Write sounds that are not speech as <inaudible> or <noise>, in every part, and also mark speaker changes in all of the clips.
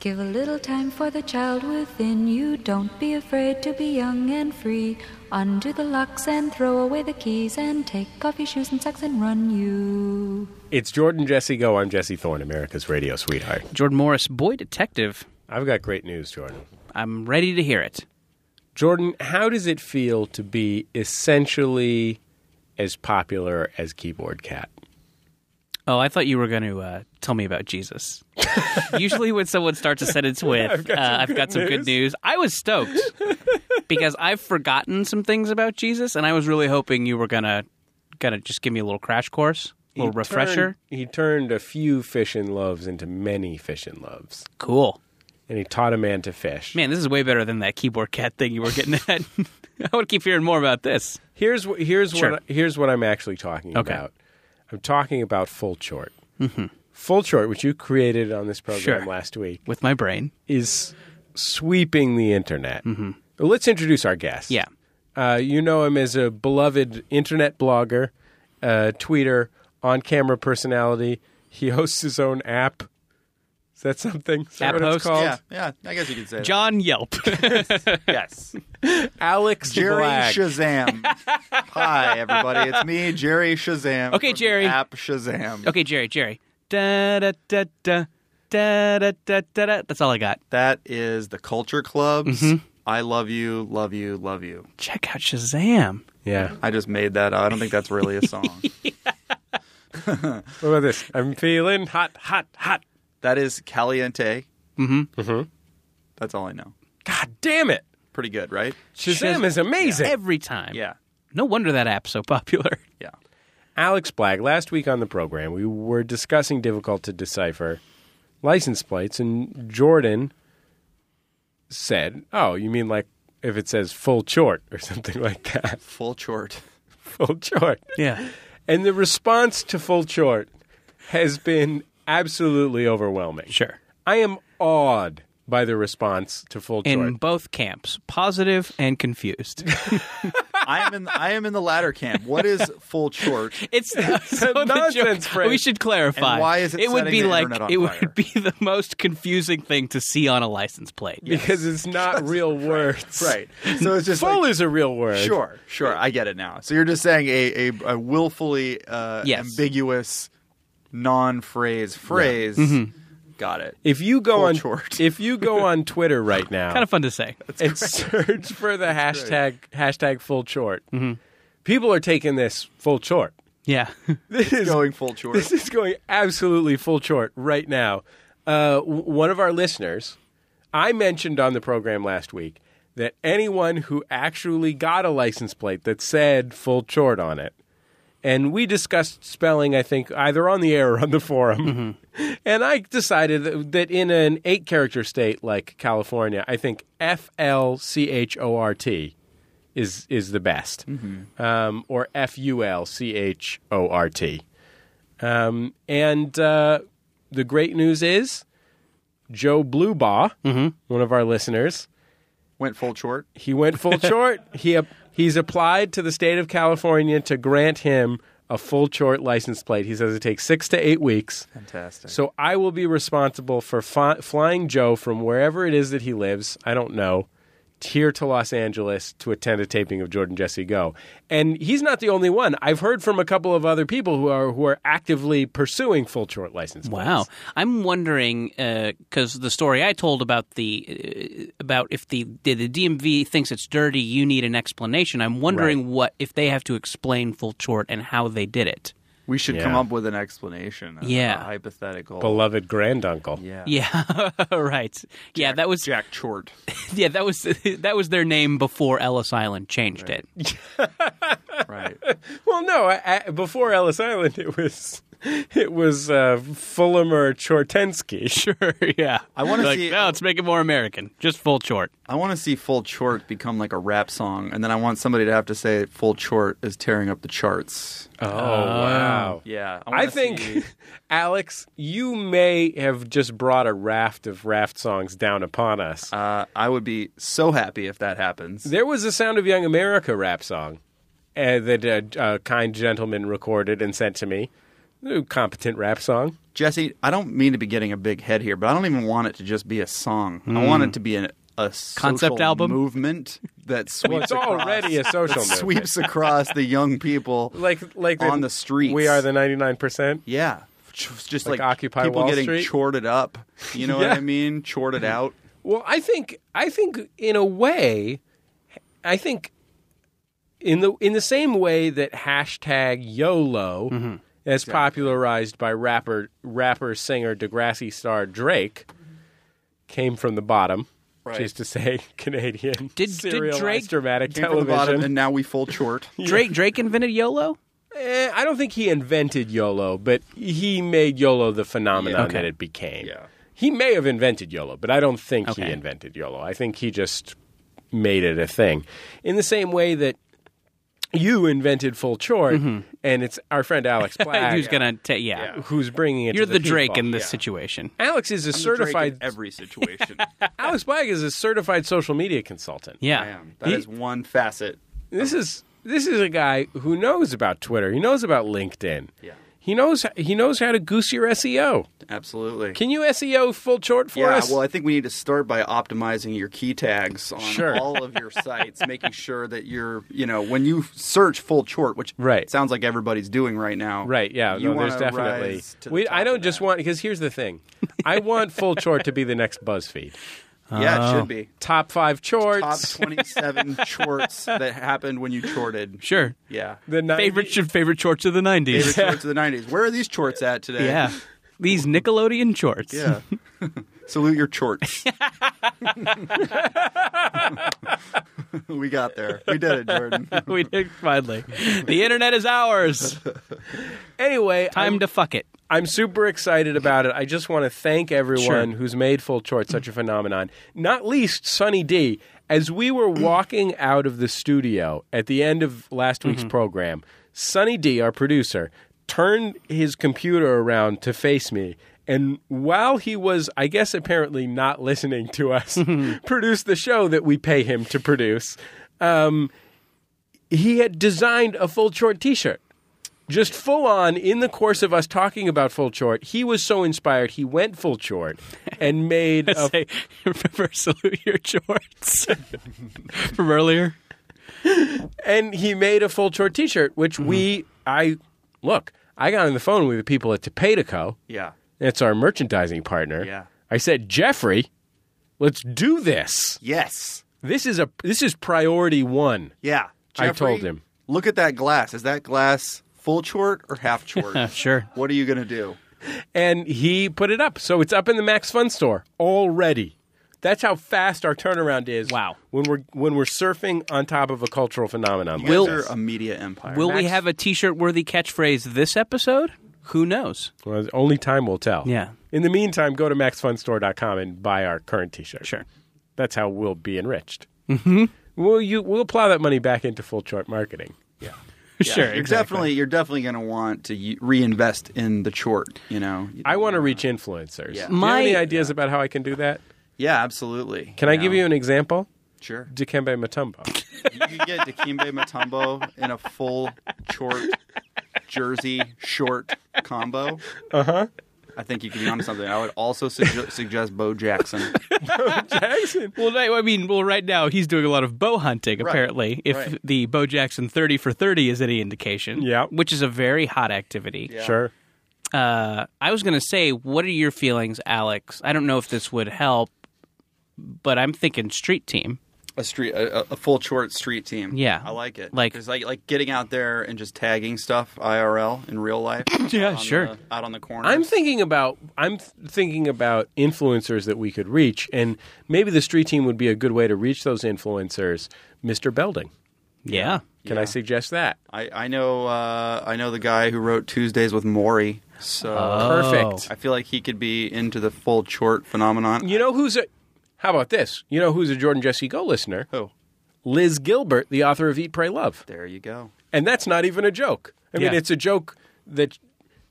Speaker 1: Give a little time for the child within you. Don't be afraid to be young and free. Undo the locks and throw away the keys and take off your shoes and socks and run you.
Speaker 2: It's Jordan Jesse Go. I'm Jesse Thorne, America's radio sweetheart.
Speaker 3: Jordan Morris, boy detective.
Speaker 2: I've got great news, Jordan.
Speaker 3: I'm ready to hear it.
Speaker 2: Jordan, how does it feel to be essentially as popular as Keyboard Cat?
Speaker 3: Oh, I thought you were going to uh, tell me about Jesus. <laughs> Usually, when someone starts a sentence with, I've got, uh, I've got some good news, I was <laughs> stoked because I've forgotten some things about Jesus, and I was really hoping you were going to going to just give me a little crash course, a little
Speaker 2: He
Speaker 3: refresher.
Speaker 2: turned- he turned a few fish and loves into many fish and loves,
Speaker 3: Cool.
Speaker 2: and he taught a man to fish.
Speaker 3: Man, this is way better than that keyboard cat thing you were getting at. <laughs> I would keep hearing more about this.
Speaker 2: Here's what here's
Speaker 3: Sure.
Speaker 2: what here's what I'm actually talking
Speaker 3: Okay.
Speaker 2: about. I'm talking about Full Short. Mm-hmm. Full Short, which you created on this program
Speaker 3: Sure.
Speaker 2: last week,
Speaker 3: With my brain.
Speaker 2: is sweeping the internet. Mm-hmm. Let's introduce our guest.
Speaker 3: Yeah.
Speaker 2: Uh, you know him as a beloved internet blogger, uh, tweeter, on camera personality. He hosts his own app. Is that something? Is that
Speaker 3: App
Speaker 2: what
Speaker 3: host?
Speaker 2: it's called?
Speaker 4: Yeah, yeah. I guess you could say
Speaker 3: John <laughs> Yelp.
Speaker 4: that. Yes.
Speaker 2: Alex
Speaker 4: Jerry
Speaker 2: Black.
Speaker 4: Shazam.
Speaker 3: <laughs>
Speaker 4: Hi, everybody. It's me, Jerry Shazam.
Speaker 3: Okay,
Speaker 4: from
Speaker 3: Jerry.
Speaker 4: App Shazam.
Speaker 3: okay, Jerry, Jerry. Da da da da. Da, da, da, da, da. That's all I got.
Speaker 4: That is the Culture Club's.
Speaker 3: Mm-hmm.
Speaker 4: I love you, love you, love you.
Speaker 3: Check out Shazam.
Speaker 2: yeah.
Speaker 4: I just made that up. I don't think that's
Speaker 3: <laughs>
Speaker 4: really a song.
Speaker 2: What about this? I'm feeling hot, hot, hot.
Speaker 4: that is Caliente. Mm-hmm. Mm-hmm. That's all I know.
Speaker 2: God damn it.
Speaker 4: Pretty good, right?
Speaker 2: Shazam
Speaker 3: Shaz-
Speaker 2: is amazing.
Speaker 3: Every time.
Speaker 4: Yeah.
Speaker 3: No wonder that app's so
Speaker 4: <laughs>
Speaker 3: popular.
Speaker 4: Yeah.
Speaker 2: Alex Black, last week on the program, we were discussing difficult to decipher license plates, and Jordan said, Oh, you mean like if it says full short or <laughs> something like that?
Speaker 4: Full short.
Speaker 2: full short.
Speaker 3: Yeah.
Speaker 2: And the response to full short has been absolutely overwhelming.
Speaker 3: Sure.
Speaker 2: I am awed by the response to full
Speaker 3: In
Speaker 2: short.
Speaker 3: both camps, positive and confused.
Speaker 4: <laughs> I am in. I am in the latter camp. What is
Speaker 3: <laughs>
Speaker 4: full short?
Speaker 3: It's so the <laughs>
Speaker 2: nonsense,
Speaker 3: joke-
Speaker 2: Frank.
Speaker 3: We should clarify.
Speaker 4: And why is it
Speaker 3: would
Speaker 4: setting
Speaker 3: be
Speaker 4: the
Speaker 3: like
Speaker 4: internet on
Speaker 3: it
Speaker 4: fire?
Speaker 3: would <laughs> be the most confusing thing to see on a license plate.
Speaker 2: because it's
Speaker 4: <laughs>
Speaker 2: not real words.
Speaker 4: Right. So it's just
Speaker 2: Full
Speaker 4: like,
Speaker 2: is a real word.
Speaker 4: Sure, sure. I get it now. So you're just saying a, a, a willfully uh,
Speaker 3: Yes.
Speaker 4: ambiguous non phrase phrase. Got it.
Speaker 2: If you go
Speaker 4: Full
Speaker 2: on
Speaker 4: short.
Speaker 2: if you go
Speaker 4: <laughs>
Speaker 2: on Twitter right now
Speaker 3: Kind of fun to say.
Speaker 2: and search for the hashtag hashtag full short, people are taking this full short.
Speaker 3: Yeah. <laughs>
Speaker 2: This is
Speaker 4: Going full short.
Speaker 2: this is going absolutely full short right now. Uh, w- one of our listeners, I mentioned on the program last week that anyone who actually got a license plate that said full short on it, and we discussed spelling, I think, either on the air or on the forum. And I decided that, that in an eight character state like California, I think F L C H O R T is, is the best, um, or F U L C H O R T. Um, and uh, the great news is Joe Bluebaugh, one of our listeners,
Speaker 4: Went full short.
Speaker 2: he went full short. He ap- he's applied to the state of California to grant him a full short license plate. He says it takes six to eight weeks.
Speaker 4: Fantastic.
Speaker 2: So I will be responsible for fi- flying Joe from wherever it is that he lives. I don't know. Here to Los Angeles to attend a taping of Jordan Jesse Go, and he's not the only one. I've heard from a couple of other people who are who are actively pursuing full short license. plates.
Speaker 3: Wow. I'm wondering because the story I told about the uh, about if the, the the DMV thinks it's dirty, you need an explanation. I'm wondering what if they have to explain full short and how they did it.
Speaker 4: we should
Speaker 2: Yeah.
Speaker 4: come up with an explanation. a-
Speaker 3: Yeah.
Speaker 4: a hypothetical.
Speaker 2: beloved granduncle.
Speaker 4: yeah.
Speaker 3: Yeah, <laughs> right. yeah, that was
Speaker 4: Jack Short.
Speaker 3: yeah that was <laughs> that was their name before Ellis Island changed it.
Speaker 4: right.
Speaker 2: Well, no, I, I, before Ellis Island, it was it was uh, Fullimer <laughs> Chortensky.
Speaker 3: Sure, yeah.
Speaker 4: I wanna
Speaker 3: like,
Speaker 4: see-
Speaker 3: No, let's make it more American. Just full short.
Speaker 4: I want to see full short become like a rap song, and then I want somebody to have to say full short is tearing up the charts.
Speaker 2: Oh, wow!
Speaker 4: Yeah.
Speaker 2: I think, <laughs> Alex, you may have just brought a raft of raft songs down upon us.
Speaker 4: uh, I would be so happy if that happens.
Speaker 2: there was a Sound of Young uh, America rap song uh, that a, a kind gentleman recorded and sent to me Ooh, competent rap song.
Speaker 4: Jesse, I don't mean to be getting a big head here, but I don't even want it to just be a song. I want it to be an, a social
Speaker 3: album?
Speaker 4: movement that sweeps
Speaker 2: <laughs> Well, it's
Speaker 4: across,
Speaker 2: already a social movement.
Speaker 4: <laughs> sweeps across the young people,
Speaker 2: <laughs> Like like
Speaker 4: on the streets.
Speaker 2: We are the ninety nine percent.
Speaker 4: yeah, just just
Speaker 2: Like
Speaker 4: like,
Speaker 2: Occupy
Speaker 4: people
Speaker 2: Wall
Speaker 4: getting
Speaker 2: Street?
Speaker 4: chorted up. You
Speaker 2: <laughs>
Speaker 4: know
Speaker 2: Yeah.
Speaker 4: what I mean? Chorted out.
Speaker 2: Well, I think I think in a way, I think in the in the same way that hashtag YOLO as popularized by rapper rapper singer Degrassi star Drake came from the bottom. Which is to say, <laughs> Canadian
Speaker 3: did
Speaker 2: serialized
Speaker 3: Drake-
Speaker 2: dramatic
Speaker 4: Came from the
Speaker 2: television.
Speaker 4: bottom, and now we full chort.
Speaker 3: Drake Drake invented YOLO.
Speaker 2: Eh, I don't think he invented YOLO, but he made YOLO the phenomenon
Speaker 3: Yeah. Okay.
Speaker 2: that it became.
Speaker 4: Yeah.
Speaker 2: He may have invented YOLO, but I don't think he
Speaker 3: Okay.
Speaker 2: invented YOLO. I think he just made it a thing. In the same way that you invented full chort, and it's our friend
Speaker 3: <laughs>
Speaker 2: Alex Black
Speaker 3: Mm-hmm. Who's gonna take? Yeah.
Speaker 2: who's bringing it.
Speaker 3: <laughs> you're
Speaker 2: to
Speaker 3: the, Drake
Speaker 2: people.
Speaker 3: in this situation.
Speaker 2: Alex is a <laughs>
Speaker 4: Drake
Speaker 2: certified.
Speaker 4: in every situation.
Speaker 2: <laughs> Alex Black is a certified social media consultant.
Speaker 3: Yeah,
Speaker 4: I am. That is
Speaker 2: He-
Speaker 4: one facet.
Speaker 2: this is this is a guy who knows about Twitter. He knows about LinkedIn.
Speaker 4: Yeah.
Speaker 2: He knows he knows how to goose your E SEO.
Speaker 4: Absolutely.
Speaker 2: Can you SEO full short for
Speaker 4: yeah,
Speaker 2: us?
Speaker 4: well, I think we need to start by optimizing your key tags on
Speaker 2: Sure.
Speaker 4: all of
Speaker 2: <laughs>
Speaker 4: your sites, making sure that you're, you know, when you search full chort, which
Speaker 2: Right.
Speaker 4: sounds like everybody's doing right now.
Speaker 2: right, yeah.
Speaker 4: You
Speaker 2: no, there's
Speaker 4: wanna
Speaker 2: definitely.
Speaker 4: rise to the
Speaker 2: We, I
Speaker 4: top
Speaker 2: don't
Speaker 4: of
Speaker 2: just
Speaker 4: that.
Speaker 2: want because here's the thing, I want full chort to be the next BuzzFeed
Speaker 4: Yeah,
Speaker 2: Oh.
Speaker 4: it
Speaker 2: <laughs>
Speaker 4: should be.
Speaker 2: top five chorts.
Speaker 4: Top 27 chorts that happened when you chorted.
Speaker 3: sure.
Speaker 4: Yeah.
Speaker 2: <laughs> the 90
Speaker 3: Favorite favorite shorts of the
Speaker 2: <laughs>
Speaker 3: '90s.
Speaker 4: Favorite chorts of the 90s. Where are these chorts at today?
Speaker 3: Yeah, <laughs> these Nickelodeon
Speaker 2: <laughs>
Speaker 3: shorts.
Speaker 4: Yeah. Salute your chorts. <laughs> we got there. We did it,
Speaker 2: <laughs>
Speaker 4: Jordan.
Speaker 3: <laughs> we did finally. The internet is ours.
Speaker 2: Anyway,
Speaker 3: Time
Speaker 2: I'm,
Speaker 3: to fuck it.
Speaker 2: I'm super excited about it. I just want to thank everyone
Speaker 3: Sure.
Speaker 2: who's made full short such a phenomenon. Not least Sunny D. As we were walking out of the studio at the end of last week's program, Sunny D, our producer, turned his computer around to face me. And while he was, I guess, apparently not listening to us <laughs> produce the show that we pay him to produce, he had designed a full short t-shirt just full on in the course of us talking about full short he was so inspired he went full short and
Speaker 4: <laughs>
Speaker 2: made a
Speaker 3: Say, <laughs> remember, salute your shorts <laughs> from earlier.
Speaker 2: and he made a full short t-shirt which
Speaker 4: Mm-hmm.
Speaker 2: we i look i got on the phone with the people at topetico
Speaker 4: Yeah.
Speaker 2: that's our merchandising partner
Speaker 4: Yeah.
Speaker 2: i said jeffrey let's do this
Speaker 4: Yes.
Speaker 2: this is a this is priority one
Speaker 4: Yeah.
Speaker 2: I
Speaker 4: Jeffrey,
Speaker 2: told him.
Speaker 4: Look at that glass. Is that glass full chort or
Speaker 2: <laughs>
Speaker 4: half chort?
Speaker 3: Sure.
Speaker 4: What are you going to do?
Speaker 2: and he put it up. So it's up in the Max Fun store already. That's how fast our turnaround is.
Speaker 3: Wow.
Speaker 2: When we're when we're surfing on top of a cultural phenomenon. like
Speaker 4: Will
Speaker 2: this.
Speaker 4: a media empire?
Speaker 3: Will we
Speaker 2: Max-
Speaker 3: have a T-shirt worthy catchphrase this episode? Who knows?
Speaker 2: Well, only time will tell.
Speaker 3: Yeah.
Speaker 2: In the meantime, go to maxfunstore.com and buy our current T-shirt.
Speaker 3: <laughs> Sure.
Speaker 2: That's how we'll be enriched. Mm-hmm. We'll you we'll plow that money back into full chart marketing.
Speaker 3: sure.
Speaker 4: you're
Speaker 3: exactly.
Speaker 4: definitely you're definitely going to want to y- reinvest in the chort. You know.
Speaker 2: I want to reach influencers.
Speaker 4: Yeah.
Speaker 2: Do you have any
Speaker 3: My-
Speaker 2: ideas about how I can do that?
Speaker 4: Yeah, absolutely.
Speaker 2: Can I give you an example?
Speaker 4: Sure.
Speaker 2: Dikembe Mutombo.
Speaker 4: You could get Dikembe Mutombo in a full chort jersey short combo. Uh huh.
Speaker 2: Uh-huh.
Speaker 4: I think you could be onto something. I would also sugge- suggest Bo Jackson.
Speaker 2: Jackson.
Speaker 3: Well, I I mean, well, right now he's doing a lot of bow hunting. Apparently, if
Speaker 4: Right.
Speaker 3: the Bo Jackson thirty for thirty is any indication,
Speaker 2: Yeah.
Speaker 3: which is a very hot activity.
Speaker 4: Yeah.
Speaker 2: Sure.
Speaker 3: Uh, I was going to say, what are your feelings, Alex? I don't know if this would help, but I'm thinking street team.
Speaker 4: a street a, a- a full short street team.
Speaker 3: Yeah.
Speaker 4: I like it.
Speaker 3: Like-
Speaker 4: 'Cause like like getting out there and just tagging stuff IRL in real life.
Speaker 3: <coughs> Yeah,
Speaker 4: out on
Speaker 3: sure.
Speaker 4: the- out on the corner.
Speaker 2: I'm thinking about I'm th- thinking about influencers that we could reach, and maybe the street team would be a good way to reach those influencers. Mr. Belding,
Speaker 3: Yeah.
Speaker 2: can I suggest that?
Speaker 4: I I know uh, I know the guy who wrote Tuesdays with Maury. So
Speaker 3: Oh.
Speaker 2: Perfect.
Speaker 4: I feel like he could be into the full short phenomenon.
Speaker 2: You know who's a? How about this? You know who's a Jordan Jesse Go listener?
Speaker 4: Oh,
Speaker 2: Liz Gilbert, the author of Eat, Pray, Love,
Speaker 4: there you go.
Speaker 2: and that's not even a joke. I mean,
Speaker 3: Yeah.
Speaker 2: it's a joke that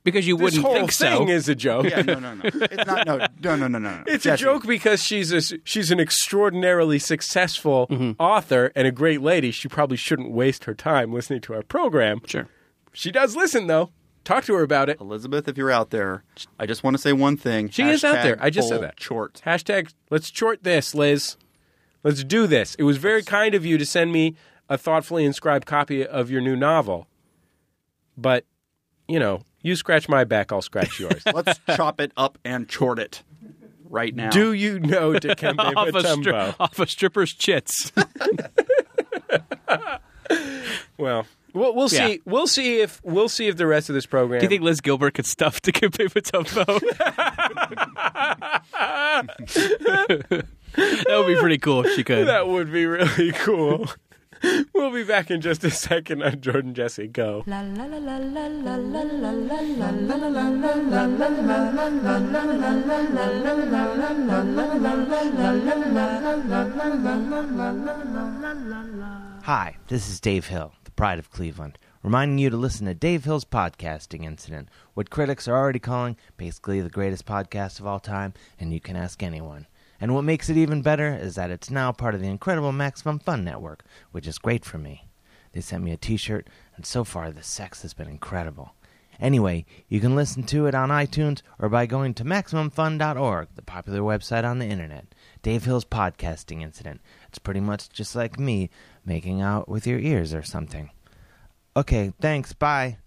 Speaker 3: Because you
Speaker 2: this
Speaker 3: wouldn't
Speaker 2: whole
Speaker 3: think so. <laughs>
Speaker 2: thing is a joke.
Speaker 4: Yeah, no, no, no. It's not. No, no, no, no, no. no.
Speaker 2: <laughs> It's
Speaker 4: Jesse,
Speaker 2: a joke because she's a, she's an extraordinarily successful
Speaker 3: Mm-hmm.
Speaker 2: author and a great lady. She probably shouldn't waste her time listening to our program.
Speaker 3: Sure.
Speaker 2: She does listen though. Talk to her about it.
Speaker 4: Elizabeth, if you're out there, I just want to say one thing.
Speaker 2: She is out
Speaker 4: Hashtag
Speaker 2: there. I just said
Speaker 4: full
Speaker 2: that.
Speaker 4: Short.
Speaker 2: Hashtag, let's short this, Liz. Let's do this. It was very kind of you to send me a thoughtfully inscribed copy of your new novel. But, you know, you scratch my back, I'll scratch
Speaker 3: <laughs>
Speaker 2: yours.
Speaker 4: Let's chop it up and short it right now.
Speaker 2: do you know Dikembe
Speaker 3: <laughs> off a, stri-
Speaker 2: Mutombo?
Speaker 3: off a stripper's chits.
Speaker 2: Well, we'll, we'll
Speaker 3: Yeah.
Speaker 2: see. We'll see if we'll see if the rest of this program.
Speaker 3: Do <laughs> you think Liz Gilbert could stuff to give
Speaker 2: <laughs>
Speaker 3: people Mutombo? that would be pretty cool if she
Speaker 2: <laughs>
Speaker 3: could.
Speaker 2: that would be really cool? <laughs> we'll be back in just a second on Jordan Jesse Go.
Speaker 1: La la la la la la la la la
Speaker 5: Hi, this is Dave Hill, the pride of Cleveland, reminding you to listen to Dave Hill's podcasting incident, what critics are already calling basically the greatest podcast of all time, and you can ask anyone. And what makes it even better is that it's now part of the incredible Maximum Fun Network, which is great for me. They sent me a t shirt, and so far the sex has been incredible. Anyway, you can listen to it on iTunes or by going to MaximumFun.org, the popular website on the internet. Dave Hill's podcasting incident. It's pretty much just like me making out with your ears or something. Okay, thanks, bye.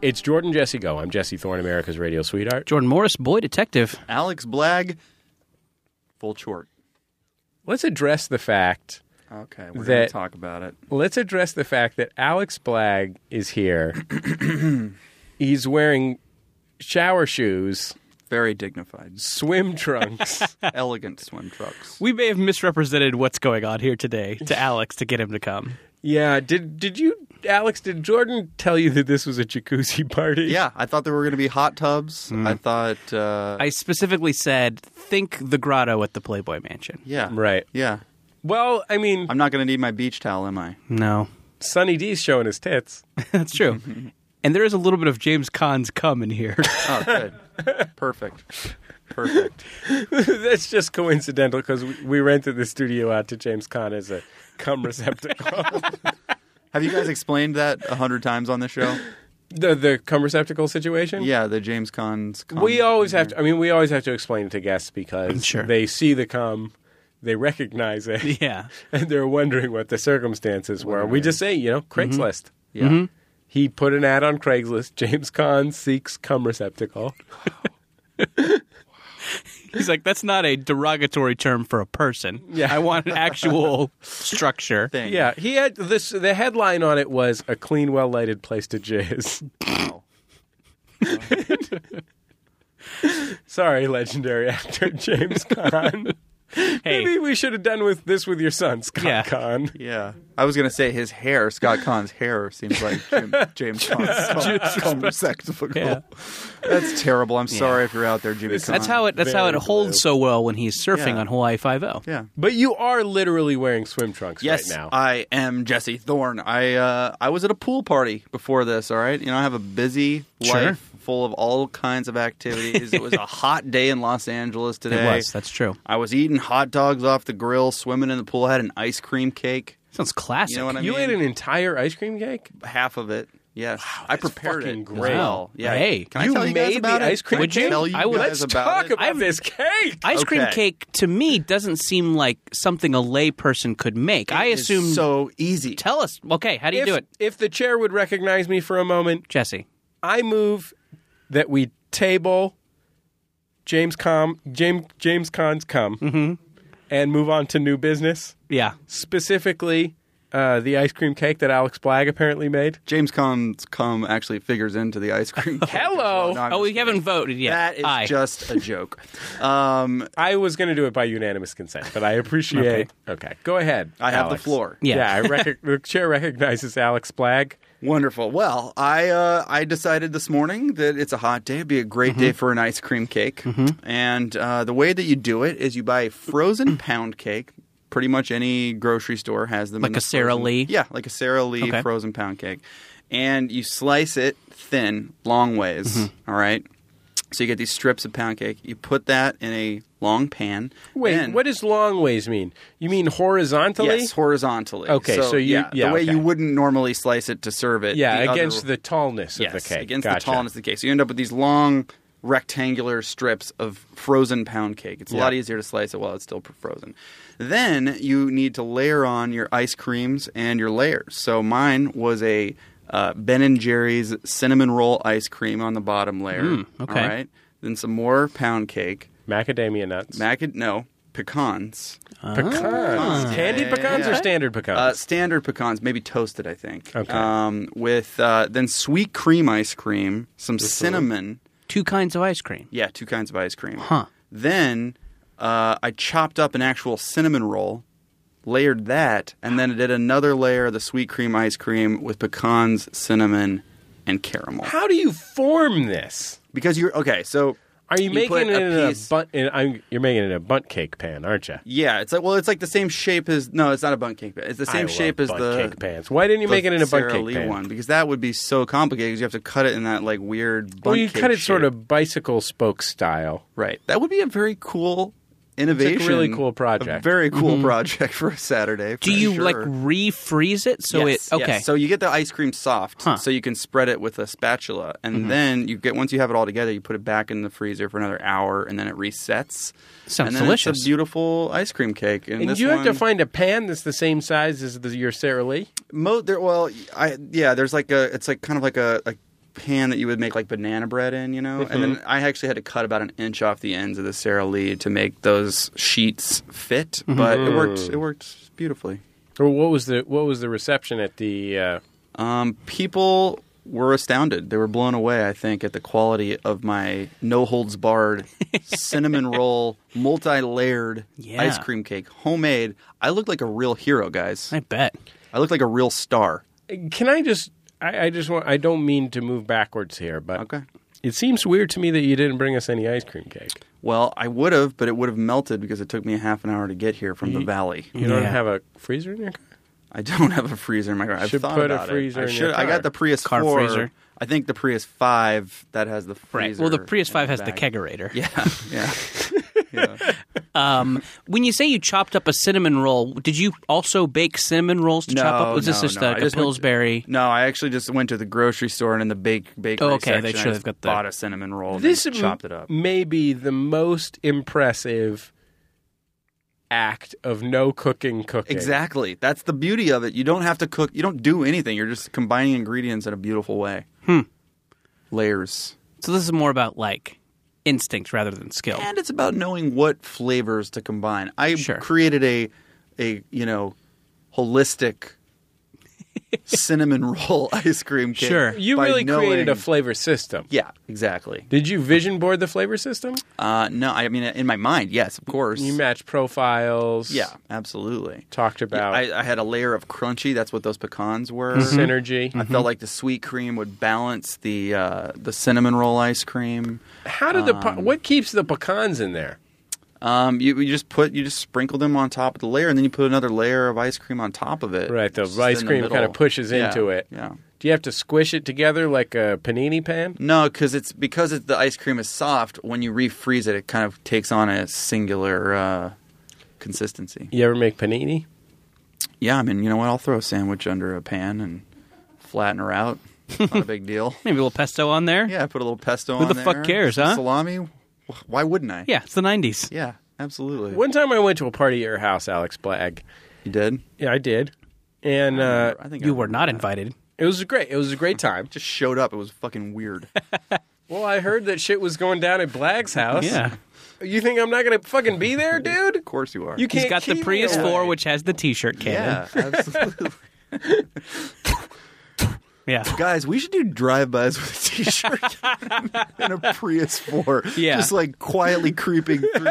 Speaker 2: It's Jordan Jesse Go. I'm Jesse Thorne, America's radio sweetheart.
Speaker 3: Jordan Morris, boy detective.
Speaker 4: Alex Blagg, full short.
Speaker 2: Let's address the fact.
Speaker 4: Okay, we're going
Speaker 2: That-
Speaker 4: to talk about it.
Speaker 2: Let's address the fact that Alex Blagg is
Speaker 4: <clears throat>
Speaker 2: here. He's wearing shower shoes,
Speaker 4: Very dignified, <laughs>
Speaker 2: swim trunks.
Speaker 4: elegant swim trucks.
Speaker 3: We may have misrepresented what's going on here today to Alex to get him to come.
Speaker 2: yeah, did did you Alex, did Jordan tell you that this was a jacuzzi party?
Speaker 4: Yeah, I thought there were going to be hot tubs.
Speaker 2: Hmm.
Speaker 4: I thought, uh,
Speaker 3: I specifically said, think the grotto at the Playboy Mansion.
Speaker 4: yeah,
Speaker 2: Right.
Speaker 4: yeah.
Speaker 2: Well, I mean,
Speaker 4: I'm not going to need my beach towel, am I?
Speaker 3: No,
Speaker 2: Sonny D's showing his tits.
Speaker 3: <laughs> that's true.
Speaker 4: <laughs>
Speaker 3: and there is a little bit of James Caan's cum in here. <laughs>
Speaker 4: Oh,
Speaker 2: <laughs>
Speaker 4: good, perfect, perfect.
Speaker 2: That's just coincidental because we, we rented the studio out to James Conn as a cum
Speaker 3: <laughs>
Speaker 2: receptacle.
Speaker 4: Have you guys explained that a hundred times on
Speaker 2: <laughs>
Speaker 4: the show?
Speaker 2: the the cum receptacle situation.
Speaker 4: Yeah, the James Conn's. Con-
Speaker 2: we always have to. I mean, we always have to explain it to guests because
Speaker 3: Sure.
Speaker 2: they see the cum, they recognize it,
Speaker 3: yeah.
Speaker 2: <laughs> and they're wondering what the circumstances were. We just say, you know,
Speaker 3: Mm-hmm.
Speaker 2: Craigslist.
Speaker 4: Yeah.
Speaker 2: He put an ad on Craigslist. James Conn seeks cum receptacle.
Speaker 3: He's like, that's not a derogatory term for a person.
Speaker 2: Yeah.
Speaker 3: I want an actual
Speaker 4: <laughs>
Speaker 3: structure.
Speaker 4: Thing.
Speaker 2: Yeah, he had this. The headline on it was "A Clean, Well Lighted Place to Jizz."
Speaker 4: Wow.
Speaker 2: <laughs> Sorry, legendary actor James Conn.
Speaker 3: Hey,
Speaker 2: Maybe we should have done with this with your son, Scott
Speaker 3: Yeah.
Speaker 2: Conn.
Speaker 4: Yeah, I was gonna say his hair, Scott Kahn's hair, seems like
Speaker 3: <laughs>
Speaker 4: Jim, James <laughs> Kahn's cum receptacle.
Speaker 3: Yeah.
Speaker 4: That's terrible. I'm sorry if you're out there, Jimmy.
Speaker 3: that's how it. That's how it
Speaker 2: Very
Speaker 3: holds so well when he's surfing
Speaker 4: Yeah.
Speaker 3: on Hawaii Five O.
Speaker 4: Yeah.
Speaker 2: But you are literally wearing swim trunks
Speaker 4: Yes,
Speaker 2: right now.
Speaker 4: I am Jesse Thorne. I uh, I was at a pool party before this. All right, you know I have a busy
Speaker 3: Sure.
Speaker 4: life full of all kinds of activities. it
Speaker 3: <laughs>
Speaker 4: was a hot day in Los Angeles today.
Speaker 3: It was. That's true.
Speaker 4: I was eating hot dogs off the grill, swimming in the pool. I had an ice cream cake,
Speaker 3: Sounds classic.
Speaker 4: You know what I
Speaker 2: you ate
Speaker 4: mean?
Speaker 2: an entire ice cream cake.
Speaker 4: half of it. Yes, I prepared
Speaker 2: fucking
Speaker 4: it. as
Speaker 2: great.
Speaker 4: well. Yeah.
Speaker 3: Hey.
Speaker 4: can I
Speaker 2: You
Speaker 4: tell you guys
Speaker 2: made the
Speaker 4: about it?
Speaker 2: ice cream
Speaker 4: Can I
Speaker 3: cake?
Speaker 4: tell you
Speaker 3: I would-
Speaker 4: guys
Speaker 3: Let's
Speaker 4: about
Speaker 2: Talk
Speaker 4: it?
Speaker 2: about
Speaker 3: I've-
Speaker 2: this cake.
Speaker 3: Ice cream
Speaker 4: Okay.
Speaker 3: cake to me doesn't seem like something a lay person could make. I
Speaker 4: It is
Speaker 3: assume.
Speaker 4: so easy.
Speaker 3: Tell us. Okay, how do you
Speaker 2: if,
Speaker 3: do it,
Speaker 2: if the chair would recognize me for a moment,
Speaker 3: Jesse?
Speaker 2: I move that we table James Com James James Con's come and move on to new business.
Speaker 3: Yeah.
Speaker 2: Specifically, uh, the ice cream cake that Alex Blagg apparently made.
Speaker 4: James Cum's cum actually figures into the ice <laughs> cream. cake as well.
Speaker 2: Hello.
Speaker 4: No, I'm
Speaker 3: Oh,
Speaker 4: just
Speaker 3: we haven't
Speaker 4: kidding.
Speaker 3: voted yet.
Speaker 4: That is
Speaker 3: Aye.
Speaker 4: just a joke. Um,
Speaker 2: I was going to do it by unanimous consent, but <laughs> I appreciate. okay. go ahead.
Speaker 4: I have the
Speaker 2: Alex.
Speaker 4: floor.
Speaker 3: Yeah.
Speaker 2: Yeah, I rec- <laughs> the chair recognizes Alex Blagg.
Speaker 4: Wonderful. Well, I uh, I decided this morning that it's a hot day. It'd be a great
Speaker 2: Mm-hmm.
Speaker 4: day for an ice
Speaker 2: Mm-hmm.
Speaker 4: cream cake. And uh, the way that you do it is you buy a frozen pound cake. Pretty much any grocery store has them.
Speaker 3: Like
Speaker 4: in the
Speaker 3: a Sara
Speaker 4: frozen-
Speaker 3: Lee?
Speaker 4: Yeah, like a Sara Lee
Speaker 3: Okay.
Speaker 4: frozen pound cake. And you slice it thin, long ways.
Speaker 2: Mm-hmm.
Speaker 4: all right. So you get these strips of pound cake. You put that in a long pan.
Speaker 2: Wait,
Speaker 4: Then-
Speaker 2: what does long ways mean? You mean horizontally?
Speaker 4: Yes, horizontally.
Speaker 2: Okay, so you- yeah,
Speaker 4: the way
Speaker 2: okay.
Speaker 4: you wouldn't normally slice it to serve it.
Speaker 2: yeah,
Speaker 4: the
Speaker 2: against
Speaker 4: other,
Speaker 2: the tallness
Speaker 4: yes,
Speaker 2: of the cake.
Speaker 4: against
Speaker 2: Gotcha.
Speaker 4: the tallness of the cake. So you end up with these long rectangular strips of frozen pound cake. It's a lot easier to slice it while it's still pr- frozen. Then you need to layer on your ice creams and your layers. So mine was a uh, Ben and Jerry's cinnamon roll ice cream on the bottom layer.
Speaker 2: Hmm,
Speaker 3: okay.
Speaker 4: All right. Then some more pound cake.
Speaker 2: Macadamia nuts.
Speaker 4: Mac- no, pecans.
Speaker 2: pecans. Candied pecans or
Speaker 4: Yeah.
Speaker 2: standard pecans?
Speaker 4: Uh, standard pecans, maybe toasted, I think.
Speaker 2: Oh. Okay.
Speaker 4: Um, with uh, then sweet cream ice cream, some cinnamon.
Speaker 3: Two kinds of ice cream.
Speaker 4: Yeah, two kinds of ice cream.
Speaker 3: Huh.
Speaker 4: Then uh, I chopped up an actual cinnamon roll, layered that, and then I did another layer of the sweet cream ice cream with pecans, cinnamon, and caramel.
Speaker 2: How do you form this?
Speaker 4: Because you're okay, so
Speaker 2: Are you, making
Speaker 4: put
Speaker 2: it in a,
Speaker 4: piece-
Speaker 2: bun? In, I'm, you're making it in a bunt cake pan, aren't you?
Speaker 4: Yeah, it's like well, it's like the same shape as no, it's not a bun cake pan. It's the same
Speaker 2: I
Speaker 4: shape
Speaker 2: love
Speaker 4: as
Speaker 2: bunt
Speaker 4: the
Speaker 2: cake pans. Why didn't you
Speaker 4: the
Speaker 2: make it in a bunt
Speaker 4: Sara
Speaker 2: cake
Speaker 4: Lee
Speaker 2: pan?
Speaker 4: one because that would be so complicated because you have to cut it in that like weird. Bunt
Speaker 2: Well, you
Speaker 4: cake
Speaker 2: cut it sort
Speaker 4: shape.
Speaker 2: of bicycle spoke style.
Speaker 4: right. That would be a very cool innovation.
Speaker 2: really cool project.
Speaker 4: A very cool project <laughs> for a Saturday.
Speaker 3: Mm-hmm. Do
Speaker 4: for
Speaker 3: you
Speaker 4: sure.
Speaker 3: like refreeze it so
Speaker 4: Yes,
Speaker 3: it okay?
Speaker 4: yes. So you get the ice cream soft,
Speaker 3: Huh. Mm-hmm.
Speaker 4: so you can spread it with a spatula, and then you get once you have it all together, you put it back in the freezer for another hour, and then it resets.
Speaker 3: Sounds
Speaker 4: and then
Speaker 3: delicious.
Speaker 4: It's a beautiful ice cream cake. And,
Speaker 2: And
Speaker 4: this
Speaker 2: you have to
Speaker 4: one-
Speaker 2: find a pan that's the same size as the, your Sara Lee.
Speaker 4: Mo, there, well, I yeah, there's like a, it's like kind of like a, a pan that you would make like banana bread in, you know. And
Speaker 3: Mm-hmm.
Speaker 4: then I actually had to cut about an inch off the ends of the Sara Lee to make those sheets fit,
Speaker 3: Mm-hmm.
Speaker 4: but it worked.
Speaker 3: Mm.
Speaker 4: It worked beautifully.
Speaker 2: Or what was the what was the reception at the? Uh,
Speaker 4: Um, people were astounded; they were blown away. I think at the quality of my no
Speaker 3: <laughs>
Speaker 4: holds barred cinnamon roll, multi layered
Speaker 3: Yeah.
Speaker 4: ice cream cake, homemade. I looked like a real hero, guys.
Speaker 3: I bet.
Speaker 4: I looked like a real star.
Speaker 2: can I just? I, I just want. I don't mean to move backwards here, but
Speaker 4: Okay.
Speaker 2: It seems weird to me that you didn't bring us any ice cream cake.
Speaker 4: Well, I would have, but it would have melted because it took me a half an hour to get here
Speaker 3: Mm-hmm.
Speaker 4: from the valley.
Speaker 2: You don't
Speaker 3: Yeah.
Speaker 2: have a freezer in your car.
Speaker 4: I don't have a freezer in my car. I've
Speaker 2: Should
Speaker 4: thought
Speaker 2: put a
Speaker 4: about
Speaker 2: freezer in
Speaker 4: it. I
Speaker 2: your
Speaker 4: I
Speaker 2: car.
Speaker 4: got the Prius
Speaker 3: Car
Speaker 4: 4.
Speaker 3: freezer.
Speaker 4: I think the Prius 5 that has the freezer.
Speaker 3: Right. Well, the Prius
Speaker 4: in
Speaker 3: 5 has the
Speaker 4: back.
Speaker 3: kegerator.
Speaker 4: <laughs> Yeah, yeah.
Speaker 3: <laughs>
Speaker 4: yeah.
Speaker 3: Um, when you say you chopped up a cinnamon roll, did you also bake cinnamon rolls to
Speaker 4: No,
Speaker 3: chop up? Was this
Speaker 4: no,
Speaker 3: just
Speaker 4: no.
Speaker 3: like
Speaker 4: I
Speaker 3: a
Speaker 4: just went to-
Speaker 3: Pillsbury?
Speaker 4: No, I actually just went to the grocery store and in the bake bakery
Speaker 3: Oh, okay. They
Speaker 4: section,
Speaker 3: sure
Speaker 4: I
Speaker 3: they've got the-
Speaker 4: bought a cinnamon roll. And
Speaker 2: This
Speaker 4: then chopped it up.
Speaker 2: May be the most impressive act of no cooking cooking.
Speaker 4: Exactly. That's the beauty of it. You don't have to cook. You don't do anything. You're just combining ingredients in a beautiful way. Hmm. Layers.
Speaker 3: So this is more about like instinct rather than skill.
Speaker 4: and it's about knowing what flavors to combine. I
Speaker 3: Oh. Sure.
Speaker 4: created a a you know holistic
Speaker 3: <laughs>
Speaker 4: cinnamon roll <laughs> ice cream cake.
Speaker 3: Sure.
Speaker 2: You
Speaker 4: by
Speaker 2: really created a
Speaker 4: knowing-
Speaker 2: flavor system.
Speaker 4: yeah, exactly.
Speaker 2: Did you vision board the flavor system?
Speaker 4: Uh, no, I mean in my mind, yes, of course.
Speaker 2: You matched profiles.
Speaker 4: yeah, absolutely.
Speaker 2: Talked about Mm-hmm.
Speaker 4: I, mm-hmm. I had a layer of crunchy. That's what those pecans were.
Speaker 2: synergy.
Speaker 4: I
Speaker 3: Mm-hmm.
Speaker 4: felt like the sweet cream would balance the uh, the cinnamon roll ice cream.
Speaker 2: How did the pe- what keeps the pecans in there?
Speaker 4: Um, you, you just put you just sprinkle them on top of the layer, and then you put another layer of ice cream on top of it.
Speaker 2: Right, the
Speaker 4: It's just
Speaker 2: ice
Speaker 4: in the
Speaker 2: cream
Speaker 4: middle.
Speaker 2: kinda pushes
Speaker 4: Yeah,
Speaker 2: into it.
Speaker 4: Yeah.
Speaker 2: Do you have to squish it together like a panini pan?
Speaker 4: No, because it's because it's, the ice cream is soft. When you refreeze it, it kind of takes on a singular uh, consistency.
Speaker 2: You ever make panini?
Speaker 4: Yeah, I mean, you know what? I'll throw a sandwich under a pan and flatten her out. Not a
Speaker 3: <laughs>
Speaker 4: big deal.
Speaker 3: Maybe a little pesto on there.
Speaker 4: Yeah, I put a little pesto
Speaker 3: Who
Speaker 4: on
Speaker 3: the
Speaker 4: there.
Speaker 3: fuck cares, huh?
Speaker 4: Salami? Wh- Why wouldn't I?
Speaker 3: Yeah, it's the nineties.
Speaker 4: Yeah, absolutely.
Speaker 2: One time I went to a party at your house, Alex Blagg.
Speaker 4: You did?
Speaker 2: Yeah, I did. And uh,
Speaker 4: I think I
Speaker 3: You were
Speaker 4: remember
Speaker 3: not
Speaker 4: that.
Speaker 3: invited.
Speaker 2: it was great. It was a great time.
Speaker 4: Just showed up. It was fucking
Speaker 3: <laughs>
Speaker 4: weird.
Speaker 2: Well, I heard that shit was going down at Blagg's house.
Speaker 3: Yeah.
Speaker 2: You think I'm not going to fucking be <laughs> there, dude?
Speaker 4: of course you are.
Speaker 2: You can't
Speaker 3: He's got the
Speaker 2: keep me
Speaker 3: Prius
Speaker 2: away.
Speaker 3: 4, which has the T-shirt cannon.
Speaker 4: yeah,
Speaker 3: <laughs>
Speaker 4: absolutely.
Speaker 3: Yeah, yeah.
Speaker 4: Guys, we should do drive-bys with
Speaker 3: <laughs>
Speaker 4: a t-shirt and a Prius 4.
Speaker 3: Yeah.
Speaker 4: Just like quietly creeping
Speaker 3: <laughs>
Speaker 4: through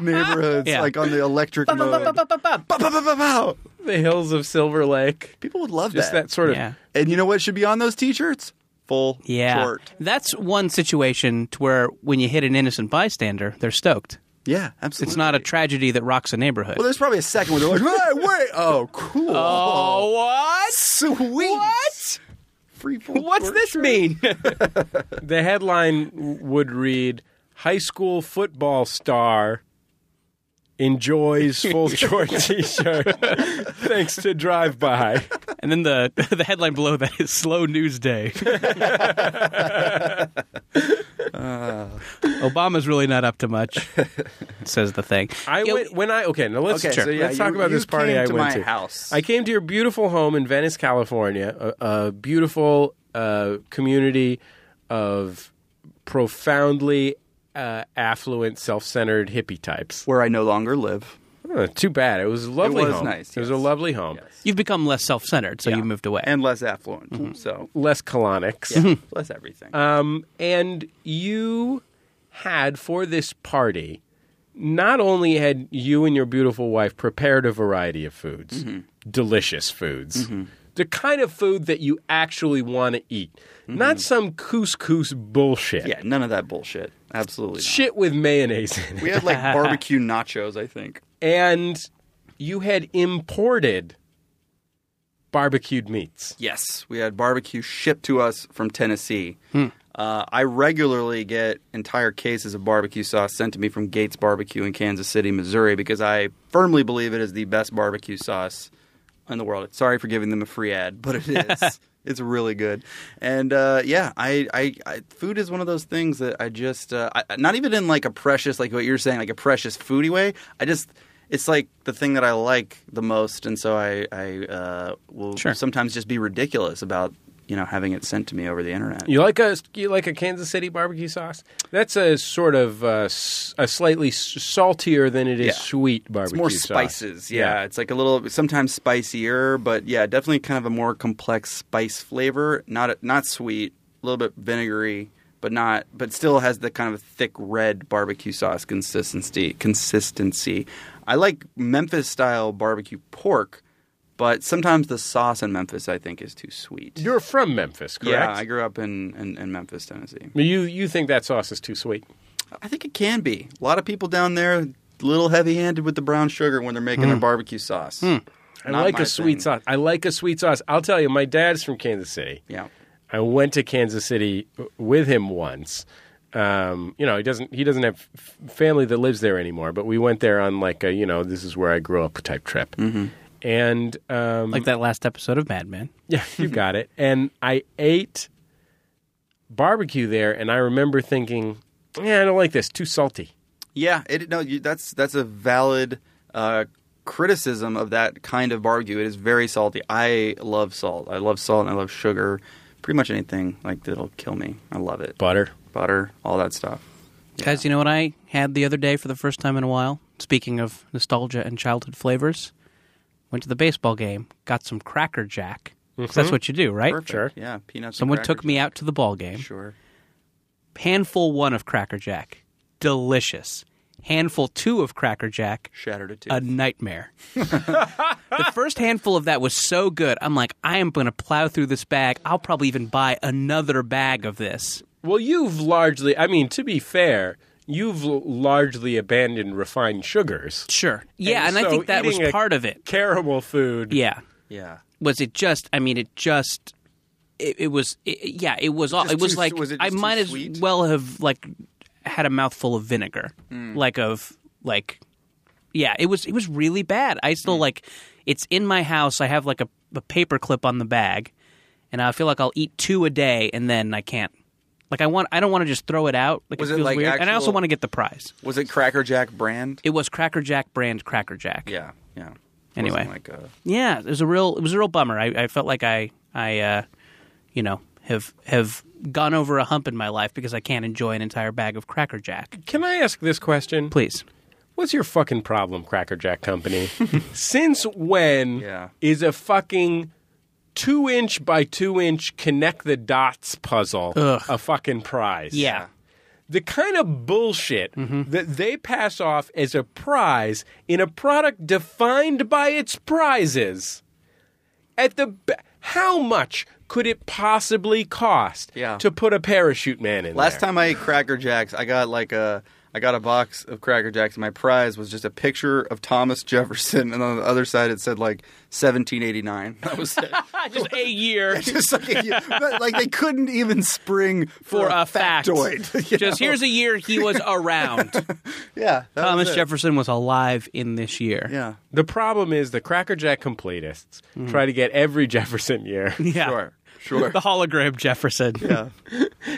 Speaker 4: neighborhoods
Speaker 3: Yeah.
Speaker 4: like on the electric mode.
Speaker 3: Ba-ba-ba-ba-ba-ba.
Speaker 4: Bow, bow, bow, bow, bow.
Speaker 2: The hills of Silver Lake.
Speaker 4: People would love
Speaker 2: Just that sort of.
Speaker 3: Yeah.
Speaker 4: And you know what should be on those t-shirts? Full
Speaker 3: Yeah.
Speaker 4: short.
Speaker 3: That's one situation to where when you hit an innocent bystander, they're stoked.
Speaker 4: Yeah, absolutely.
Speaker 3: It's not a tragedy that rocks a neighborhood.
Speaker 4: Well, there's probably a second where they're like, hey, wait, oh, cool.
Speaker 3: oh, what?
Speaker 4: sweet.
Speaker 3: What?
Speaker 4: Free full
Speaker 3: What's
Speaker 4: court
Speaker 3: this
Speaker 4: shot. <laughs>
Speaker 3: mean?
Speaker 2: The headline w- would read High school football star enjoys <laughs> full short t shirt <laughs> thanks to drive by.
Speaker 3: <laughs> and then the <laughs> the headline below that is "Slow News
Speaker 4: <laughs>
Speaker 3: Day." Uh, Obama's really not up to much, says the thing.
Speaker 2: I
Speaker 3: Yo,
Speaker 2: went when I okay. Now let's
Speaker 4: Okay, so yeah,
Speaker 2: let's
Speaker 4: you-
Speaker 2: talk about
Speaker 4: you
Speaker 2: this party
Speaker 4: came
Speaker 2: I
Speaker 4: to
Speaker 2: went
Speaker 4: my
Speaker 2: to.
Speaker 4: house.
Speaker 2: I came to your beautiful home in Venice, California, a, a beautiful uh, community of profoundly uh, affluent, self-centered hippie types.
Speaker 4: Where I no longer live.
Speaker 2: Oh, too bad. It was a lovely.
Speaker 4: was
Speaker 2: home.
Speaker 4: nice,
Speaker 2: It was a
Speaker 4: yes.
Speaker 2: lovely home.
Speaker 3: You've become less self-centered, so you moved away.
Speaker 4: And less affluent.
Speaker 3: Mm-hmm. <laughs>
Speaker 4: So,
Speaker 2: Less colonics.
Speaker 4: yeah, less
Speaker 3: Uh,
Speaker 4: everything.
Speaker 2: Um, and you had for this party, not only had you and your beautiful wife prepared a variety of foods, delicious foods, the kind of food that you actually want to eat, not some couscous bullshit.
Speaker 4: yeah, none of that bullshit. Absolutely. Not.
Speaker 2: Shit with mayonnaise in it.
Speaker 4: We had <laughs> like barbecue nachos, I think.
Speaker 2: And you had imported barbecued meats.
Speaker 4: Yes, we had barbecue shipped to us from Tennessee. Uh, I regularly get entire cases of barbecue sauce sent to me from Gates Barbecue in Kansas City, Missouri, because I firmly believe it is the best barbecue sauce in the world. Sorry for giving them a free ad, but it <laughs> is. it's really good. And uh, yeah, I, I, I food is one of those things that I just uh, I, not even in like a precious like what you're saying like a precious foodie way. I just it's like the thing that I like the most, and so I I uh, will
Speaker 3: Sure.
Speaker 4: sometimes just be ridiculous about you know having it sent to me over the internet.
Speaker 2: You like a you like a Kansas City barbecue sauce? That's a sort of uh, s- a slightly s- saltier than it is
Speaker 4: Yeah.
Speaker 2: sweet barbecue.
Speaker 4: It's more
Speaker 2: sauce.
Speaker 4: spices, yeah. It's like a little sometimes spicier, but yeah, definitely kind of a more complex spice flavor. Not not sweet, a little bit vinegary, but not but still has the kind of thick red barbecue sauce consistency. Consistency. I like Memphis style barbecue pork, but sometimes the sauce in Memphis I think is too sweet.
Speaker 2: You're from Memphis,
Speaker 4: yeah, I
Speaker 2: correct?
Speaker 4: grew up in, in, in Memphis, Tennessee.
Speaker 2: you you think that sauce is too sweet?
Speaker 4: I think it can be. A lot of people down there a little heavy-handed with the brown sugar when they're making their barbecue sauce.
Speaker 2: I
Speaker 4: Not
Speaker 2: like
Speaker 4: my
Speaker 2: a sweet
Speaker 4: thing.
Speaker 2: sauce. I like a sweet sauce. I'll tell you, my dad's from Kansas City.
Speaker 4: Yeah.
Speaker 2: I went to Kansas City with him once. Um, you know, he doesn't he doesn't have f- family that lives there anymore, but we went there on like a you know this is where I grew up type trip.
Speaker 4: Mm-hmm.
Speaker 2: And um,
Speaker 3: like that last episode of Mad Men.
Speaker 2: Yeah, <laughs> you got it. And I ate barbecue there, and I remember thinking, "Yeah, I don't like this. Too salty."
Speaker 4: Yeah, it, no, you, that's that's a valid uh, criticism of that kind of barbecue. It is very salty. I love salt. I love salt and I love sugar. Pretty much anything like that'll kill me. I love it.
Speaker 2: Butter.
Speaker 4: Butter, all that stuff.
Speaker 3: Guys, you know what I had the other day for the first time in a while? Speaking of nostalgia and childhood flavors, went to the baseball game, got some Cracker Jack. 'Cause That's what you do, right?
Speaker 4: Mm-hmm. Perfect.
Speaker 2: Sure.
Speaker 4: Yeah, peanuts. and
Speaker 3: Someone
Speaker 4: Cracker
Speaker 3: took me
Speaker 4: Jack.
Speaker 3: out to the ball game.
Speaker 4: Sure.
Speaker 3: Handful one of Cracker Jack, delicious. Handful two of Cracker Jack,
Speaker 4: Shattered it too.
Speaker 2: <laughs>
Speaker 3: a nightmare. the first handful of that was so good. I'm like, I am going to plow through this bag. I'll probably even buy another bag of this.
Speaker 2: Well, you've largely. I mean, to be fair, you've l- largely abandoned refined sugars.
Speaker 3: Sure. Yeah, and, I
Speaker 2: so
Speaker 3: think that was
Speaker 2: eating a
Speaker 3: part of it.
Speaker 2: Caramel food.
Speaker 3: Yeah.
Speaker 4: yeah.
Speaker 3: Was it just, I mean, it just. It, it was, it, yeah. It was. all
Speaker 4: Just
Speaker 3: it was
Speaker 4: too-
Speaker 3: like
Speaker 4: was it
Speaker 3: I
Speaker 4: just too
Speaker 3: might as
Speaker 4: sweet?
Speaker 3: well have like had a mouthful of vinegar,
Speaker 4: Mm.
Speaker 3: like of like, yeah. It was. It was really bad. I
Speaker 4: Mm.
Speaker 3: still like. It's in my house. I have like a, a paper clip on the bag, and I feel like I'll eat two a day, and then I can't. Like I want. I don't want to just throw it out. Like
Speaker 4: Was
Speaker 3: it
Speaker 4: it,
Speaker 3: feels
Speaker 4: like,
Speaker 3: weird, and I also
Speaker 4: actual-
Speaker 3: want to get the prize.
Speaker 4: Was it Cracker Jack brand?
Speaker 3: It was Cracker Jack brand Cracker Jack.
Speaker 4: Yeah. Yeah. It
Speaker 3: Anyway.
Speaker 4: wasn't like a-
Speaker 3: Yeah, it was a real it was a real bummer. I, I felt like I I uh, you know have have gone over a hump in my life because I can't enjoy an entire bag of Cracker Jack.
Speaker 2: Can I ask this question?
Speaker 3: Please,
Speaker 2: What's your fucking problem, Cracker Jack <laughs> Company? Since when
Speaker 4: Yeah.
Speaker 2: is a fucking two inch by two inch connect the dots puzzle a fucking prize?
Speaker 3: yeah,
Speaker 2: the kind of bullshit
Speaker 4: Mm-hmm.
Speaker 2: that they pass off as a prize in a product defined by its prizes at the b- how much could it possibly cost
Speaker 4: Yeah.
Speaker 2: to put a parachute man in
Speaker 4: Last
Speaker 2: there?
Speaker 4: time I ate Cracker Jacks, I got like a I I got a box of Cracker Jacks. My prize was just a picture of Thomas Jefferson, and on the other side it said like 1789. <laughs> That was it.
Speaker 2: Just a year
Speaker 4: just like, a- but, like they couldn't even spring
Speaker 3: <laughs>
Speaker 4: for,
Speaker 3: for a fact.
Speaker 4: factoid. <laughs> You
Speaker 3: Just here's a year he was around.
Speaker 4: know? yeah, <laughs> that was
Speaker 3: Thomas
Speaker 4: it.
Speaker 3: Jefferson was alive in this year.
Speaker 4: Yeah,
Speaker 2: The problem is the Cracker Jack completists
Speaker 4: Mm-hmm.
Speaker 2: try to get every <laughs> Jefferson
Speaker 4: <laughs>
Speaker 2: year.
Speaker 3: Yeah.
Speaker 4: sure, sure.
Speaker 3: The hologram
Speaker 4: <laughs>
Speaker 3: Jefferson.
Speaker 4: yeah,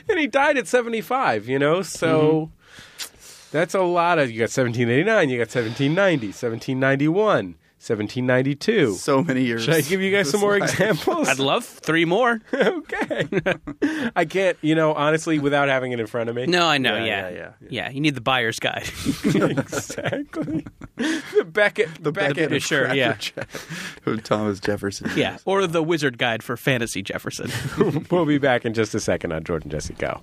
Speaker 2: and he died at 75, you know? So
Speaker 4: Mm-hmm.
Speaker 2: that's a lot of. You got 1789, you got 1790, 1791, 1792.
Speaker 4: <laughs> so many years.
Speaker 2: Should I give you guys some more
Speaker 4: <laughs>
Speaker 2: examples?
Speaker 3: I'd love three more.
Speaker 2: <laughs> okay. I can't, you know, honestly, without having it in front of me.
Speaker 3: <laughs> No, <laughs> I know. Yeah,
Speaker 4: Yeah,
Speaker 3: yeah,
Speaker 4: yeah, yeah.
Speaker 3: you need the buyer's guide.
Speaker 2: <laughs>
Speaker 4: <laughs>
Speaker 3: <laughs>
Speaker 2: exactly. The Beckett, the Beckett,
Speaker 4: Beckett
Speaker 2: of
Speaker 3: sure,
Speaker 2: Cracker
Speaker 3: yeah.
Speaker 2: Jack.
Speaker 4: Who Thomas Jefferson? is.
Speaker 3: yeah, or the wizard guide for fantasy Jefferson.
Speaker 2: <laughs>
Speaker 3: <laughs>
Speaker 2: We'll be back in just a second on Jordan Jesse Go.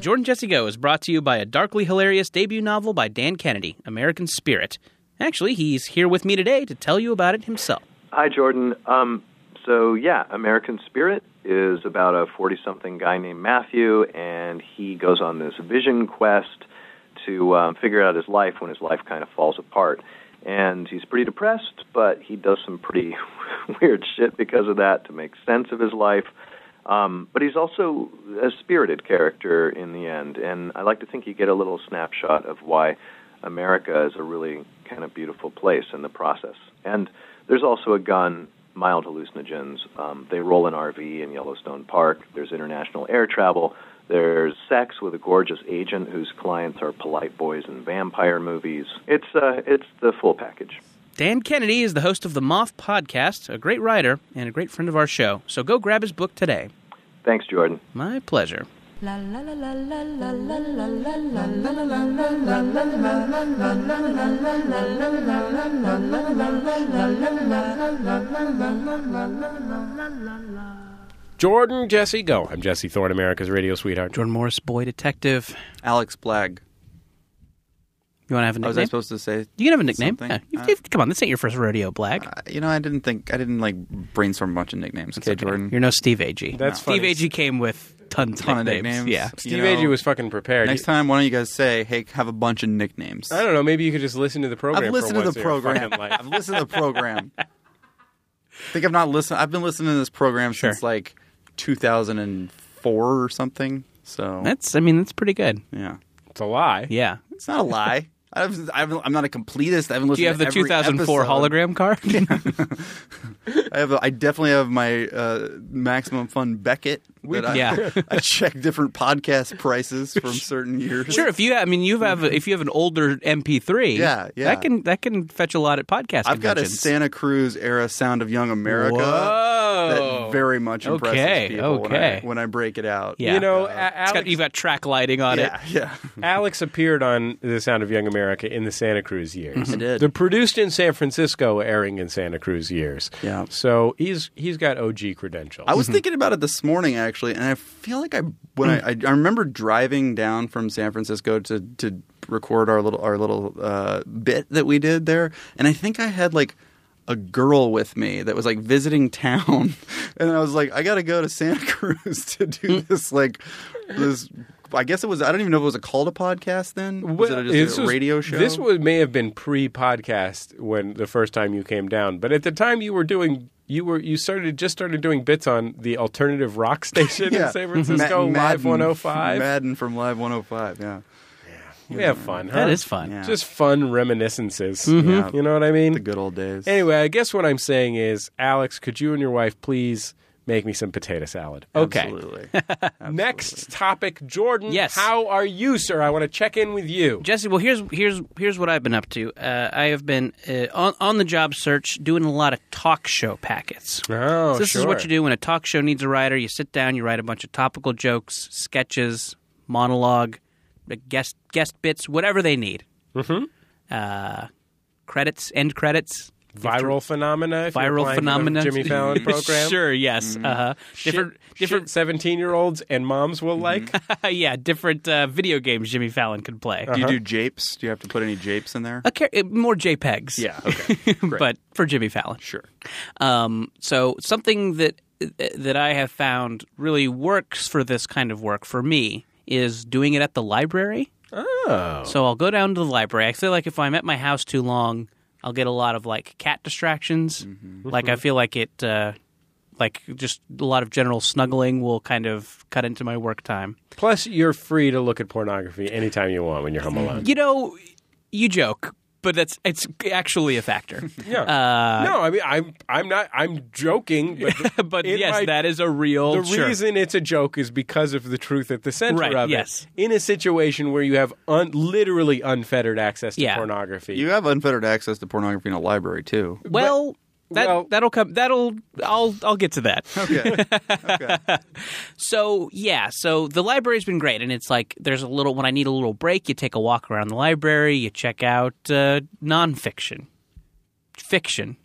Speaker 3: Jordan Jesse Go is brought to you by a darkly hilarious debut novel by Dan Kennedy, American Spirit. Actually, he's here with me today to tell you about it himself.
Speaker 6: Hi, Jordan. Um, so, yeah, American Spirit is about a 40 something guy named Matthew, and he goes on this vision quest to um, figure out his life when his life kind of falls apart. And he's pretty depressed, but he does some pretty <laughs> weird shit because of that to make sense of his life. Um, but he's also a spirited character in the end, and I like to think you get a little snapshot of why America is a really kind of beautiful place in the process. And there's also a gun, mild hallucinogens. Um, they roll an RV in Yellowstone Park. There's international air travel. There's sex with a gorgeous agent whose clients are polite boys in vampire movies. It's uh, it's the full package.
Speaker 3: Dan Kennedy is the host of the Moth Podcast, a great writer and a great friend of our show. So go grab his book today.
Speaker 6: Thanks, Jordan.
Speaker 3: My pleasure.
Speaker 1: La la la la la la la la la la
Speaker 2: Jordan Jesse Go. I'm Jesse Thorne, America's radio sweetheart.
Speaker 3: Jordan Morris, boy detective.
Speaker 4: Alex Blagg.
Speaker 3: You want to have a nickname?
Speaker 4: Oh, was I supposed to say?
Speaker 3: you can have a nickname.
Speaker 4: something?
Speaker 3: Yeah. You've-
Speaker 4: Uh,
Speaker 3: you've- come on, this ain't your first rodeo, Black.
Speaker 4: You know, I didn't think I didn't like brainstorm a bunch of nicknames. Okay, Jordan.
Speaker 3: You're no Steve Agee.
Speaker 2: That's
Speaker 3: Steve
Speaker 2: funny.
Speaker 3: Agee came with tons
Speaker 4: Ton
Speaker 3: of
Speaker 4: of
Speaker 3: nicknames.
Speaker 4: nicknames.
Speaker 3: Yeah.
Speaker 2: Steve
Speaker 4: You know,
Speaker 2: Agee was fucking prepared.
Speaker 4: Next time, why don't you guys say, "Hey, have a bunch of nicknames."
Speaker 2: I don't know. Maybe you could just listen to the program.
Speaker 4: I've
Speaker 2: for
Speaker 4: listened to
Speaker 2: once
Speaker 4: the
Speaker 2: in your
Speaker 4: program.
Speaker 2: fucking life.
Speaker 4: I've listened to the program. I think I've not listened. I've been listening to this program since like 2004 or something. So
Speaker 3: That's, I mean, that's pretty good.
Speaker 4: yeah,
Speaker 2: It's a lie.
Speaker 3: Yeah.
Speaker 4: it's not a lie. I've, I've, I'm not a completist. I haven't listened.
Speaker 3: Do you have
Speaker 4: to
Speaker 3: the
Speaker 4: every
Speaker 3: 2004
Speaker 4: episode.
Speaker 3: hologram card?
Speaker 4: <laughs> I have. A, I definitely have my uh, maximum fun Beckett. that I,
Speaker 3: Yeah.
Speaker 4: <laughs> I check different podcast prices from certain years.
Speaker 3: Sure, if you, I mean, you have, if you have an older MP3,
Speaker 4: Yeah, yeah.
Speaker 3: that can that can fetch a lot at podcast.
Speaker 4: I've got a
Speaker 3: conventions.
Speaker 4: Santa Cruz era Sound of Young America
Speaker 3: Whoa,
Speaker 4: that very much impresses
Speaker 3: Oh, Okay,
Speaker 4: people
Speaker 3: okay.
Speaker 4: When, I, when I break it out.
Speaker 3: yeah.
Speaker 2: You know, A-
Speaker 3: It's
Speaker 2: Alex,
Speaker 3: got, you've got track lighting on it.
Speaker 4: Yeah,
Speaker 3: <laughs>
Speaker 4: yeah.
Speaker 2: Alex appeared on The Sound of Young America in the Santa Cruz years. I
Speaker 4: Mm-hmm. did.
Speaker 2: The produced in San Francisco, airing in Santa Cruz years.
Speaker 4: Yeah.
Speaker 2: So he's he's got OG credentials.
Speaker 4: I was thinking about it this morning actually, and I feel like I when I, I, I remember driving down from San Francisco to to record our little our little uh, bit that we did there, and I think I had like a girl with me that was like visiting <laughs> town, and I was like, I gotta go to Santa <laughs> Cruz to
Speaker 3: Mm.
Speaker 4: do this like this. I guess it was. I don't even know if it was a call to podcast then. Was
Speaker 2: Well,
Speaker 4: it just a
Speaker 2: was-
Speaker 4: radio show?
Speaker 2: This was, may have been pre-podcast when the first time you came down, but at the time you were doing you were you started just started doing bits on the alternative rock <laughs> station in San Francisco,
Speaker 4: Mm-hmm. Ma-
Speaker 2: Live
Speaker 4: Madden-
Speaker 2: 105.
Speaker 4: Madden from Live 105. Yeah,
Speaker 2: We have fun. Huh?
Speaker 3: That is fun. Mm-hmm.
Speaker 4: Yeah.
Speaker 2: Just fun reminiscences.
Speaker 4: Yeah.
Speaker 2: You know what I mean?
Speaker 4: the good old days.
Speaker 2: Anyway, I guess what I'm saying is, Alex, could you and your wife please make me some potato salad? Okay.
Speaker 4: Absolutely.
Speaker 2: Next topic, Jordan.
Speaker 3: Yes.
Speaker 2: How are you, sir? I want to check in with you.
Speaker 3: Jesse, well, here's here's here's what I've been up to. Uh, I have been uh, on on the job search, doing a lot of talk show packets.
Speaker 2: Oh,
Speaker 3: So this is what
Speaker 2: sure.
Speaker 3: you do when a talk show needs a writer. You sit down, you write a bunch of topical jokes, sketches, monologue, uh, guest guest bits, whatever they need. Mm-hmm. Uh, credits, end credits,
Speaker 2: Viral phenomena. If you're
Speaker 3: viral
Speaker 2: applying for the
Speaker 3: phenomena. <laughs>
Speaker 2: Jimmy Fallon program. Mm-hmm.
Speaker 3: sure, yes. Uh-huh. Different,
Speaker 2: Different
Speaker 3: different, Mm-hmm.
Speaker 2: 17 year olds and moms will like.
Speaker 3: <laughs> yeah, different uh, video games Jimmy Fallon could play.
Speaker 2: Uh-huh.
Speaker 4: Do you do japes? Do you have to put any japes in there?
Speaker 3: A char- uh-huh. uh, more JPEGs.
Speaker 4: Yeah. Okay.
Speaker 3: <laughs> but for Jimmy Fallon.
Speaker 4: sure.
Speaker 3: Um, so something that that I have found really works for this kind of work for me is doing it at the library.
Speaker 2: Oh.
Speaker 3: So I'll go down to the library. I feel like if I'm at my house too long, I'll get a lot of like cat distractions. Like I feel like it, uh, like just a lot of general snuggling will kind of cut into my work time.
Speaker 2: <laughs> Plus, you're free to look at pornography anytime you want when you're home alone.
Speaker 3: You know, you joke, but that's it's actually a factor. <laughs>
Speaker 2: Yeah.
Speaker 3: Uh,
Speaker 2: no, I mean, I'm I'm not I'm joking,
Speaker 3: <laughs>
Speaker 2: but,
Speaker 3: but
Speaker 2: in
Speaker 3: yes,
Speaker 2: my-
Speaker 3: that is a real
Speaker 2: the
Speaker 3: sure.
Speaker 2: reason it's a joke is because of the truth at the center
Speaker 3: Right,
Speaker 2: of
Speaker 3: yes.
Speaker 2: it. In a situation where you have un- literally unfettered access to
Speaker 3: Yeah.
Speaker 2: pornography,
Speaker 4: You have unfettered access to pornography in a library too.
Speaker 3: Well, that
Speaker 2: well-
Speaker 3: that'll come. That'll I'll I'll get to that. <laughs>
Speaker 4: Okay.
Speaker 3: So yeah, so the library's been great, and it's like there's a little when I need a little break, you take a walk around the library, you check out uh, nonfiction, fiction,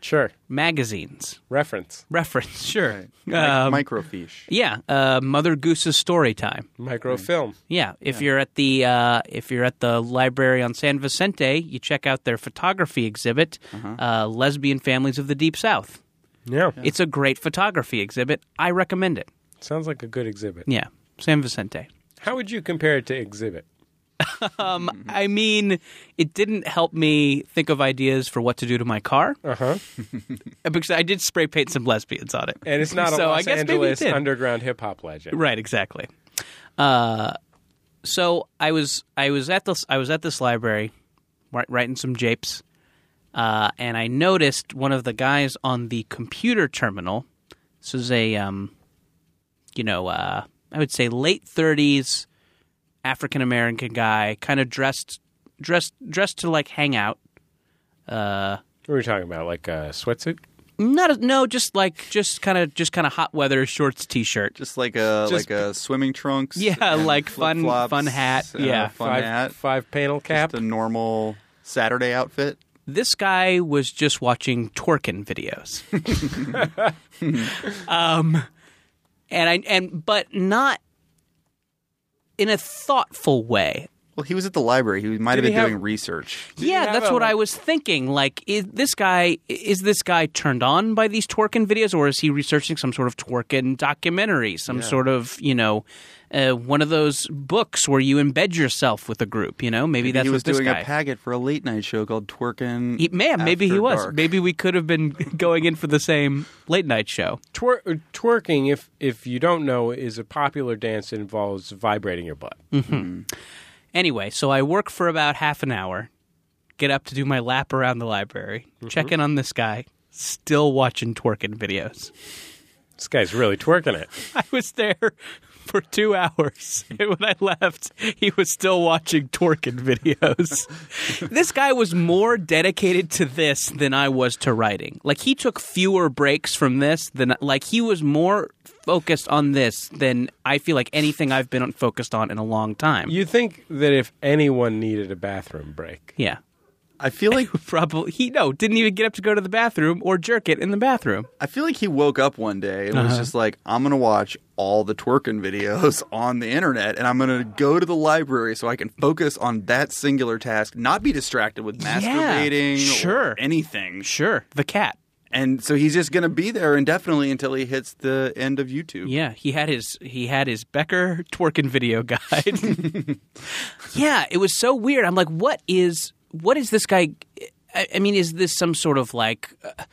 Speaker 2: sure
Speaker 3: magazines,
Speaker 2: reference
Speaker 3: reference, sure,
Speaker 4: Mic-
Speaker 3: Um,
Speaker 4: Microfiche.
Speaker 3: <laughs> yeah, uh, Mother Goose's story time.
Speaker 2: microfilm.
Speaker 3: Yeah, if you're at the uh, if you're at the library on San Vicente, you check out their photography exhibit, uh, "Lesbian Families of the Deep South."
Speaker 4: Mm.
Speaker 2: Yeah,
Speaker 3: It's a great photography exhibit. I recommend it.
Speaker 2: sounds like a good exhibit.
Speaker 3: Yeah, San Vicente.
Speaker 2: How would you compare it to exhibit? Mm-hmm.
Speaker 3: I mean, it didn't help me think of ideas for what to do to my car
Speaker 2: Uh huh.
Speaker 3: because I did spray paint some lesbians on it.
Speaker 2: And
Speaker 3: <laughs>
Speaker 2: it's not a
Speaker 3: so I
Speaker 2: Los
Speaker 3: guess maybe it
Speaker 2: Angeles
Speaker 3: did.
Speaker 2: underground hip hop legend.
Speaker 3: Right, exactly. Uh, so I was I was at this I was at this library, ri- writing some japes, uh, and I noticed one of the guys on the computer terminal. This is a, um, you know, uh, I would say late thirties African American guy, kind of dressed dressed dressed to like hang out. Uh,
Speaker 2: What were we talking about? Like a sweatsuit?
Speaker 3: Not a, no, just like just kind of just kind of hot weather shorts t-shirt.
Speaker 4: Just like a
Speaker 2: Just-
Speaker 4: like a swimming trunks.
Speaker 3: Yeah,
Speaker 4: and
Speaker 3: like fun-
Speaker 4: flip-flops,
Speaker 3: fun hat,
Speaker 4: uh,
Speaker 3: yeah.
Speaker 4: fun
Speaker 2: five
Speaker 4: hat.
Speaker 2: five panel cap.
Speaker 4: Just a normal Saturday outfit.
Speaker 3: this guy was just watching twerking videos. um, and I and but not in a thoughtful way.
Speaker 4: Well, he was at the library. He might
Speaker 2: Did
Speaker 4: have
Speaker 2: he
Speaker 4: been
Speaker 2: have-
Speaker 4: doing research.
Speaker 2: you
Speaker 3: yeah,
Speaker 2: have
Speaker 3: that's
Speaker 2: a-
Speaker 3: what I was thinking. Like, is this guy is this guy turned on by these twerking videos, or is he researching some sort of twerking documentary, some sort of you know, uh, one of those books where you embed yourself with a group? You know, maybe, that's
Speaker 4: he
Speaker 3: what
Speaker 4: was
Speaker 3: this
Speaker 4: doing
Speaker 3: guy.
Speaker 4: a packet for a late night show called Twerkin.
Speaker 3: He- man, maybe he
Speaker 4: After
Speaker 3: was.
Speaker 4: Dark.
Speaker 3: Maybe we could have been <laughs> going in for the same late night show.
Speaker 2: Twer- uh, twerking, if if you don't know, is a popular dance that involves vibrating your butt.
Speaker 3: Anyway, so I work for about half an hour, get up to do my lap around the library,
Speaker 4: Mm-hmm.
Speaker 3: check in on this guy, still watching twerking videos.
Speaker 2: This guy's really twerking it.
Speaker 3: I <laughs> was there for two hours, <laughs> and when I left, he was still watching twerking videos. <laughs> this guy was more dedicated to this than I was to writing. Like he took fewer breaks from this than like he was more focused on this than I feel like anything I've been focused on in a long time.
Speaker 2: You think that if anyone needed a bathroom break,
Speaker 3: yeah.
Speaker 4: I
Speaker 3: <laughs>
Speaker 4: feel like
Speaker 3: probably he no didn't even get up to go to the bathroom or jerk it in the bathroom.
Speaker 4: I feel like he woke up one day and was
Speaker 2: Uh-huh.
Speaker 4: just like, I'm gonna watch all the twerking videos <laughs> on the internet, and I'm gonna go to the library so I can focus on that singular task, not be distracted with
Speaker 3: Yeah,
Speaker 4: masturbating,
Speaker 3: sure.
Speaker 4: or anything.
Speaker 3: Sure, the cat.
Speaker 4: And so he's just gonna be there indefinitely until he hits the end of YouTube.
Speaker 3: Yeah, he had his he had his Becker twerking video <laughs> guide. yeah, it was so weird. I'm like, what is what is this guy? I, I mean, is this some sort of like uh,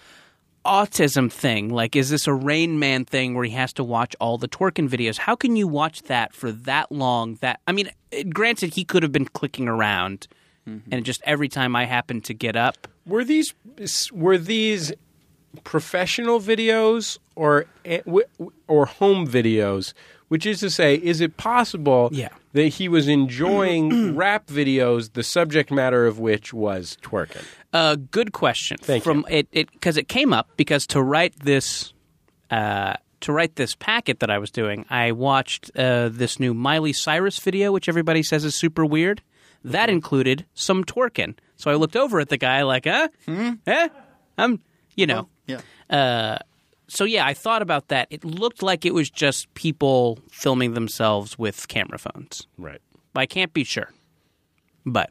Speaker 3: autism thing? Like, is this a Rain Man thing where he has to watch all the twerking videos? How can you watch that for that long? That I mean, granted, he could have been clicking around, and just every time I happened to get up.
Speaker 2: were these were these professional videos or eh, or home videos? Which is to say, is it possible
Speaker 3: Yeah.
Speaker 2: that he was
Speaker 3: <clears throat>
Speaker 2: enjoying rap videos, the subject matter of which was twerking?
Speaker 3: Uh, good question.
Speaker 2: Thank
Speaker 3: From it, it because it came up because to write this, uh, to write this packet that I was doing, I watched uh, this new Miley Cyrus video, which everybody says is super weird. That included some twerking. So I looked over at the guy like, huh, huh, I'm, you know. Uh,
Speaker 4: Yeah.
Speaker 3: So yeah, I thought about that. It looked like it was just people filming themselves with camera phones.
Speaker 2: Right.
Speaker 3: I can't be sure. But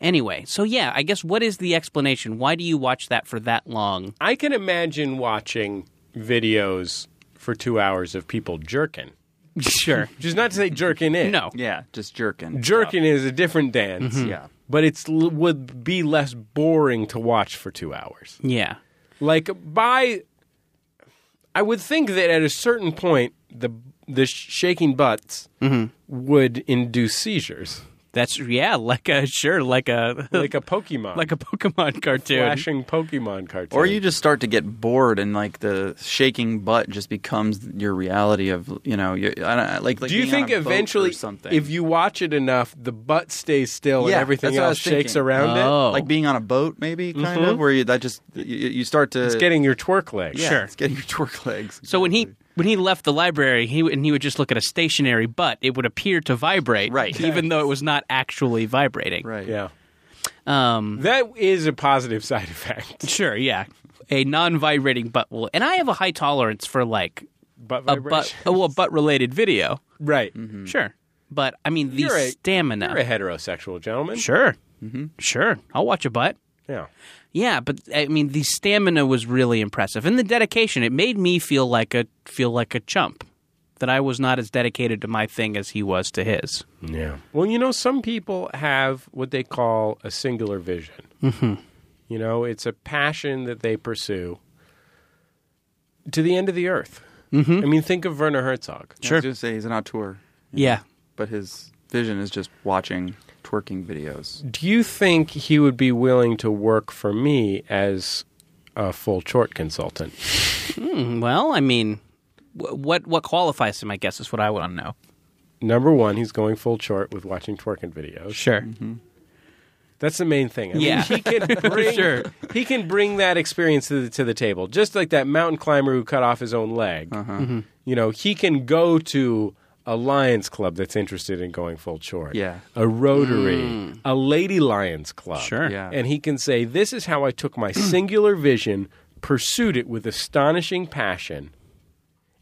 Speaker 3: anyway, so yeah,
Speaker 4: <laughs>
Speaker 3: I guess what is the explanation? Why do you watch that for that long?
Speaker 2: I can imagine watching videos for two hours of people jerking.
Speaker 3: Sure.
Speaker 2: Which is not to say
Speaker 3: <laughs>
Speaker 2: jerking in.
Speaker 3: No.
Speaker 4: Yeah, just jerking.
Speaker 2: Jerking is a different dance.
Speaker 4: Yeah.
Speaker 2: But it's l- would be less boring to watch for two hours.
Speaker 3: Yeah.
Speaker 2: Like by, I would think that at a certain point the the sh- shaking butts
Speaker 4: Mm-hmm.
Speaker 2: would induce seizures,
Speaker 3: That's yeah, like a sure, like a <laughs> like,
Speaker 2: like a Pokemon,
Speaker 3: a Pokemon cartoon.
Speaker 2: flashing Pokemon cartoon,
Speaker 4: Or you just start to get bored, and like the shaking butt just becomes your reality of you know, you, I don't, like, like
Speaker 2: Do you
Speaker 4: being on
Speaker 2: think
Speaker 4: a boat or
Speaker 2: eventually,
Speaker 4: something
Speaker 2: if you watch it enough, the butt stays still
Speaker 4: Yeah,
Speaker 2: and everything
Speaker 4: that's what I
Speaker 2: else
Speaker 4: was
Speaker 2: shakes
Speaker 4: thinking.
Speaker 2: around
Speaker 3: Oh.
Speaker 4: like being on a boat, maybe kind of where you that just you, you start to
Speaker 2: it? It's getting your twerk legs.
Speaker 4: yeah,
Speaker 3: Sure.
Speaker 4: it's getting your twerk <laughs> legs.
Speaker 3: So when he when he left the library, he and he would just look at a stationary butt. It would appear to vibrate,
Speaker 4: Right.
Speaker 3: Even though it was not actually vibrating,
Speaker 4: right
Speaker 2: Yeah.
Speaker 3: Um,
Speaker 2: That is a positive <laughs> side effect.
Speaker 3: sure, yeah. A non-vibrating butt will, and I have a high tolerance for like
Speaker 2: Butt
Speaker 3: a
Speaker 2: vibration.
Speaker 3: butt, oh, well, butt-related video.
Speaker 2: Right.
Speaker 4: Mm-hmm.
Speaker 3: Sure, but I mean the
Speaker 2: Mm. You're a-
Speaker 3: stamina.
Speaker 2: You're a Mm-hmm. heterosexual gentleman.
Speaker 3: Sure, sure, I'll watch a butt.
Speaker 2: Yeah.
Speaker 3: Yeah, but I mean the stamina was really impressive, and the dedication. It made me feel like a feel like a chump, that I was not as dedicated to my thing as he was to his.
Speaker 2: Yeah. Well, you know, some people have what they call a singular vision.
Speaker 3: Mm-hmm.
Speaker 2: You know, it's a passion that they pursue to the end of the earth.
Speaker 3: Mm-hmm.
Speaker 2: I mean, think of Werner Herzog.
Speaker 4: I was gonna say he's an auteur,
Speaker 2: Mm-hmm.
Speaker 3: Yeah,
Speaker 4: but his vision is just watching twerking videos.
Speaker 2: Do you think he would be willing to work for me as a full short consultant?
Speaker 3: Mm, Well, I mean, wh- what what qualifies him? I guess is what I want to know.
Speaker 2: Number one, he's going full short with watching twerking videos.
Speaker 3: Sure.
Speaker 2: That's the main thing. I mean,
Speaker 3: Mm-hmm. Yeah.
Speaker 2: he
Speaker 3: <laughs>
Speaker 2: can bring
Speaker 3: Sure.
Speaker 2: he can bring that experience to the, to the table, just like that mountain climber who cut off his own leg.
Speaker 4: Mm-hmm.
Speaker 2: Mm-hmm. You know, he can go to a Lions Club that's interested in going full short.
Speaker 4: Yeah. Mm.
Speaker 2: a Rotary, a Lady Lions Club.
Speaker 3: Sure.
Speaker 4: Yeah.
Speaker 2: And he can say, This is how I took my <clears throat> singular vision, pursued it with astonishing passion,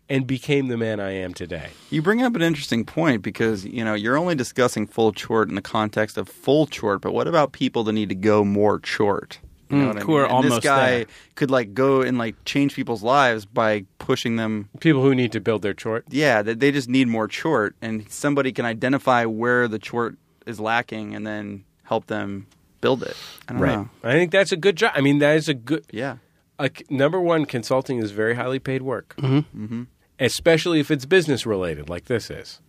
Speaker 2: and became the man I am today.
Speaker 4: You bring up an interesting point because you know you're only discussing full chort in the context of full chort, but what about people that need to go more chort? You know what I
Speaker 3: who are
Speaker 4: mean? And
Speaker 3: almost
Speaker 4: this guy
Speaker 3: there.
Speaker 4: could like go and like change people's lives by pushing them.
Speaker 2: People who need to build their chort.
Speaker 4: Yeah, that they just need more chort, and somebody can identify where the chort is lacking and then help them build it. I don't know.
Speaker 2: I think that's a good job. I mean, that is a good.
Speaker 4: Yeah.
Speaker 2: a c number one, consulting is very highly paid work, mm-hmm. Mm-hmm. especially if it's business related, like this is.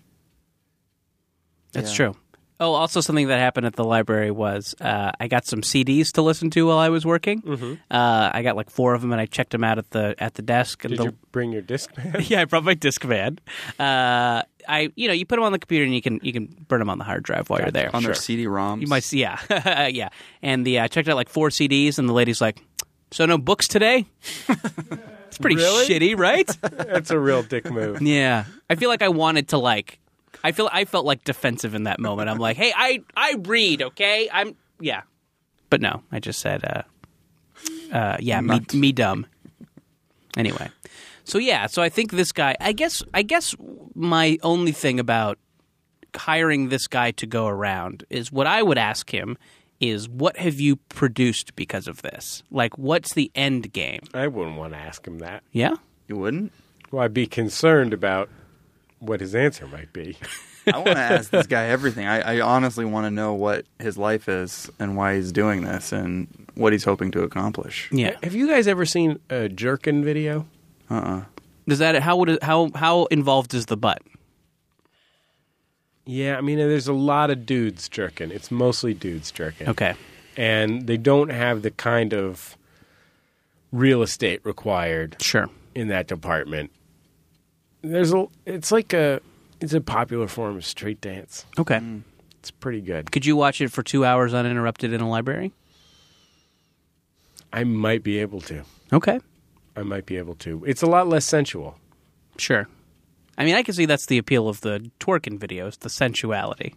Speaker 3: That's
Speaker 4: Yeah.
Speaker 3: true. Oh, also something that happened at the library was uh, I got some CDs to listen to while I was working. Mm-hmm. Uh, I got like four of them, and I checked them out at the at the desk. And
Speaker 2: Did
Speaker 3: the,
Speaker 2: you bring your disc man?
Speaker 3: <laughs>
Speaker 2: <laughs>
Speaker 3: yeah, I brought my disc man. Uh, I you know you put them on the computer and you can you can burn them on the hard drive while you're there.
Speaker 4: On their CD-ROMs.
Speaker 3: You might see, yeah, <laughs> yeah. And the uh, I checked out like four CDs, and the lady's like, "So no books today." <laughs> it's pretty
Speaker 2: Really?
Speaker 3: shitty, right?
Speaker 2: that's a real dick
Speaker 3: <laughs>
Speaker 2: move.
Speaker 3: yeah, I feel like I wanted to like. I feel I felt like defensive in that moment. I'm like, "Hey, I I read, okay? I'm yeah," but no, I just said, uh, uh, "Yeah, me, me dumb." Anyway, so yeah, so I think this guy. I guess I guess my only thing about hiring this guy to go around is what I would ask him is what have you produced because of this? Like, what's the end game?
Speaker 2: I wouldn't want to ask him that.
Speaker 3: Yeah. <laughs>
Speaker 4: You wouldn't?
Speaker 2: Well, I'd be concerned about what his answer might be.
Speaker 4: I want to ask this guy everything. I, I honestly want to know what his life is and why he's doing this and what he's hoping to accomplish.
Speaker 3: Yeah.
Speaker 2: Have you guys ever seen a jerkin video?
Speaker 3: Does that how would it, how how involved is the butt?
Speaker 2: Yeah, I mean, there's a lot of dudes jerking. It's mostly dudes jerking.
Speaker 3: Okay.
Speaker 2: And they don't have the kind of real estate required
Speaker 3: Sure.
Speaker 2: in that department. There's a it's like a it's a popular form of street dance.
Speaker 3: Okay.
Speaker 4: Mm.
Speaker 2: It's pretty good.
Speaker 3: Could you watch it for 2 hours uninterrupted in a library?
Speaker 2: I might be able to.
Speaker 3: Okay.
Speaker 2: I might be able to. It's a lot less sensual.
Speaker 3: Sure. I mean, I can see that's the appeal of the twerking videos, the sensuality.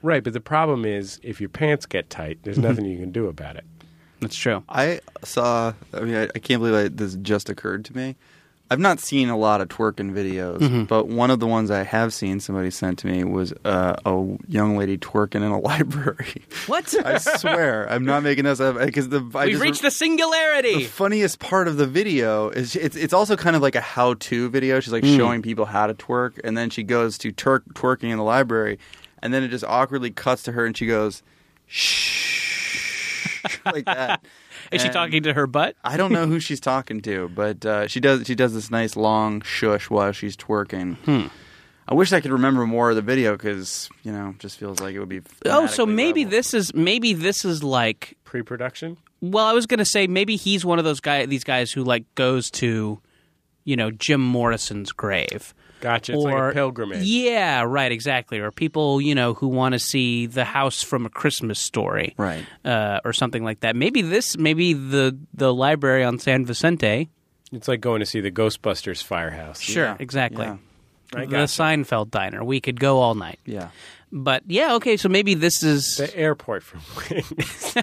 Speaker 2: Right, but the problem is if your pants get tight, there's nothing you can do about it.
Speaker 3: That's true.
Speaker 4: I saw, I mean, I, I can't believe I, this just occurred to me. I've not seen a lot of twerking videos, but one of the ones I have seen somebody sent to me was uh, a young lady twerking in a <laughs> library.
Speaker 3: What?
Speaker 4: I swear, I'm not making this up because the I
Speaker 3: We've
Speaker 4: just-
Speaker 3: reached the
Speaker 4: the
Speaker 3: singularity.
Speaker 4: funniest part of the video is it's it's also kind of like a how to video. She's like showing people how to twerk, and then she goes to twerk twerking in the library, and then it just awkwardly cuts to her, and she goes, "Shh," <laughs> like that.
Speaker 3: Is she
Speaker 4: And
Speaker 3: talking to her butt?
Speaker 4: I don't know who she's talking to, but uh, she does she does this nice long shush while she's twerking.
Speaker 3: Hmm.
Speaker 4: I wish I could remember more of the video because you know just feels like it would be.
Speaker 3: Oh, so
Speaker 4: thematically
Speaker 3: maybe
Speaker 4: relevant.
Speaker 3: this is maybe this is like
Speaker 2: Pre-production.
Speaker 3: Well, I was gonna say maybe he's one of those guy, these guys who like goes to, you know, Jim Morrison's grave.
Speaker 2: Gotcha. It's like a pilgrimage.
Speaker 3: Yeah, right, exactly. Or people, you know, who want to see the house from a Christmas story,
Speaker 4: Right.
Speaker 3: uh, or something like that. Maybe this, maybe the the library on San Vicente.
Speaker 2: It's like going to see the Ghostbusters firehouse.
Speaker 3: Sure,
Speaker 4: Yeah,
Speaker 3: exactly.
Speaker 4: yeah.
Speaker 2: I
Speaker 3: The
Speaker 2: gotcha.
Speaker 3: Seinfeld diner. We could go all night.
Speaker 4: Yeah.
Speaker 3: But yeah, okay. So maybe this is
Speaker 2: The airport from Wings.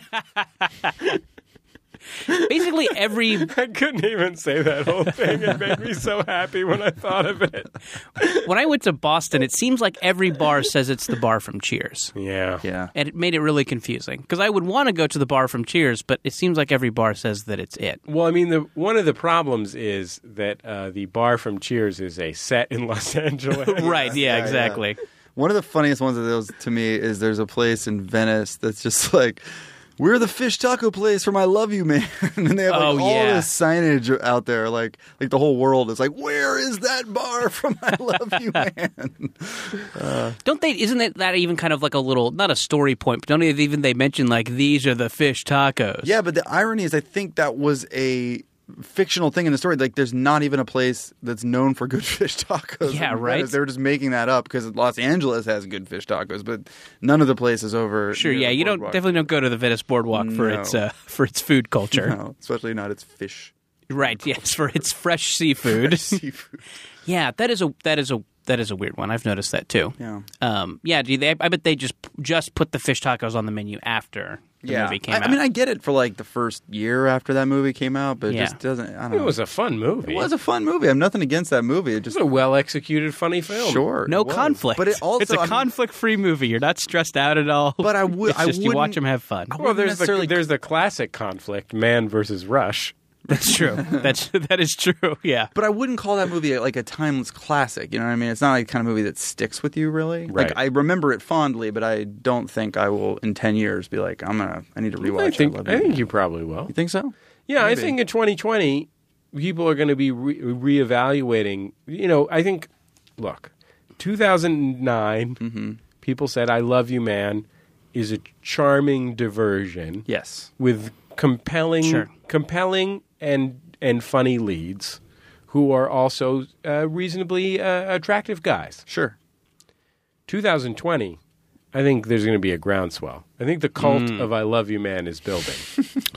Speaker 3: basically
Speaker 2: <laughs>
Speaker 3: every
Speaker 2: <laughs> I couldn't even say that whole thing. It made me so happy when I thought of it.
Speaker 3: when I went to Boston, it seems like every bar says it's the bar from Cheers.
Speaker 2: Yeah.
Speaker 4: Yeah.
Speaker 3: And it made it really confusing because I would want to go to the bar from Cheers, but it seems like every bar says that
Speaker 2: <laughs>
Speaker 3: it's it.
Speaker 2: Well, I mean, the one of the problems is that uh, the bar from Cheers is a set in Los <laughs> Angeles.
Speaker 3: Right, yeah, exactly.
Speaker 4: One of the funniest ones of those to me is there's a place in Venice that's just <laughs> like, we're the fish taco place from I Love You Man, <laughs> and they have like
Speaker 3: Oh,
Speaker 4: all
Speaker 3: yeah.
Speaker 4: this signage out there, like like the whole world is like, where is that bar from
Speaker 3: <laughs>
Speaker 4: I Love You Man?
Speaker 3: Don't they? Isn't it that even kind of like a little not a story point, but don't they even they mention like these are the fish tacos?
Speaker 4: yeah, but the irony is, I think that was a fictional thing in the story. Like, there's not even a place that's known for good <laughs> fish tacos.
Speaker 3: Yeah,
Speaker 4: in
Speaker 3: right.
Speaker 4: Venice. They were just making that up because Los Angeles has good fish tacos, but none of the places over.
Speaker 3: sure.
Speaker 4: near
Speaker 3: Yeah,
Speaker 4: the
Speaker 3: you don't
Speaker 4: boardwalk. <laughs>
Speaker 3: definitely don't go to the Venice Boardwalk for
Speaker 4: No.
Speaker 3: its uh, for its food culture.
Speaker 4: No, especially not its fish
Speaker 3: <laughs>
Speaker 4: <laughs>
Speaker 3: Right. Yes, for its fresh seafood.
Speaker 4: seafood.
Speaker 3: <laughs> yeah, that is a that is a that is a weird one. I've noticed that too.
Speaker 4: Yeah.
Speaker 3: Um, yeah, do they, I bet they just just put the fish tacos on the menu after the movie came
Speaker 4: I,
Speaker 3: out.
Speaker 4: I mean, I get it for like the first year after that movie came out, but
Speaker 3: Yeah.
Speaker 4: it just doesn't. I don't
Speaker 2: It
Speaker 4: know.
Speaker 2: was a fun movie.
Speaker 4: It was a fun movie. I'm nothing against that movie. It
Speaker 2: It
Speaker 4: just
Speaker 2: was a well executed, funny film.
Speaker 4: sure it
Speaker 3: no
Speaker 4: was.
Speaker 3: conflict.
Speaker 4: but it
Speaker 3: <laughs>
Speaker 4: also
Speaker 3: it's a
Speaker 4: I mean,
Speaker 3: conflict-free movie. You're not stressed out at all. <laughs>
Speaker 4: But I would-
Speaker 3: It's
Speaker 4: I
Speaker 3: just you watch
Speaker 4: wouldn't-
Speaker 3: them have fun.
Speaker 2: Well, there's the,
Speaker 4: necessarily-
Speaker 2: there's the classic conflict man versus Rush.
Speaker 3: That's
Speaker 4: <laughs>
Speaker 3: true. That's <laughs> that is true. Yeah.
Speaker 4: But I wouldn't call that movie like a timeless classic. You know what I mean? It's not like the kind of movie that sticks with you really.
Speaker 2: Right.
Speaker 4: Like I remember it fondly, but I don't think I will in ten years be like I'm gonna. I need to rewatch.
Speaker 2: I think,
Speaker 4: love
Speaker 2: I
Speaker 4: You.
Speaker 2: think you probably will.
Speaker 4: You think so?
Speaker 2: Yeah, I
Speaker 4: Maybe.
Speaker 2: think in 2020, people are going to be re- reevaluating. You know, I think, look, 2009, people said, I love you, man, is a charming diversion
Speaker 4: Yes.
Speaker 2: with compelling,
Speaker 3: Sure.
Speaker 2: compelling and, and funny leads who are also uh, reasonably uh, attractive guys.
Speaker 4: Sure.
Speaker 2: 2020, I think there's going to be a groundswell. I think the cult of I love you, man is building.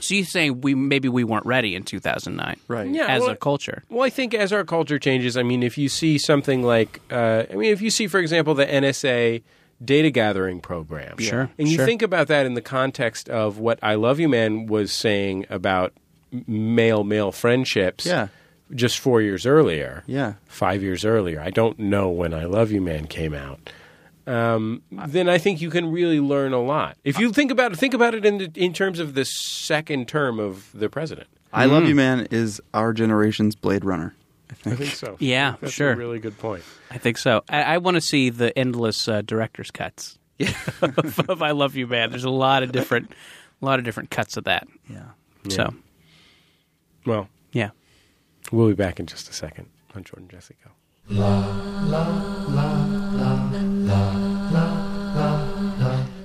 Speaker 3: So you saying we maybe we weren't ready in 2009,
Speaker 4: Right.
Speaker 2: Yeah,
Speaker 3: As
Speaker 2: well-
Speaker 3: a culture,
Speaker 2: Well, I think as our culture changes, I mean, if you see something like, uh, I mean, if you see, for example, the NSA data gathering program,
Speaker 3: Sure,
Speaker 2: and you
Speaker 3: sure.
Speaker 2: think about that in the context of what "I Love You Man" was saying about male male friendships,
Speaker 4: Yeah.
Speaker 2: just four years earlier,
Speaker 4: Yeah.
Speaker 2: five years earlier. I don't know when "I Love You Man" came out. Um, then I think you can really learn a lot if you think about think about it in the, in terms of the second term of the
Speaker 3: <laughs>
Speaker 2: president.
Speaker 4: I Love You Man is our generation's Blade Runner.
Speaker 2: I think so.
Speaker 3: Yeah,
Speaker 2: That's
Speaker 3: sure.
Speaker 2: A really good point.
Speaker 3: I think so. I, I want to see the endless uh, director's cuts of, <laughs> of "I Love You, Man." There's a lot of different, a lot of different cuts of that.
Speaker 4: Yeah.
Speaker 3: So
Speaker 2: Well,
Speaker 3: yeah,
Speaker 2: We'll be back in just a second on Jordan Jesse Go.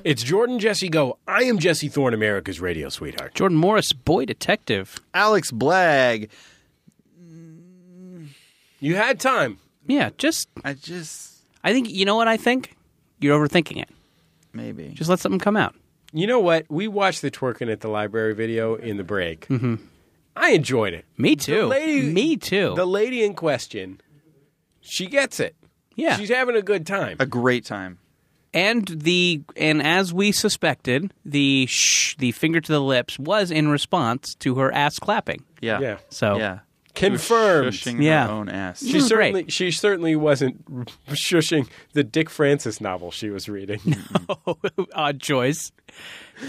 Speaker 2: It's Jordan Jesse Go. I am Jesse Thorne, America's radio sweetheart.
Speaker 3: Jordan Morris, boy detective.
Speaker 4: Alex Blagg.
Speaker 2: You had time.
Speaker 3: Yeah, just
Speaker 4: I just
Speaker 3: I think you know what I think. You're overthinking it.
Speaker 4: maybe.
Speaker 3: Just let something come out.
Speaker 2: You know what? We watched the twerking at the library video in the break. Mm-hmm. I enjoyed it.
Speaker 3: Me too.
Speaker 2: lady-
Speaker 3: Me too.
Speaker 2: The lady in question, she gets it.
Speaker 3: yeah.
Speaker 2: She's having a good time.
Speaker 4: a great time.
Speaker 3: and the and as we suspected, the shh, the finger to the lips was in response to her ass clapping.
Speaker 4: Yeah.
Speaker 2: Yeah.
Speaker 3: So
Speaker 4: Yeah.
Speaker 2: Confirmed.
Speaker 4: Shushing
Speaker 3: Yeah.
Speaker 4: her own ass.
Speaker 2: She
Speaker 3: Mm,
Speaker 2: certainly she certainly wasn't <laughs> shushing the Dick Francis novel she was reading.
Speaker 3: <laughs> Odd choice.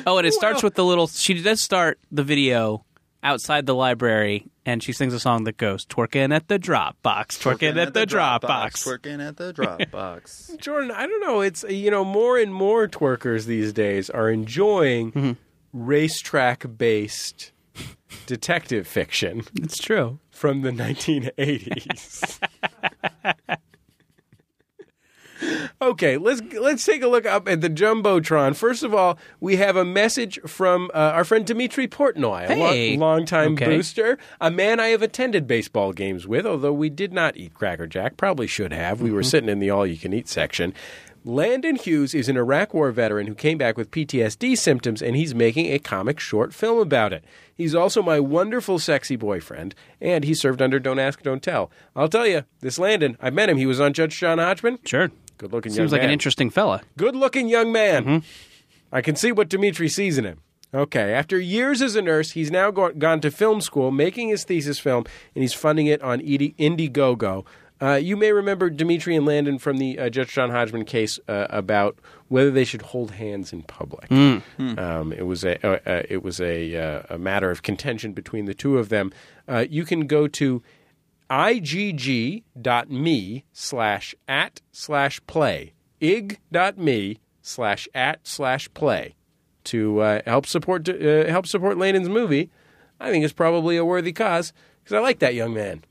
Speaker 3: Oh, and it starts with the little. She does start the video outside the library, and she sings a song that goes "Twerking at the drop box, twerking, at, the, drop box."
Speaker 4: Working at
Speaker 2: <laughs>
Speaker 4: the Dropbox.
Speaker 2: Jordan, I don't know. It's you know more and more twerkers these days are enjoying racetrack based detective fiction
Speaker 3: It's true.
Speaker 2: from the 1980s. <laughs> okay, let's let's take a look up at the jumbotron. First of all, we have a message from uh, our friend Dimitri Portnoy,
Speaker 3: Hey.
Speaker 2: a long, longtime
Speaker 3: Okay.
Speaker 2: booster, a man I have attended baseball games with, although we did not eat Cracker Jack. Probably should have. We were
Speaker 3: Mm-hmm.
Speaker 2: sitting in the all-you-can-eat section. Landon Hughes is an Iraq War veteran who came back with PTSD symptoms, and he's making a comic short film about it. He's also my wonderful, sexy boyfriend, and he served under Don't Ask, Don't Tell. I'll tell you, this Landon, I met him. He was on Judge John Hodgman.
Speaker 3: Sure.
Speaker 2: Good looking young
Speaker 3: Seems like
Speaker 2: man.
Speaker 3: an interesting fella.
Speaker 2: Good looking young man. I can see what Dimitri sees in him. Okay, after years as a nurse, he's now go- gone to film school, making his thesis film, and he's funding it on Indi- Indiegogo. Uh, you may remember Dimitri and Landon from the uh, Judge John Hodgman case uh, about whether they should hold hands in public. Um, it was a uh, uh, it was a, uh, a matter of contention between the two of them. Uh, you can go to igg.me slash at slash play ig.me slash at slash play to uh, help support uh, help support Landon's movie. I think it's probably a worthy cause because I like that young man.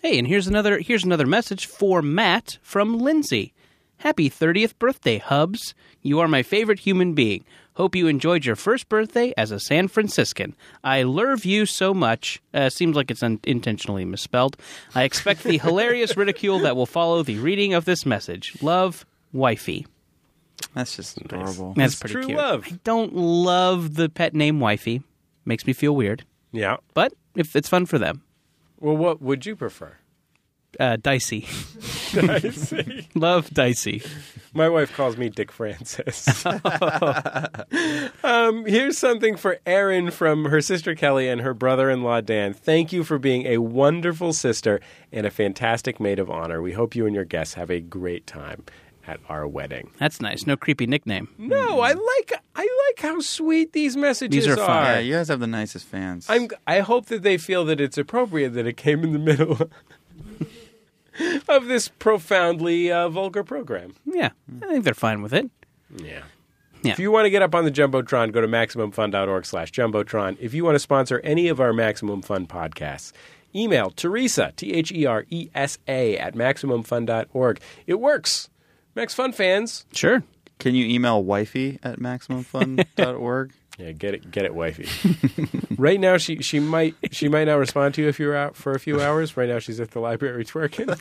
Speaker 3: Hey, and here's another here's another message for Matt from Lindsay. Happy 30th birthday, Hubs. You are my favorite human being. Hope you enjoyed your first birthday as a San Franciscan. I love you so much. Uh, seems like it's un- intentionally misspelled. I
Speaker 2: <laughs>
Speaker 3: expect the hilarious ridicule that will follow the reading of this message. Love, wifey.
Speaker 4: That's just adorable.
Speaker 3: That's
Speaker 2: It's
Speaker 3: pretty
Speaker 2: true
Speaker 3: cute.
Speaker 2: love.
Speaker 3: I don't love the pet name wifey. Makes me feel weird,
Speaker 2: Yeah.
Speaker 3: but if it's fun for them.
Speaker 2: Well, what would you prefer?
Speaker 3: Uh,
Speaker 2: <laughs>
Speaker 3: dicey. <laughs> love dicey.
Speaker 2: My wife calls me Dick Francis. <laughs> um, here's something for Erin from her sister Kelly and her brother in law Dan. Thank you for being a wonderful sister and a fantastic maid of honor. We hope you and your guests have a great time at our wedding.
Speaker 3: That's nice. No creepy nickname.
Speaker 2: No, I like I like how sweet these messages
Speaker 3: These are fun.
Speaker 4: Yeah, you guys have the nicest fans.
Speaker 2: I'm, I hope that they feel that it's appropriate that it came in the middle <laughs> of this profoundly uh, vulgar program.
Speaker 3: Yeah, I think they're fine with it.
Speaker 2: Yeah.
Speaker 3: Hmm. Yeah.
Speaker 2: If you want to get up on the Jumbotron, go to MaximumFun.org slash Jumbotron. If you want to sponsor any of our Maximum Fun podcasts, email Teresa, T H E R E S A, at MaximumFun.org. It works. Max Fun fans.
Speaker 3: Sure.
Speaker 4: Can you email wifey
Speaker 3: <laughs>
Speaker 4: at maximumfun.org?
Speaker 2: Yeah, get it, get it, <laughs> wifey. right now, she, she might she might not respond to you if you're out for a few hours. Right now, she's at the library twerking.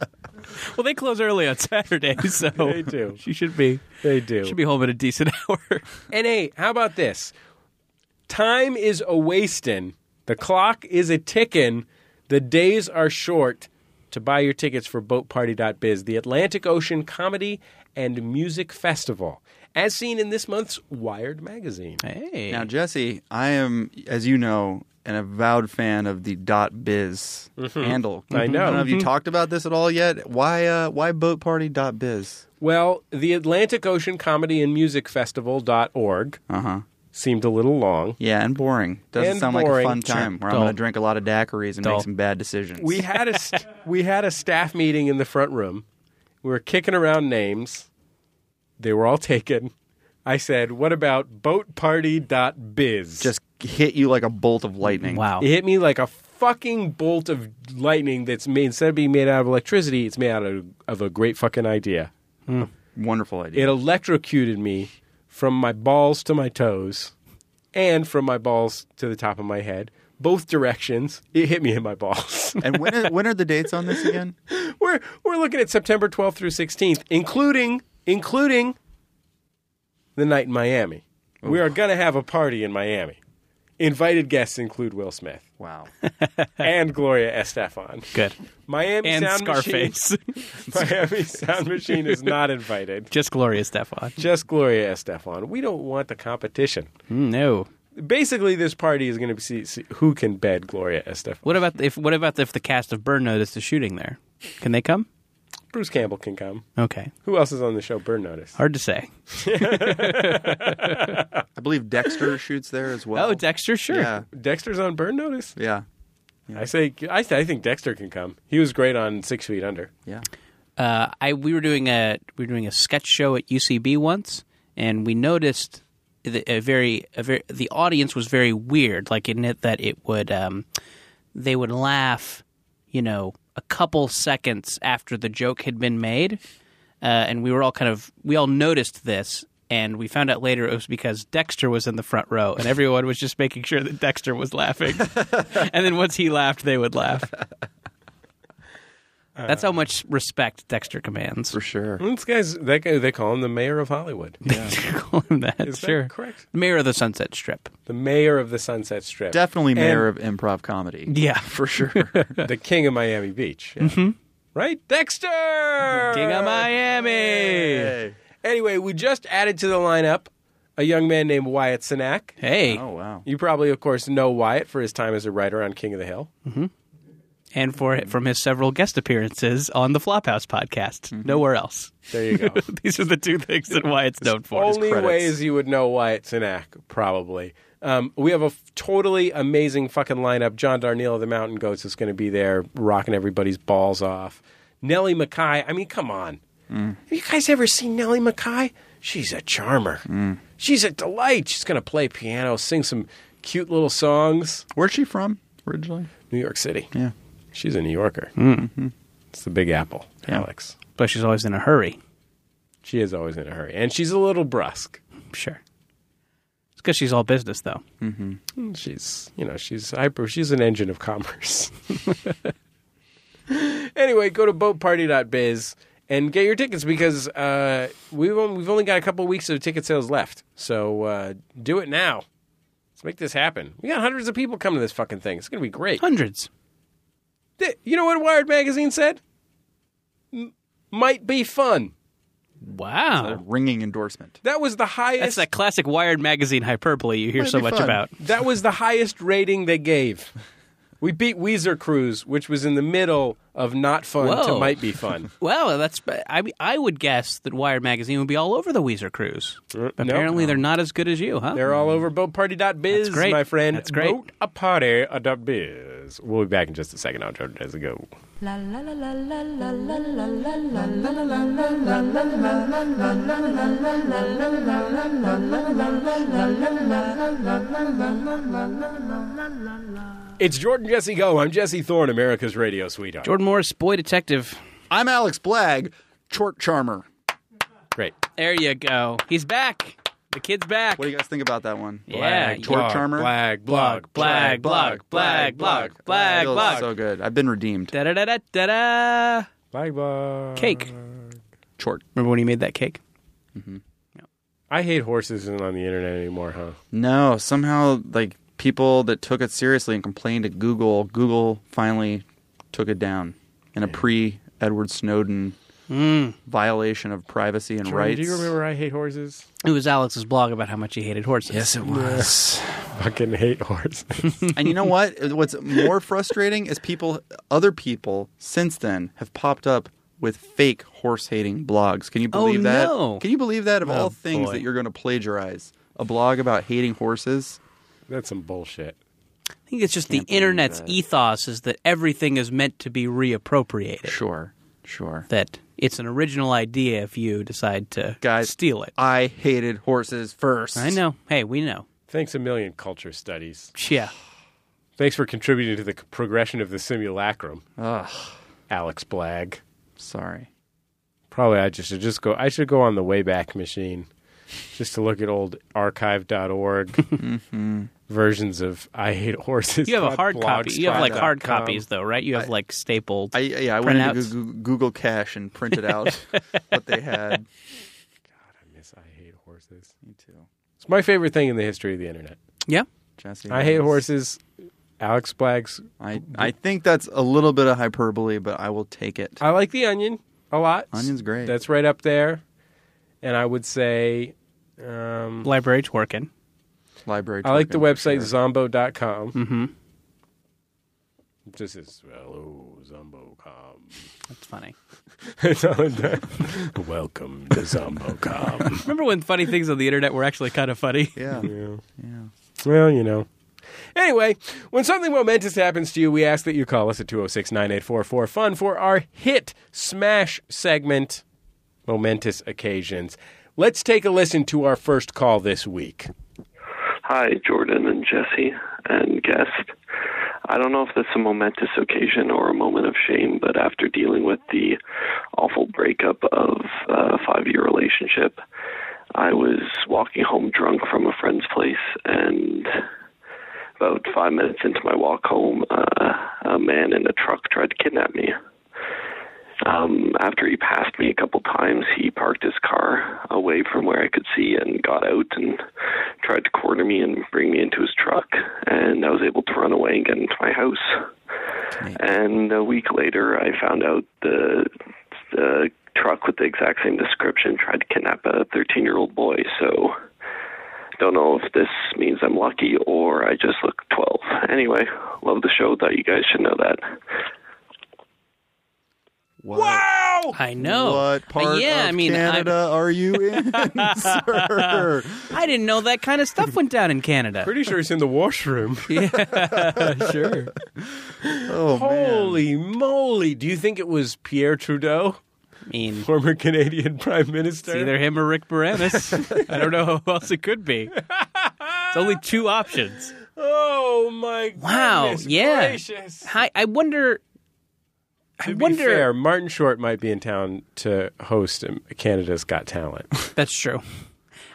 Speaker 2: <laughs>
Speaker 3: Well, they close early on <laughs> Saturday, so
Speaker 2: They do.
Speaker 3: She should be
Speaker 2: They do.
Speaker 3: should be home at a decent <laughs> hour.
Speaker 2: And hey, how about this? Time is a wasting. The clock is a ticking. The days are short. To buy your tickets for boatparty.biz, the Atlantic Ocean Comedy and Music Festival, as seen in this month's Wired magazine.
Speaker 3: hey,
Speaker 4: Now, Jesse, I am, as you know, an avowed fan of the dot biz
Speaker 2: Mm-hmm.
Speaker 4: handle.
Speaker 2: I know.
Speaker 4: don't know if
Speaker 3: Mm-hmm.
Speaker 4: you talked about this at all yet. Why? Uh, why boat party dot biz?
Speaker 2: Well, the Atlantic Ocean Comedy and Music Festival.org
Speaker 4: Uh
Speaker 3: Uh-huh.
Speaker 4: huh.
Speaker 2: seemed a little long.
Speaker 4: Yeah, and boring. Doesn't
Speaker 2: And
Speaker 4: sound like
Speaker 2: boring.
Speaker 4: a fun time where I'm
Speaker 3: Dull.
Speaker 4: going to drink a lot of daiquiris and
Speaker 3: Dull.
Speaker 4: make some bad decisions.
Speaker 2: We had a st- we had a staff meeting in the front room. We were kicking around names. They were all taken. I said, "What about boatparty.biz?"
Speaker 4: just hit you like a bolt of lightning.
Speaker 3: wow.
Speaker 2: it hit me like a fucking bolt of lightning that's made instead of being made out of electricity, it's made out of, of a great fucking idea.
Speaker 4: Wonderful idea.
Speaker 2: It electrocuted me from my balls to my toes and from my balls to the top of my head. Both directions. It hit me in my balls. <laughs>
Speaker 4: and when are, when
Speaker 3: <laughs>
Speaker 4: are the dates on this again?
Speaker 2: we're we're looking at September 12th through 16th, including including the night in Miami. We are going to have a party in Miami. Invited guests include Will
Speaker 3: <laughs>
Speaker 2: Smith
Speaker 4: Wow.
Speaker 2: and Gloria Estefan.
Speaker 3: Good.
Speaker 2: Miami
Speaker 3: And
Speaker 2: Sound
Speaker 3: Scarface, <laughs>
Speaker 2: Machine. <laughs> Miami Sound Machine is not invited.
Speaker 3: just Gloria Stefan.
Speaker 2: Just Gloria Estefan. We don't want the competition.
Speaker 3: Mm, No,
Speaker 2: basically this party is going to see, see who can bed Gloria Estefan.
Speaker 3: What about if what about if the cast of Burn Notice is shooting there? Can they come?
Speaker 2: Bruce Campbell can come.
Speaker 3: Okay,
Speaker 2: Who else is on the show? Burn Notice.
Speaker 3: hard to say.
Speaker 4: I believe Dexter shoots there as well.
Speaker 3: Oh, Dexter, sure.
Speaker 4: Yeah,
Speaker 2: Dexter's on Burn Notice.
Speaker 4: yeah,
Speaker 2: I say I, say- I think Dexter can come. He was great on Six Feet Under.
Speaker 4: yeah.
Speaker 3: uh, I we were doing a we were doing a sketch show at UCB once, and we noticed the, a very a very the audience was very weird. Like in it that it would um, they would laugh, you know, a couple seconds after the joke had been made, uh, and we were all kind of we all noticed this. And we found out later it was because Dexter was in the front row, and everyone was just making sure that Dexter was laughing. and then once he laughed, they would laugh. That's how much respect Dexter commands.
Speaker 4: For sure.
Speaker 2: This guy's that guy. They call him the mayor of Hollywood.
Speaker 3: <laughs> call him that.
Speaker 2: Is that
Speaker 3: sure.
Speaker 2: correct?
Speaker 3: Mayor of the Sunset Strip.
Speaker 2: The mayor of the Sunset Strip.
Speaker 4: Definitely mayor of improv comedy.
Speaker 3: Yeah. <laughs>
Speaker 4: For sure.
Speaker 2: the king of Miami Beach. Yeah. Right, Dexter.
Speaker 3: King of Miami.
Speaker 2: Anyway, we just added to the lineup a young man named Wyatt Cenac.
Speaker 3: Hey.
Speaker 4: Oh wow.
Speaker 2: You probably, of course, know Wyatt for his time as a writer on King of the Hill.
Speaker 3: And for from his several guest appearances on the Flophouse podcast. Nowhere else. <laughs>
Speaker 2: There you go.
Speaker 3: These are the two things that Wyatt's known for.
Speaker 2: Only
Speaker 4: credits.
Speaker 2: ways you would know Wyatt Cenac, probably. Um, we have a f- totally amazing fucking lineup. John Darnielle of the Mountain Goats is going to be there, rocking everybody's balls off. Nellie Mackay. I mean, come on. Have you guys ever seen Nellie Mackay? She's a charmer. She's a delight. She's going to play piano, sing some cute little songs.
Speaker 4: Where's she from originally?
Speaker 2: New York City.
Speaker 4: Yeah.
Speaker 2: She's a New Yorker. It's the Big Apple, Alex.
Speaker 3: But she's always in a hurry.
Speaker 2: She is always in a hurry, and she's a little brusque.
Speaker 3: Sure. It's because she's all business, though.
Speaker 2: She's, you know, she's hyper. She's an engine of commerce. <laughs> anyway, go to boatparty.biz and get your tickets because uh, we've only, we've only got a couple weeks of ticket sales left. So uh, do it now. Let's make this happen. We got hundreds of people coming to this fucking thing. It's gonna be great.
Speaker 3: Hundreds.
Speaker 2: Th- You know what Wired magazine said? M- might be fun.
Speaker 4: A
Speaker 3: Wow.
Speaker 4: ringing endorsement.
Speaker 2: That was the
Speaker 3: That's
Speaker 2: highest.
Speaker 3: that classic Wired magazine hyperbole you hear
Speaker 4: Might
Speaker 3: so
Speaker 4: be
Speaker 3: much
Speaker 4: fun.
Speaker 3: about.
Speaker 2: That was the highest rating they gave. We beat Weezer Cruise, which was in the middle of not fun to
Speaker 3: Whoa.
Speaker 2: might be fun.
Speaker 3: Well, that's I I would guess that Wired magazine would be all over the Weezer cruise.
Speaker 2: no.
Speaker 3: Apparently, they're not as good as you, huh?
Speaker 2: They're all over boatparty.biz,
Speaker 3: That's great.
Speaker 2: my friend.
Speaker 3: That's great.
Speaker 2: Boataparty.biz. We'll be back in just a second. I'll turn it as go.
Speaker 1: La la la la la la la la la la.
Speaker 2: It's Jordan Jesse Go. I'm Jesse Thorne, America's radio sweetheart.
Speaker 3: Jordan Morris, boy detective.
Speaker 4: I'm Alex Blagg, Chort Charmer.
Speaker 2: Great.
Speaker 3: There you go. He's back. The kid's back.
Speaker 4: What do you guys think about that one?
Speaker 3: yeah.
Speaker 4: Chort Charmer.
Speaker 2: Blag, blog,
Speaker 3: Blag, blag, blag, blag, blag,
Speaker 4: Feels
Speaker 3: blag.
Speaker 4: So good. I've been redeemed.
Speaker 3: Da da da da da da.
Speaker 2: blag, blog.
Speaker 3: Cake.
Speaker 4: Chort.
Speaker 3: Remember when he made that cake?
Speaker 2: I hate horses and on the internet anymore, huh?
Speaker 4: No, somehow like people that took it seriously and complained to Google, Google finally took it down in a pre Edward Snowden Mm. violation of privacy and
Speaker 2: Jordan,
Speaker 4: rights.
Speaker 2: Do you remember I hate horses?
Speaker 3: It was Alex's blog about how much he hated horses.
Speaker 4: Yes, it was.
Speaker 2: Fucking hate horses. <laughs>
Speaker 4: and you know what? <laughs> What's more frustrating is people, other people since then have popped up with fake horse hating blogs. Can you
Speaker 3: Oh,
Speaker 4: believe that?
Speaker 3: no.
Speaker 4: Can you believe that? Of all things
Speaker 3: boy.
Speaker 4: that you're going to plagiarize, a blog about hating horses.
Speaker 2: That's some bullshit.
Speaker 3: I think it's just the
Speaker 4: Can't believe
Speaker 3: internet's
Speaker 4: that.
Speaker 3: ethos is that everything is meant to be reappropriated.
Speaker 4: Sure, sure.
Speaker 3: That it's an original idea if you decide to
Speaker 4: Guys,
Speaker 3: steal it.
Speaker 4: I hated horses first.
Speaker 3: I know. Hey, we know.
Speaker 2: Thanks a million, culture studies.
Speaker 3: Yeah.
Speaker 2: Thanks for contributing to the c- progression of the simulacrum,
Speaker 4: Ugh,
Speaker 2: Alex Blagg.
Speaker 4: sorry.
Speaker 2: Probably I just should just go. I should go on the Wayback Machine, just to look at old
Speaker 3: <laughs>
Speaker 2: archive.org versions of "I Hate Horses."
Speaker 3: Mm-hmm. You have a
Speaker 2: dot
Speaker 3: hard copy. You have like hard
Speaker 2: blogspot.com.
Speaker 3: copies, though, right? You have like stapled.
Speaker 4: I yeah, I went into
Speaker 3: Printouts?
Speaker 4: Google, Google Cache and printed out what they had.
Speaker 2: I miss "I Hate Horses."
Speaker 4: Me too,
Speaker 2: It's my favorite thing in the history of the internet.
Speaker 3: yeah.
Speaker 4: Jesse.
Speaker 2: I hate horses. Alex Blagg's.
Speaker 4: I I think that's a little bit of hyperbole, but I will take it.
Speaker 2: I like the Onion a lot.
Speaker 4: Onion's great.
Speaker 2: That's right up there. And I would say, um,
Speaker 3: Library twerking.
Speaker 4: Library.
Speaker 2: I like the
Speaker 4: token,
Speaker 2: website
Speaker 4: sure.
Speaker 2: zombo.com. Mm-hmm. This is hello zombo.com.
Speaker 3: That's funny.
Speaker 2: It's all in there. <laughs> Welcome to zombo.com.
Speaker 3: Remember when funny things on the internet were actually kind of funny?
Speaker 4: Yeah.
Speaker 2: well, you know. Anyway, when something momentous happens to you, we ask that you call us at 206 9844 FUN for our hit smash segment, Momentous Occasions. Let's take a listen to our first call this week.
Speaker 7: Hi, Jordan and Jesse and guest. I don't know if this is a momentous occasion or a moment of shame, but after dealing with the awful breakup of a five year relationship, I was walking home drunk from a friend's place, and about five minutes into my walk home, uh, a man in a truck tried to kidnap me. Um, after he passed me a couple times, he parked his car away from where I could see and got out and tried to corner me and bring me into his truck. And I was able to run away and get into my house. And a week later, I found out the the truck with the exact same description tried to kidnap a 13 year old boy. So don't know if this means I'm lucky or I just look 12. Anyway, love the show. Thought you guys should know that.
Speaker 4: What,
Speaker 2: Wow!
Speaker 3: <laughs> I know.
Speaker 4: What
Speaker 3: Uh,
Speaker 4: part
Speaker 3: yeah,
Speaker 4: of
Speaker 3: I mean,
Speaker 4: Canada
Speaker 3: <laughs>
Speaker 4: are you in, sir?
Speaker 3: I, I didn't know that kind of stuff went down in Canada.
Speaker 2: Pretty sure it's in the <laughs> washroom.
Speaker 3: sure.
Speaker 4: Oh man.
Speaker 2: Holy moly! Do you think it was Pierre Trudeau,
Speaker 3: I mean,
Speaker 2: former Canadian <laughs> Prime Minister?
Speaker 3: it's either him or Rick Moranis.
Speaker 4: <laughs>
Speaker 3: I don't know who else it could be. It's only two options.
Speaker 2: Oh my!
Speaker 3: Wow,
Speaker 2: goodness
Speaker 3: yeah.
Speaker 2: Gracious.
Speaker 3: Hi, I wonder. I
Speaker 2: To be
Speaker 3: wonder.
Speaker 2: fair, Martin Short might be in town to host um, Canada's Got
Speaker 3: <laughs>
Speaker 2: Talent.
Speaker 3: That's true.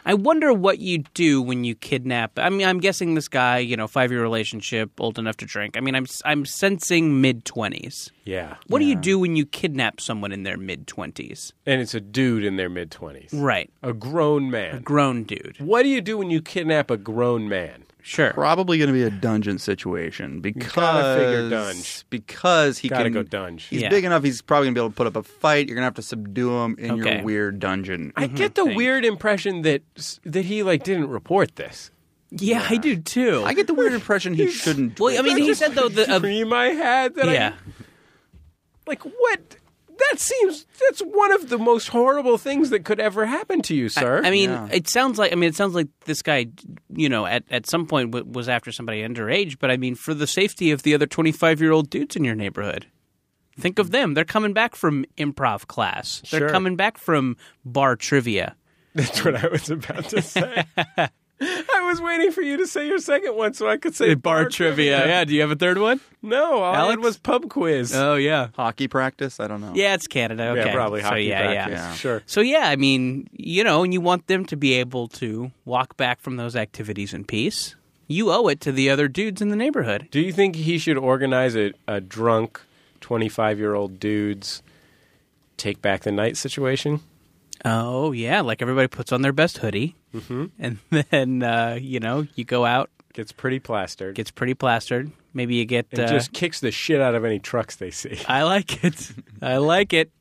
Speaker 3: I wonder what you do when you kidnap. I mean, I'm guessing this guy, you know, five year relationship, old enough to drink. I mean, I'm I'm sensing mid twenties.
Speaker 2: yeah,
Speaker 3: What do you do when you kidnap someone in their mid twenties?
Speaker 2: and it's a dude in their mid twenties,
Speaker 3: Right,
Speaker 2: a grown man.
Speaker 3: grown dude.
Speaker 2: what do you do when you kidnap a grown man?
Speaker 3: Sure.
Speaker 4: Probably going to be a dungeon situation because
Speaker 2: figure dunge.
Speaker 4: because he
Speaker 2: Gotta
Speaker 4: can
Speaker 2: go dunge.
Speaker 4: He's
Speaker 3: Yeah.
Speaker 4: big enough. He's probably going to be able to put up a fight. You're going to have to subdue him in
Speaker 3: Okay.
Speaker 4: your weird dungeon.
Speaker 3: Mm-hmm.
Speaker 4: Mm-hmm.
Speaker 2: I get the weird impression that s- that he like didn't report this.
Speaker 3: Yeah, I do too.
Speaker 4: I get the weird
Speaker 2: <laughs>
Speaker 4: impression he shouldn't.
Speaker 3: well, I mean, he said though the uh,
Speaker 2: Dream I had that I
Speaker 3: yeah.
Speaker 2: Like what? That seems that's one of the most horrible things that could ever happen to you, sir.
Speaker 3: I mean,
Speaker 4: Yeah.
Speaker 3: it sounds like I mean, it sounds like this guy, you know, at, at some point w- was after somebody underage. But I mean, for the safety of the other twenty five year old dudes in your neighborhood, think of them. They're coming back from improv class. They're
Speaker 2: Sure.
Speaker 3: coming back from bar trivia.
Speaker 2: <laughs> that's what I was about to
Speaker 3: <laughs>
Speaker 2: say. I was waiting for you to say your second one so I could say
Speaker 3: <laughs> Yeah. Do you have a third one?
Speaker 2: No, all I
Speaker 3: Alex?
Speaker 2: had was pub quiz.
Speaker 3: yeah.
Speaker 4: hockey practice. I don't know.
Speaker 3: Yeah, it's Canada. Okay.
Speaker 2: Yeah, probably
Speaker 3: So
Speaker 2: hockey
Speaker 3: yeah,
Speaker 2: practice.
Speaker 3: yeah.
Speaker 2: Sure.
Speaker 3: So yeah, I mean, you know, and you want them to be able to walk back from those activities in peace. You owe it to the other dudes in the neighborhood.
Speaker 2: Do you think he should organize a, a drunk 25 year old dude's take back the night situation?
Speaker 3: Oh yeah, like everybody puts on their best hoodie, <laughs> and then uh, you know you go out,
Speaker 2: Gets pretty plastered.
Speaker 3: gets pretty plastered. Maybe you get.
Speaker 2: and
Speaker 3: uh,
Speaker 2: just kicks the shit out of any trucks they see.
Speaker 3: I like it. I like it.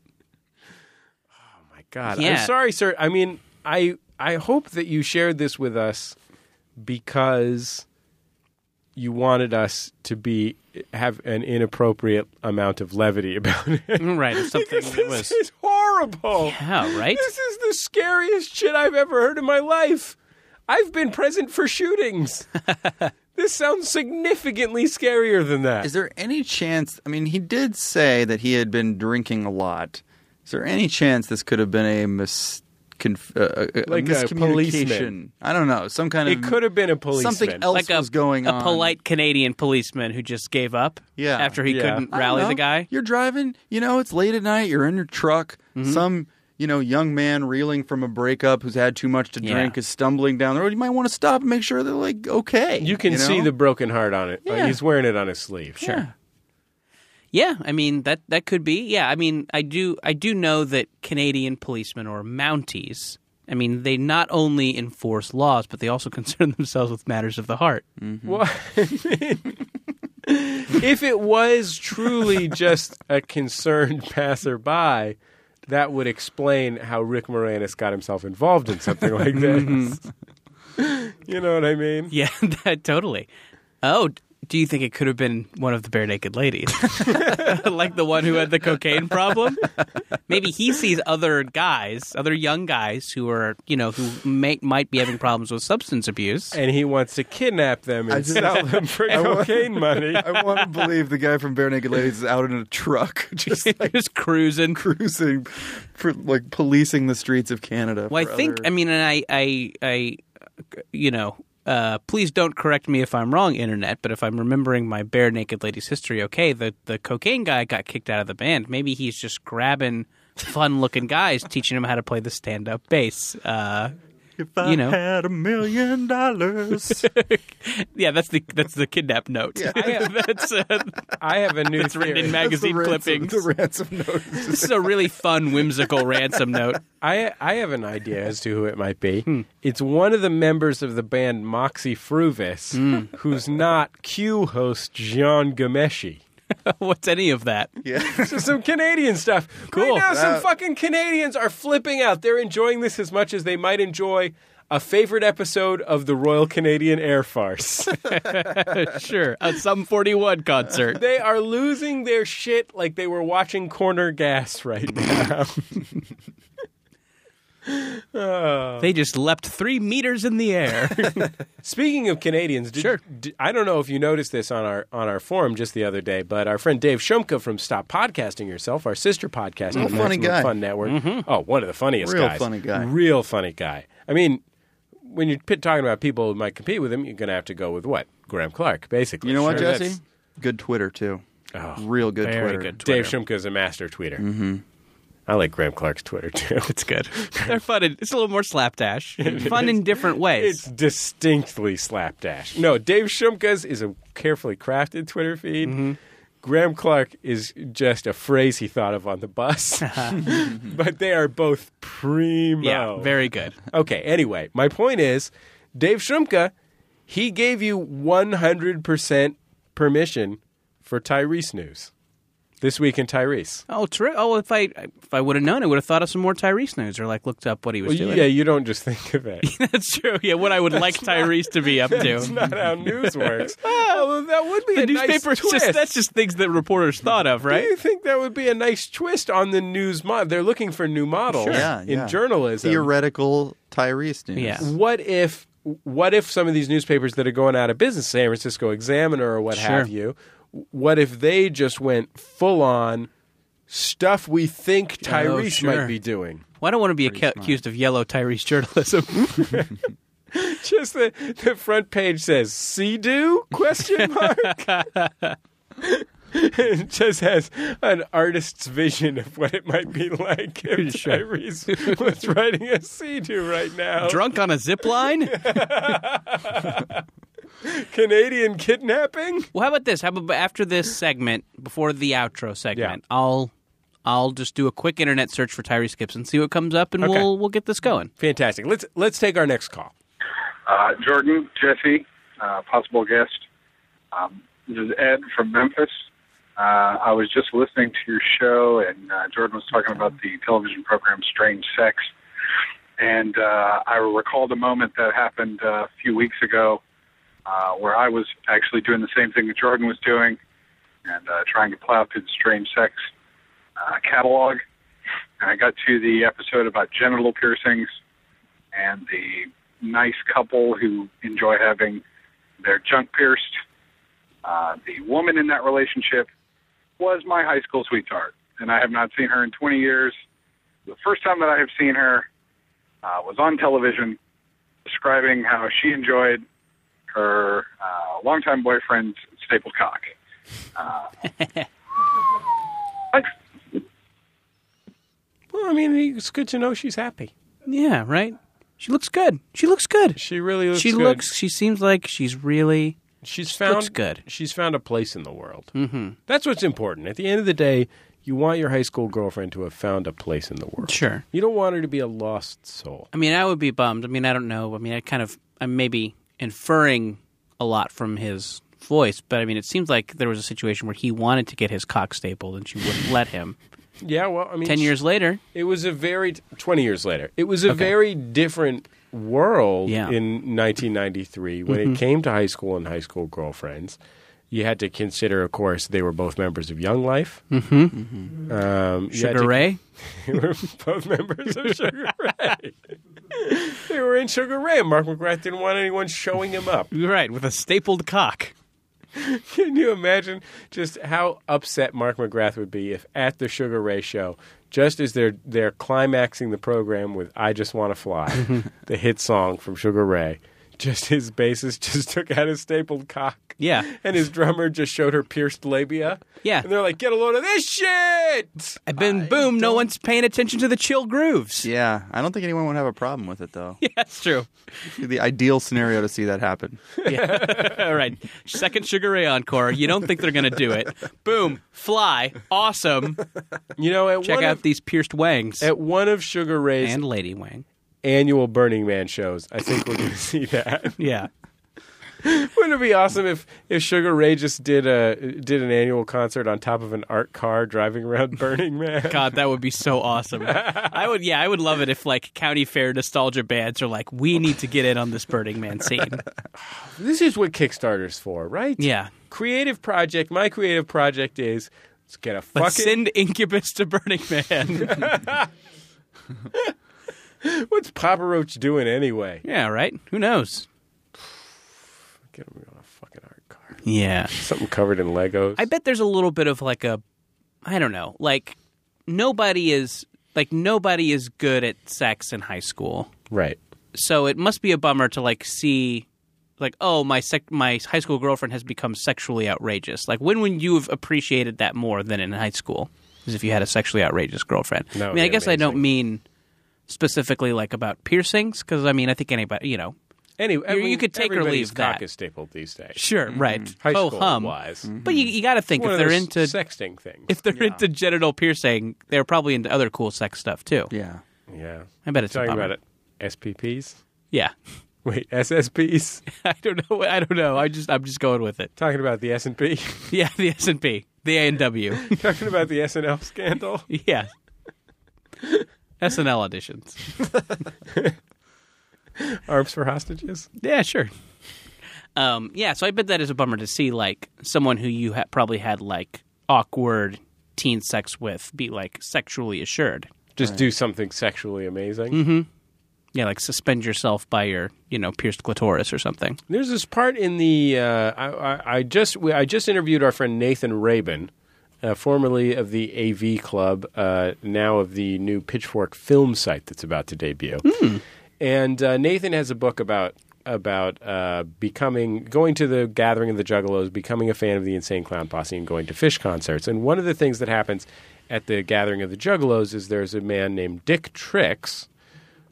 Speaker 2: my god i'm
Speaker 3: Yeah.
Speaker 2: sorry sir i mean i i hope that you shared this with us because you wanted us to be have an inappropriate amount of levity about it
Speaker 3: Right, it's something
Speaker 2: Because
Speaker 3: that
Speaker 2: <laughs> this
Speaker 3: Mm. <laughs> was.
Speaker 2: is horrible
Speaker 3: Yeah, right.
Speaker 2: this is the scariest shit i've ever heard in my life i've been present for
Speaker 3: <laughs>
Speaker 2: shootings this sounds significantly scarier than that
Speaker 4: Is there any chance? I mean, he did say that he had been drinking a lot. Is there any chance this could have been a mis? Conf- uh, a, a
Speaker 2: Like a
Speaker 4: miscommunication.
Speaker 2: policeman.
Speaker 4: I don't know. Some kind of
Speaker 2: it could have been a policeman
Speaker 4: something else
Speaker 3: like a,
Speaker 4: was going
Speaker 3: a
Speaker 4: on.
Speaker 3: polite Canadian policeman who just gave up
Speaker 4: Yeah.
Speaker 3: after he
Speaker 2: Yeah.
Speaker 3: couldn't
Speaker 4: I don't
Speaker 3: rally
Speaker 4: know.
Speaker 3: the guy.
Speaker 4: You're driving, you know, it's late at night, you're in your truck,
Speaker 2: Mm-hmm.
Speaker 4: some, you know, young man reeling from a breakup who's had too much to
Speaker 3: Yeah.
Speaker 4: drink is stumbling down the road. You might want to stop and make sure they're like okay.
Speaker 2: you can see
Speaker 4: know?
Speaker 2: the broken heart on it Uh,
Speaker 4: Yeah.
Speaker 2: he's wearing it on his sleeve
Speaker 3: Sure. Yeah, I mean that that could be. Yeah, I mean I do I do know that Canadian policemen or Mounties, I mean they not only enforce laws but they also <laughs> concern themselves with matters of the heart.
Speaker 2: Well, I mean, <laughs> if it was truly just a concerned passerby, that would
Speaker 3: <laughs> Mm-hmm.
Speaker 2: explain how Rick Moranis got himself involved in something like this. You know what I mean?
Speaker 3: Yeah, <laughs> that, totally. Oh, d- do you think it could have been one of the bare naked ladies? <laughs> like the one who had the cocaine problem? Maybe he sees other guys, other young guys who are, you know, who may, might be having problems with substance abuse.
Speaker 2: <laughs> And he wants to kidnap them and
Speaker 4: I just-
Speaker 2: sell them for
Speaker 4: I wa-
Speaker 2: cocaine money.
Speaker 4: I want to believe the guy from Bare Naked Ladies is out in a truck, <laughs>
Speaker 2: <laughs>
Speaker 4: just like
Speaker 3: Just cruising.
Speaker 4: cruising for like policing the streets of Canada.
Speaker 3: Well,
Speaker 4: for
Speaker 3: I think um,
Speaker 4: other-
Speaker 3: I mean, and I, I, I, you know, uh, please don't correct me if I'm wrong, internet. But if I'm remembering my bare naked ladies history, okay, the the cocaine guy got kicked out of the band. Maybe he's just grabbing fun looking guys, teaching them how to play the stand up bass. Uh,
Speaker 4: if I
Speaker 3: you know.
Speaker 4: had a
Speaker 3: <laughs>
Speaker 4: million dollars.
Speaker 3: yeah, that's the that's the kidnap note. <laughs> that's uh,
Speaker 2: I have a new
Speaker 3: it's written in
Speaker 2: theory.
Speaker 3: magazine clippings.
Speaker 4: the ransom note.
Speaker 3: this is a really fun, whimsical ransom note. <laughs>
Speaker 2: I I have an idea as to who it might be.
Speaker 3: Hmm.
Speaker 2: It's one of the members of the band Moxie Fruvis,
Speaker 3: Hmm.
Speaker 2: who's not Q host Gian Gameshi.
Speaker 3: What's any of that?
Speaker 4: <laughs> Yeah.
Speaker 2: So some Canadian stuff. Right
Speaker 3: Cool.
Speaker 2: now, some
Speaker 4: That-
Speaker 2: fucking Canadians are flipping out. They're enjoying this as much as they might enjoy a favorite episode of the Royal Canadian Air Farce.
Speaker 3: sure, a Sum 41
Speaker 4: <laughs>
Speaker 2: <laughs>
Speaker 3: concert.
Speaker 2: they are losing their shit like they were watching Corner Gas right now.
Speaker 3: They just leapt three meters in the air.
Speaker 2: Speaking of Canadians, did,
Speaker 3: Sure.
Speaker 2: d- I don't know if you noticed this on our on our forum just the other day, but our friend Dave Shumka from Stop Podcasting Yourself, our sister podcast, on the
Speaker 4: funny
Speaker 2: Maximum
Speaker 4: guy.
Speaker 2: Fun Network. Oh, one of the funniest
Speaker 4: Real
Speaker 2: guys.
Speaker 4: funny guy.
Speaker 2: Real funny guy. I mean, when you're p- talking about people who might compete with him, you're going to have to go with what Graham Clark, basically.
Speaker 4: You know what,
Speaker 2: Sure,
Speaker 4: Jesse? Good Twitter too.
Speaker 2: that's- Oh,
Speaker 4: Real good
Speaker 3: Very
Speaker 4: Twitter.
Speaker 3: good Twitter.
Speaker 2: Dave Shumka is a master tweeter.
Speaker 4: Mm-hmm.
Speaker 2: I like Graham Clark's Twitter <laughs> too.
Speaker 3: It's good. They're fun. And, it's a little
Speaker 2: <laughs>
Speaker 3: more slapdash. fun in different ways.
Speaker 2: It's distinctly slapdash. No, Dave Shumka's is a carefully crafted Twitter feed.
Speaker 3: Mm-hmm.
Speaker 2: Graham Clark is just a phrase he thought of on the
Speaker 3: <laughs>
Speaker 2: bus. <laughs> but they are both primo.
Speaker 3: yeah, very good.
Speaker 2: Okay, anyway, my point is Dave Shumka, he gave you 100% permission for Tyrese news. This week in Tyrese.
Speaker 3: Oh, true. Oh, if I if I would have known, I would have thought of some more Tyrese news or like looked up what he was
Speaker 2: Well,
Speaker 3: doing.
Speaker 2: yeah, you don't just think of it.
Speaker 3: <laughs> that's true. Yeah, what I would like Tyrese to be up
Speaker 2: <laughs> It's
Speaker 3: to.
Speaker 2: not how news
Speaker 3: <laughs>
Speaker 2: works. Although that would be
Speaker 3: The
Speaker 2: a nice
Speaker 3: newspaper.
Speaker 2: twist.
Speaker 3: Just, that's just things that reporters thought of,
Speaker 2: Do you
Speaker 3: right?
Speaker 2: think that would be a nice twist on the news model? They're looking for new models
Speaker 4: Yeah,
Speaker 2: in
Speaker 4: yeah.
Speaker 2: journalism.
Speaker 4: Theoretical Tyrese news.
Speaker 3: Yeah.
Speaker 2: what if what if some of these newspapers that are going out of business, San Francisco Examiner or what
Speaker 3: Sure.
Speaker 2: have you, what if they just went full on stuff we think Tyrese
Speaker 3: Oh, sure.
Speaker 2: might be doing?
Speaker 3: Well, I don't want to be ac- accused of yellow
Speaker 2: <laughs>
Speaker 3: Tyrese journalism.
Speaker 2: Just the, the front page says "see do?" <laughs> question mark. it just has an artist's vision of what it might be like if
Speaker 3: Sure.
Speaker 2: Tyrese was <laughs> writing a "see do" right now.
Speaker 3: Drunk on a
Speaker 2: <laughs>
Speaker 3: zip line.
Speaker 2: Canadian kidnapping.
Speaker 3: Well, how about this? How about after this segment, before the outro segment, I'll I'll just do a quick internet search for Tyrese Gibson, see what comes up, and
Speaker 2: Okay.
Speaker 3: we'll we'll get this going.
Speaker 2: Fantastic. Let's let's take our next call.
Speaker 8: Uh, Jordan, Jesse, uh, possible guest. Um, this is Ed from Memphis. Uh, I was just listening to your show, and uh, Jordan was talking about the television program Strange Sex. And uh, I recalled a moment that happened uh, a few weeks ago uh, where I was actually doing the same thing that Jordan was doing and uh, trying to plow through the Strange Sex uh, catalog. And I got to the episode about genital piercings and the nice couple who enjoy having their junk pierced. Uh, the woman in that relationship was my high school sweetheart, and I have not seen her in 20 years. The first time that I have seen her uh, was on television describing how she enjoyed her uh, longtime boyfriend's staple cock. Uh, I-
Speaker 2: Well, I mean, it's good to know she's happy.
Speaker 3: Yeah, right. She looks good. She looks good.
Speaker 2: She really looks.
Speaker 3: she
Speaker 2: good.
Speaker 3: looks. She seems like she's really.
Speaker 2: She's found
Speaker 3: looks good.
Speaker 2: She's found a place in the world. Mm-hmm. That's what's important. At the end of the day, you want your high school girlfriend to have found a place in the world.
Speaker 3: Sure.
Speaker 2: You don't want her to be a lost soul.
Speaker 3: I mean, I would be bummed. I mean, I don't know. I mean, I kind of. I'm maybe inferring a lot from his voice, but I mean, it seems like there was a situation where he wanted to get his cock stapled and she wouldn't let him.
Speaker 2: Yeah, well, I mean,
Speaker 3: Ten years later,
Speaker 2: It was a very twenty years later. It was a very different world
Speaker 3: Yeah. Mm-hmm.
Speaker 2: in 1993 when it came to high school and high school girlfriends. You had to consider, of course, they were both members of Young Life. Mm-hmm. Um, you had
Speaker 3: Sugar
Speaker 2: to-
Speaker 3: Ray.
Speaker 2: They were both members of Sugar
Speaker 3: <laughs>
Speaker 2: Ray. they were in Sugar Ray. and Mark McGrath didn't want anyone showing him up.
Speaker 3: You're right, with a stapled cock.
Speaker 2: Can you imagine just how upset Mark McGrath would be if at the Sugar Ray show, just as they're they're climaxing the program with "I Just Want to
Speaker 3: <laughs>
Speaker 2: Fly," the hit song from Sugar Ray, just his bassist just <laughs> took out his stapled cock,
Speaker 3: Yeah.
Speaker 2: and his drummer just showed her pierced labia,
Speaker 3: Yeah.
Speaker 2: and they're like, "Get a load of this shit!"
Speaker 3: And then boom, no one's paying attention to the chill grooves.
Speaker 4: Yeah, I don't think anyone would have a problem with it though.
Speaker 3: <laughs>
Speaker 4: <laughs>
Speaker 3: Yeah, that's true.
Speaker 4: the ideal scenario to see that happen.
Speaker 3: All right. Second Sugar Ray encore. You don't think they're going to do it. Boom. Fly. Awesome.
Speaker 2: You know, at
Speaker 3: Check
Speaker 2: one
Speaker 3: out
Speaker 2: of,
Speaker 3: these pierced wangs
Speaker 2: at one of Sugar Ray's
Speaker 3: and Lady Wang.
Speaker 2: annual Burning Man shows, I think we're going to <laughs> see that.
Speaker 3: Yeah.
Speaker 2: Wouldn't it be awesome if, if Sugar Ray just did a did an annual concert on top of an art car driving <laughs> around Burning Man?
Speaker 3: God, that would be so awesome. I would, yeah, I would love it if like county fair nostalgia bands are like, we need to get in on this Burning Man <laughs> scene.
Speaker 2: This is what Kickstarter's for, right?
Speaker 3: Yeah,
Speaker 2: Creative project. My creative project is let's get a
Speaker 3: but
Speaker 2: fucking
Speaker 3: send Incubus to Burning <laughs> Man.
Speaker 2: what's Papa Roach doing anyway?
Speaker 3: yeah, right. Who knows?
Speaker 2: Get him on a fucking art car.
Speaker 3: Yeah,
Speaker 2: Something covered in Legos.
Speaker 3: I bet there's a little bit of like a, I don't know, like nobody is like nobody is good at sex in high school,
Speaker 2: right.
Speaker 3: so it must be a bummer to like see. Like oh my sec- my high school girlfriend has become sexually outrageous. Like when would you have appreciated that more than in high school? Is if you had a sexually outrageous girlfriend.
Speaker 2: That
Speaker 3: I
Speaker 2: would
Speaker 3: mean, I
Speaker 2: be
Speaker 3: guess I don't
Speaker 2: amazing.
Speaker 3: mean specifically like about piercings because I mean I think anybody you know
Speaker 2: Anyway,
Speaker 3: You- you could take or
Speaker 2: everybody's
Speaker 3: leave
Speaker 2: cock
Speaker 3: that.
Speaker 2: is stapled these days.
Speaker 3: sure right
Speaker 2: Mm-hmm. High
Speaker 3: ho
Speaker 2: school
Speaker 3: hum
Speaker 2: wise.
Speaker 3: but you you got to think
Speaker 2: One
Speaker 3: if
Speaker 2: of
Speaker 3: they're
Speaker 2: those
Speaker 3: into
Speaker 2: sexting things.
Speaker 3: if they're into genital piercing, they're probably into other cool sex stuff too.
Speaker 4: Yeah.
Speaker 2: yeah.
Speaker 3: I bet it's a
Speaker 2: talking
Speaker 3: bummer.
Speaker 2: about it. SPPs?
Speaker 3: Yeah, <laughs>
Speaker 2: Wait, SSPs?
Speaker 3: I don't know. I don't know. I just I'm just going with it.
Speaker 2: talking about the S&P?
Speaker 3: Yeah, the S and P, the A and <laughs> W.
Speaker 2: talking about the SNL <laughs> scandal?
Speaker 3: Yeah, SNL auditions.
Speaker 2: Arms for hostages?
Speaker 3: Yeah, sure. Um, yeah, so I bet that is a bummer to see like someone who you ha- probably had like awkward teen sex with be like sexually assured.
Speaker 2: Just do something sexually amazing.
Speaker 3: Yeah, like suspend yourself by your you know pierced clitoris or something.
Speaker 2: There's this part in the uh, I, I, I just we, I just interviewed our friend Nathan Rabin, uh, formerly of the AV Club, uh, now of the new Pitchfork film site that's about to debut. And uh, Nathan has a book about about uh, becoming going to the gathering of the Juggalos, becoming a fan of the Insane Clown Posse, and going to Fish concerts. And one of the things that happens at the gathering of the Juggalos is there's a man named Dick Tricks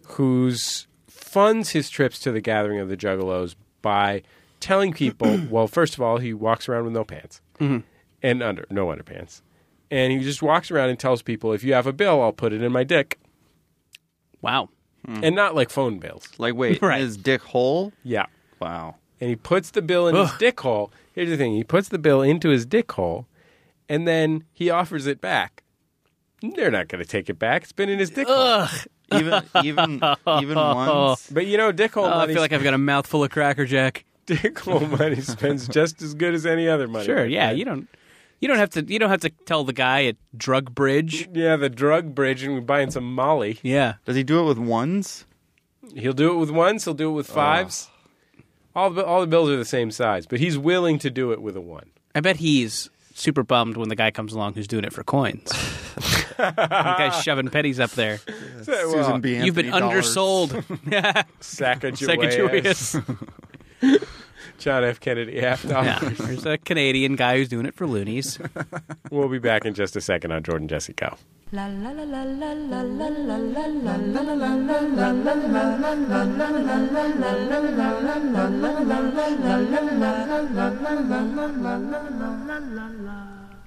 Speaker 2: who's funds his trips to the gathering of the juggalos by telling
Speaker 3: <clears throat>
Speaker 2: people well first of all he walks around with no pants
Speaker 3: Mm-hmm.
Speaker 2: and under no underpants and he just walks around and tells people if you have a bill i'll put it in my dick
Speaker 3: Wow.
Speaker 2: and not like phone bills
Speaker 4: Like, wait,
Speaker 3: Right.
Speaker 4: is Dick Hole?
Speaker 2: yeah
Speaker 4: Wow.
Speaker 2: and he puts the bill in his
Speaker 3: Ugh.
Speaker 2: dick hole here's the thing he puts the bill into his dick hole and then he offers it back they're not going to take it back it's been in his dick hole
Speaker 4: Even even
Speaker 3: <laughs>
Speaker 4: even once.
Speaker 2: but you know dick hole
Speaker 3: Oh, I
Speaker 2: money
Speaker 3: feel like I've got a mouthful of Cracker Jack.
Speaker 2: <laughs> dick hole money
Speaker 3: <laughs>
Speaker 2: spends just as good as any other money
Speaker 3: Sure,
Speaker 2: my
Speaker 3: yeah.
Speaker 2: friend.
Speaker 3: You don't you don't have to you don't have to tell the guy at Drug Bridge.
Speaker 2: Yeah, the drug bridge, and we're buying some Molly.
Speaker 3: Yeah.
Speaker 4: Does he do it with ones?
Speaker 2: He'll do it with ones. He'll do it with
Speaker 3: Ah.
Speaker 2: fives. All the all the bills are the same size, but he's willing to do it with a
Speaker 3: <laughs>
Speaker 2: one.
Speaker 3: I bet he's super bummed when the guy comes along who's doing it for coins. the guy's shoving pennies up there.
Speaker 2: So,
Speaker 4: Susan
Speaker 2: well,
Speaker 4: B.
Speaker 3: You've been
Speaker 4: Anthony dollars. <laughs>
Speaker 3: undersold.
Speaker 2: Sacagawea,
Speaker 3: Sacagawea.
Speaker 2: John F. Kennedy half dollar.
Speaker 3: <laughs> Yeah. There's a Canadian guy who's doing it for loonies.
Speaker 2: We'll be back in just a second on Jordan Jesse Go.
Speaker 1: La la la la la la la la la la.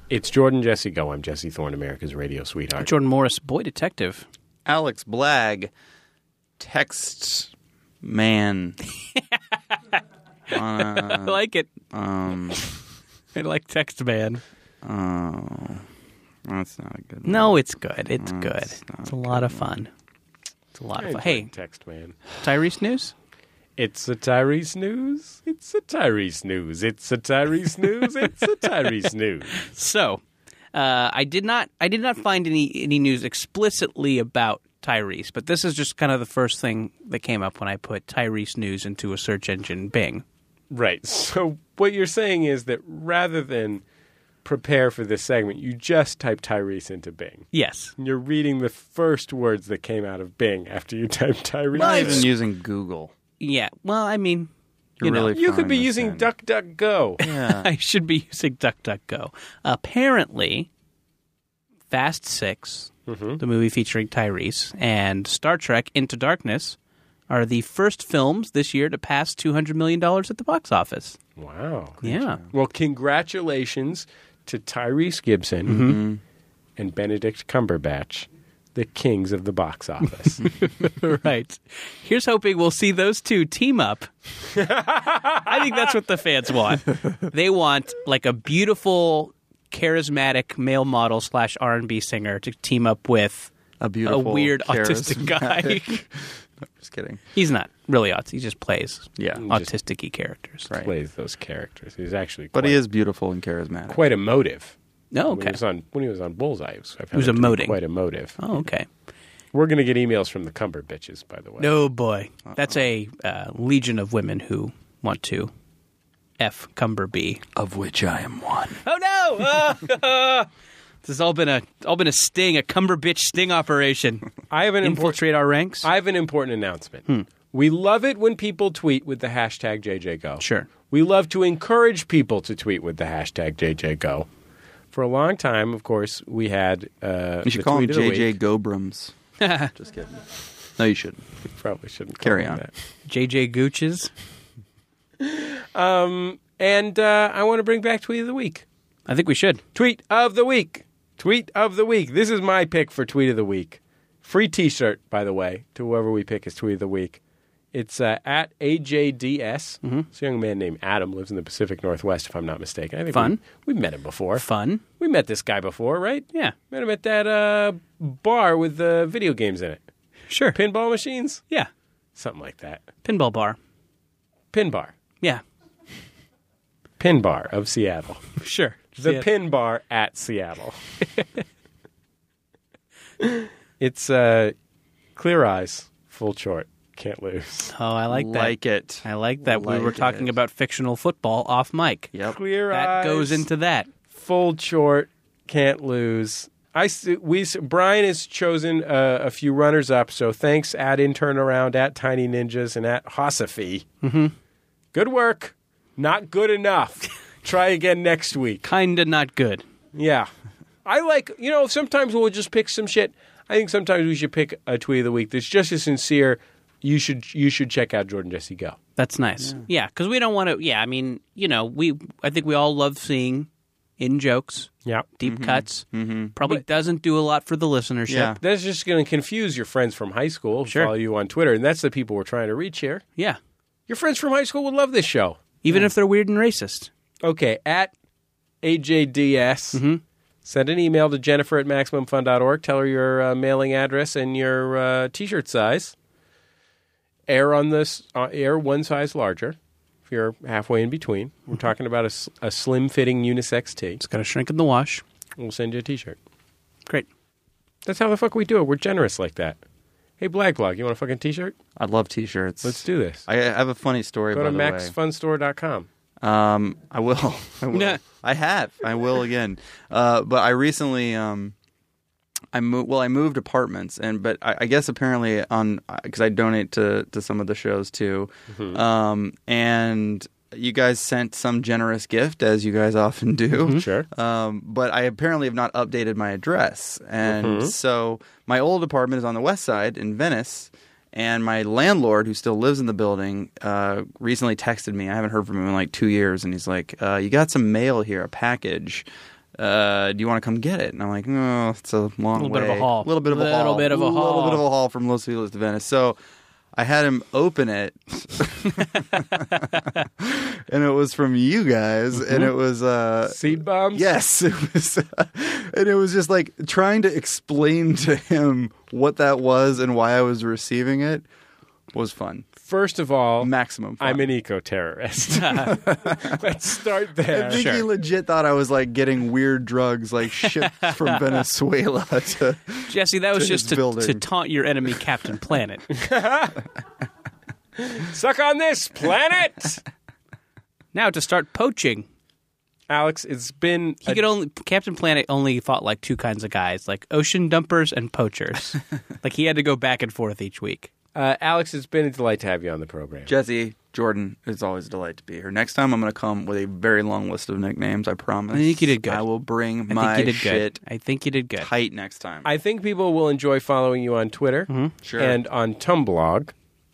Speaker 2: It's Jordan Jesse Go. I'm Jesse Thorne, America's radio sweetheart.
Speaker 3: Jordan Morris, boy detective.
Speaker 4: Alex Blagg, text man. Uh,
Speaker 3: I like it.
Speaker 4: um,
Speaker 3: <laughs> I like text man.
Speaker 4: Oh, that's not a good. One.
Speaker 3: No, it's good. It's good. It's a lot of fun. It's a lot
Speaker 2: I
Speaker 3: of
Speaker 2: enjoy
Speaker 3: fun. Hey,
Speaker 2: text man.
Speaker 3: Tyrese News?
Speaker 2: It's a Tyrese news. It's a Tyrese news. It's a Tyrese news. It's a Tyrese news.
Speaker 3: So, uh, I did not I did not find any any news explicitly about Tyrese, but this is just kind of the first thing that came up when I put Tyrese News into a search engine Bing.
Speaker 2: Right. <laughs> So what you're saying is that rather than prepare for this segment, you just type Tyrese into Bing.
Speaker 3: Yes.
Speaker 2: And You're reading the first words that came out of Bing after you <laughs> typed Tyrese.
Speaker 4: Not
Speaker 2: in.
Speaker 4: even using Google.
Speaker 3: Yeah. Well, I mean,
Speaker 4: You're
Speaker 3: You know.
Speaker 4: really
Speaker 2: You could
Speaker 4: throwing
Speaker 2: be
Speaker 4: this
Speaker 2: using
Speaker 4: in.
Speaker 2: DuckDuckGo.
Speaker 4: Yeah.
Speaker 3: <laughs> I should be using DuckDuckGo. Apparently, Fast 6
Speaker 4: Mm-hmm.
Speaker 3: the movie featuring Tyrese, and Star Trek Into Darkness are the first films this year to pass two hundred million dollars at the box office.
Speaker 2: <laughs> Wow.
Speaker 3: yeah.
Speaker 2: Well, congratulations to Tyrese Gibson
Speaker 3: Mm-hmm.
Speaker 2: Mm-hmm. and Benedict Cumberbatch, the kings of the
Speaker 3: <laughs>
Speaker 2: box office.
Speaker 3: right. Here's hoping we'll see those two team up. <laughs> I think that's what the fans want. They want like a beautiful, charismatic male model slash R and B singer to team up with
Speaker 4: A beautiful,
Speaker 3: a weird
Speaker 4: <laughs>
Speaker 3: autistic guy. <laughs>
Speaker 4: charismatic- Just kidding.
Speaker 3: He's not really autistic. He just plays
Speaker 4: Yeah.
Speaker 3: autistic-y characters.
Speaker 4: Right.
Speaker 2: Plays those characters. He's actually
Speaker 4: But
Speaker 2: quite,
Speaker 4: he is beautiful and charismatic.
Speaker 2: quite emotive.
Speaker 3: Oh,
Speaker 2: When he
Speaker 3: okay.
Speaker 2: was on when he was on Bullseye, it was, I found
Speaker 3: was
Speaker 2: it to be
Speaker 3: emoting.
Speaker 2: Quite emotive.
Speaker 3: Oh, okay.
Speaker 2: We're gonna get emails from the Cumber bitches, by the way.
Speaker 3: No boy. That's a uh, legion of women who want to F Cumber B.
Speaker 4: Of which I am one.
Speaker 3: Oh no! Ah! <laughs> this has all been a all been a sting, a cumber bitch sting operation.
Speaker 2: I have an important
Speaker 3: Infiltrate our ranks.
Speaker 2: I have an important announcement.
Speaker 4: Hmm.
Speaker 2: We love it when people tweet with the hashtag JJGo.
Speaker 3: Sure.
Speaker 2: We love to encourage people to tweet with the hashtag JJGo. For a long time, of course, we had. Uh,
Speaker 4: You should
Speaker 2: the
Speaker 4: call him
Speaker 2: tweet of the
Speaker 4: JJ
Speaker 2: week.
Speaker 4: <laughs> Gobrams. Just kidding. No, you shouldn't.
Speaker 2: Probably shouldn't call
Speaker 4: Carry
Speaker 2: him
Speaker 4: on.
Speaker 2: that.
Speaker 3: JJ Gooches.
Speaker 2: And uh, I want to bring back tweet of the week.
Speaker 3: I think we should.
Speaker 2: Tweet of the week. Tweet of the week. This is my pick for tweet of the week. Free T-shirt, by the way, to whoever we pick as tweet of the week. It's uh, at AJDS.
Speaker 3: Mm-hmm.
Speaker 2: It's a young man named Adam lives in the Pacific Northwest, if I'm not mistaken. I think
Speaker 3: Fun.
Speaker 2: We, we met him before.
Speaker 3: Fun.
Speaker 2: We met this guy before, right?
Speaker 3: Yeah.
Speaker 2: Met him at that uh, bar with the video games in it,
Speaker 3: Sure.
Speaker 2: pinball machines,
Speaker 3: yeah.
Speaker 2: something like that.
Speaker 3: Pinball bar.
Speaker 2: Pin bar,
Speaker 3: Yeah.
Speaker 2: pin bar of Seattle.
Speaker 3: Sure.
Speaker 2: the
Speaker 3: Yeah.
Speaker 2: pin bar at Seattle. <laughs> it's uh, clear eyes, full short, can't lose.
Speaker 3: Oh, I like that.
Speaker 4: Like it.
Speaker 3: I like that. we
Speaker 4: Like
Speaker 3: were talking
Speaker 4: it.
Speaker 3: about fictional football off mic.
Speaker 4: Yep.
Speaker 2: Clear
Speaker 3: That
Speaker 2: eyes
Speaker 3: goes into that.
Speaker 2: full short, can't lose. I s- we s- Brian has chosen uh, a few runners up, so thanks at intern around at Tiny Ninjas and at Hossafi. Mm-hmm. Good work, not good <laughs> enough. Try again next week.
Speaker 3: Kinda not good.
Speaker 2: Yeah. I like, you know, sometimes we'll just pick some shit. I think sometimes we should pick a tweet of the week that's just as sincere. You should you should check out Jordan Jesse Go.
Speaker 3: That's nice. Yeah, because we don't want to. Yeah, I mean, you know, we. I think we all love seeing in jokes,
Speaker 2: Yeah.
Speaker 3: deep cuts. Probably doesn't do a lot for the listenership.
Speaker 4: Mm-hmm. Yeah.
Speaker 2: That's just going to confuse your friends from high school who
Speaker 3: Sure.
Speaker 2: follow you on Twitter, and that's the people we're trying to reach here.
Speaker 3: Yeah.
Speaker 2: Your friends from high school would love this show.
Speaker 3: Even if they're weird and racist.
Speaker 2: Okay, at AJDS,
Speaker 4: Mm-hmm.
Speaker 2: send an email to Jennifer at MaximumFun.org. Tell her your uh, mailing address and your uh, T-shirt size. Air on this, uh, air one size larger. If you're halfway in between,
Speaker 4: Mm-hmm.
Speaker 2: we're talking about a s- a, slim-fitting unisex tee.
Speaker 3: It's got to shrink in the wash.
Speaker 2: We'll send you a T-shirt.
Speaker 3: Great.
Speaker 2: That's how the fuck we do it. We're generous like that. Hey, Black Blog, you want a fucking T-shirt?
Speaker 4: I love t-shirts.
Speaker 2: Let's do this.
Speaker 4: I I have a funny story
Speaker 2: Go
Speaker 4: by
Speaker 2: to
Speaker 4: the way.
Speaker 2: MaxFunStore.com.
Speaker 4: Um, I will. <laughs> I will.
Speaker 3: Nah.
Speaker 4: I have. I will again. Uh, but I recently, um, I moved. Well, I moved apartments, and but I, I guess apparently on because I donate to to some of the shows too, um, and you guys sent some generous gift as you guys often do.
Speaker 2: Sure.
Speaker 4: Um, but I apparently have not updated my address. And so my old apartment is on the west side in Venice. And my landlord, who still lives in the building, uh, recently texted me. I haven't heard from him in like two years. And he's like, uh, You got some mail here, a package. Uh, do you want to come get it? And I'm like, no, it's a long
Speaker 3: Little bit of a
Speaker 4: way.
Speaker 3: haul.
Speaker 4: Little bit of a
Speaker 3: Little
Speaker 4: haul.
Speaker 3: bit of a
Speaker 4: Little
Speaker 3: haul.
Speaker 4: bit of a haul from Los Feliz to Venice. So I had him
Speaker 3: <laughs>
Speaker 4: open it, <laughs> and it was from you guys,
Speaker 3: Mm-hmm.
Speaker 4: and it was uh,
Speaker 2: Seed bombs?
Speaker 4: Yes, <laughs> it was, and it was just like trying to explain to him what that was and why I was receiving it was fun,
Speaker 2: First of all,
Speaker 4: maximum fun.
Speaker 2: I'm an eco
Speaker 3: <laughs>
Speaker 2: terrorist. <laughs> Let's start
Speaker 4: I
Speaker 2: there.
Speaker 4: think he legit thought I was like getting weird drugs,
Speaker 3: <laughs>
Speaker 4: like shipped from Venezuela. To
Speaker 3: Jesse, that was
Speaker 4: To
Speaker 3: just
Speaker 4: his
Speaker 3: to,
Speaker 4: building.
Speaker 3: to taunt your enemy,
Speaker 4: <laughs>
Speaker 3: Captain Planet.
Speaker 2: Suck on this
Speaker 3: <laughs>
Speaker 2: planet,
Speaker 3: now to start poaching.
Speaker 2: Alex. It's been
Speaker 3: He
Speaker 2: a-
Speaker 3: could only Captain Planet only fought like two kinds of guys, like ocean dumpers and poachers.
Speaker 4: <laughs>
Speaker 3: like he had to go back and forth each week.
Speaker 2: uh, Alex. It's been a delight to have you on the program.
Speaker 4: Jesse Jordan, it's always a delight to be here. Next time, I'm going to come with a very long list of nicknames. I promise.
Speaker 3: I think you did good.
Speaker 4: I will bring
Speaker 3: I
Speaker 4: my
Speaker 3: think you did
Speaker 4: shit
Speaker 3: good. I think you did good.
Speaker 4: tight next time.
Speaker 2: I think people will enjoy following you on Twitter
Speaker 3: Mm-hmm.
Speaker 4: Sure.
Speaker 2: and on Tumblr.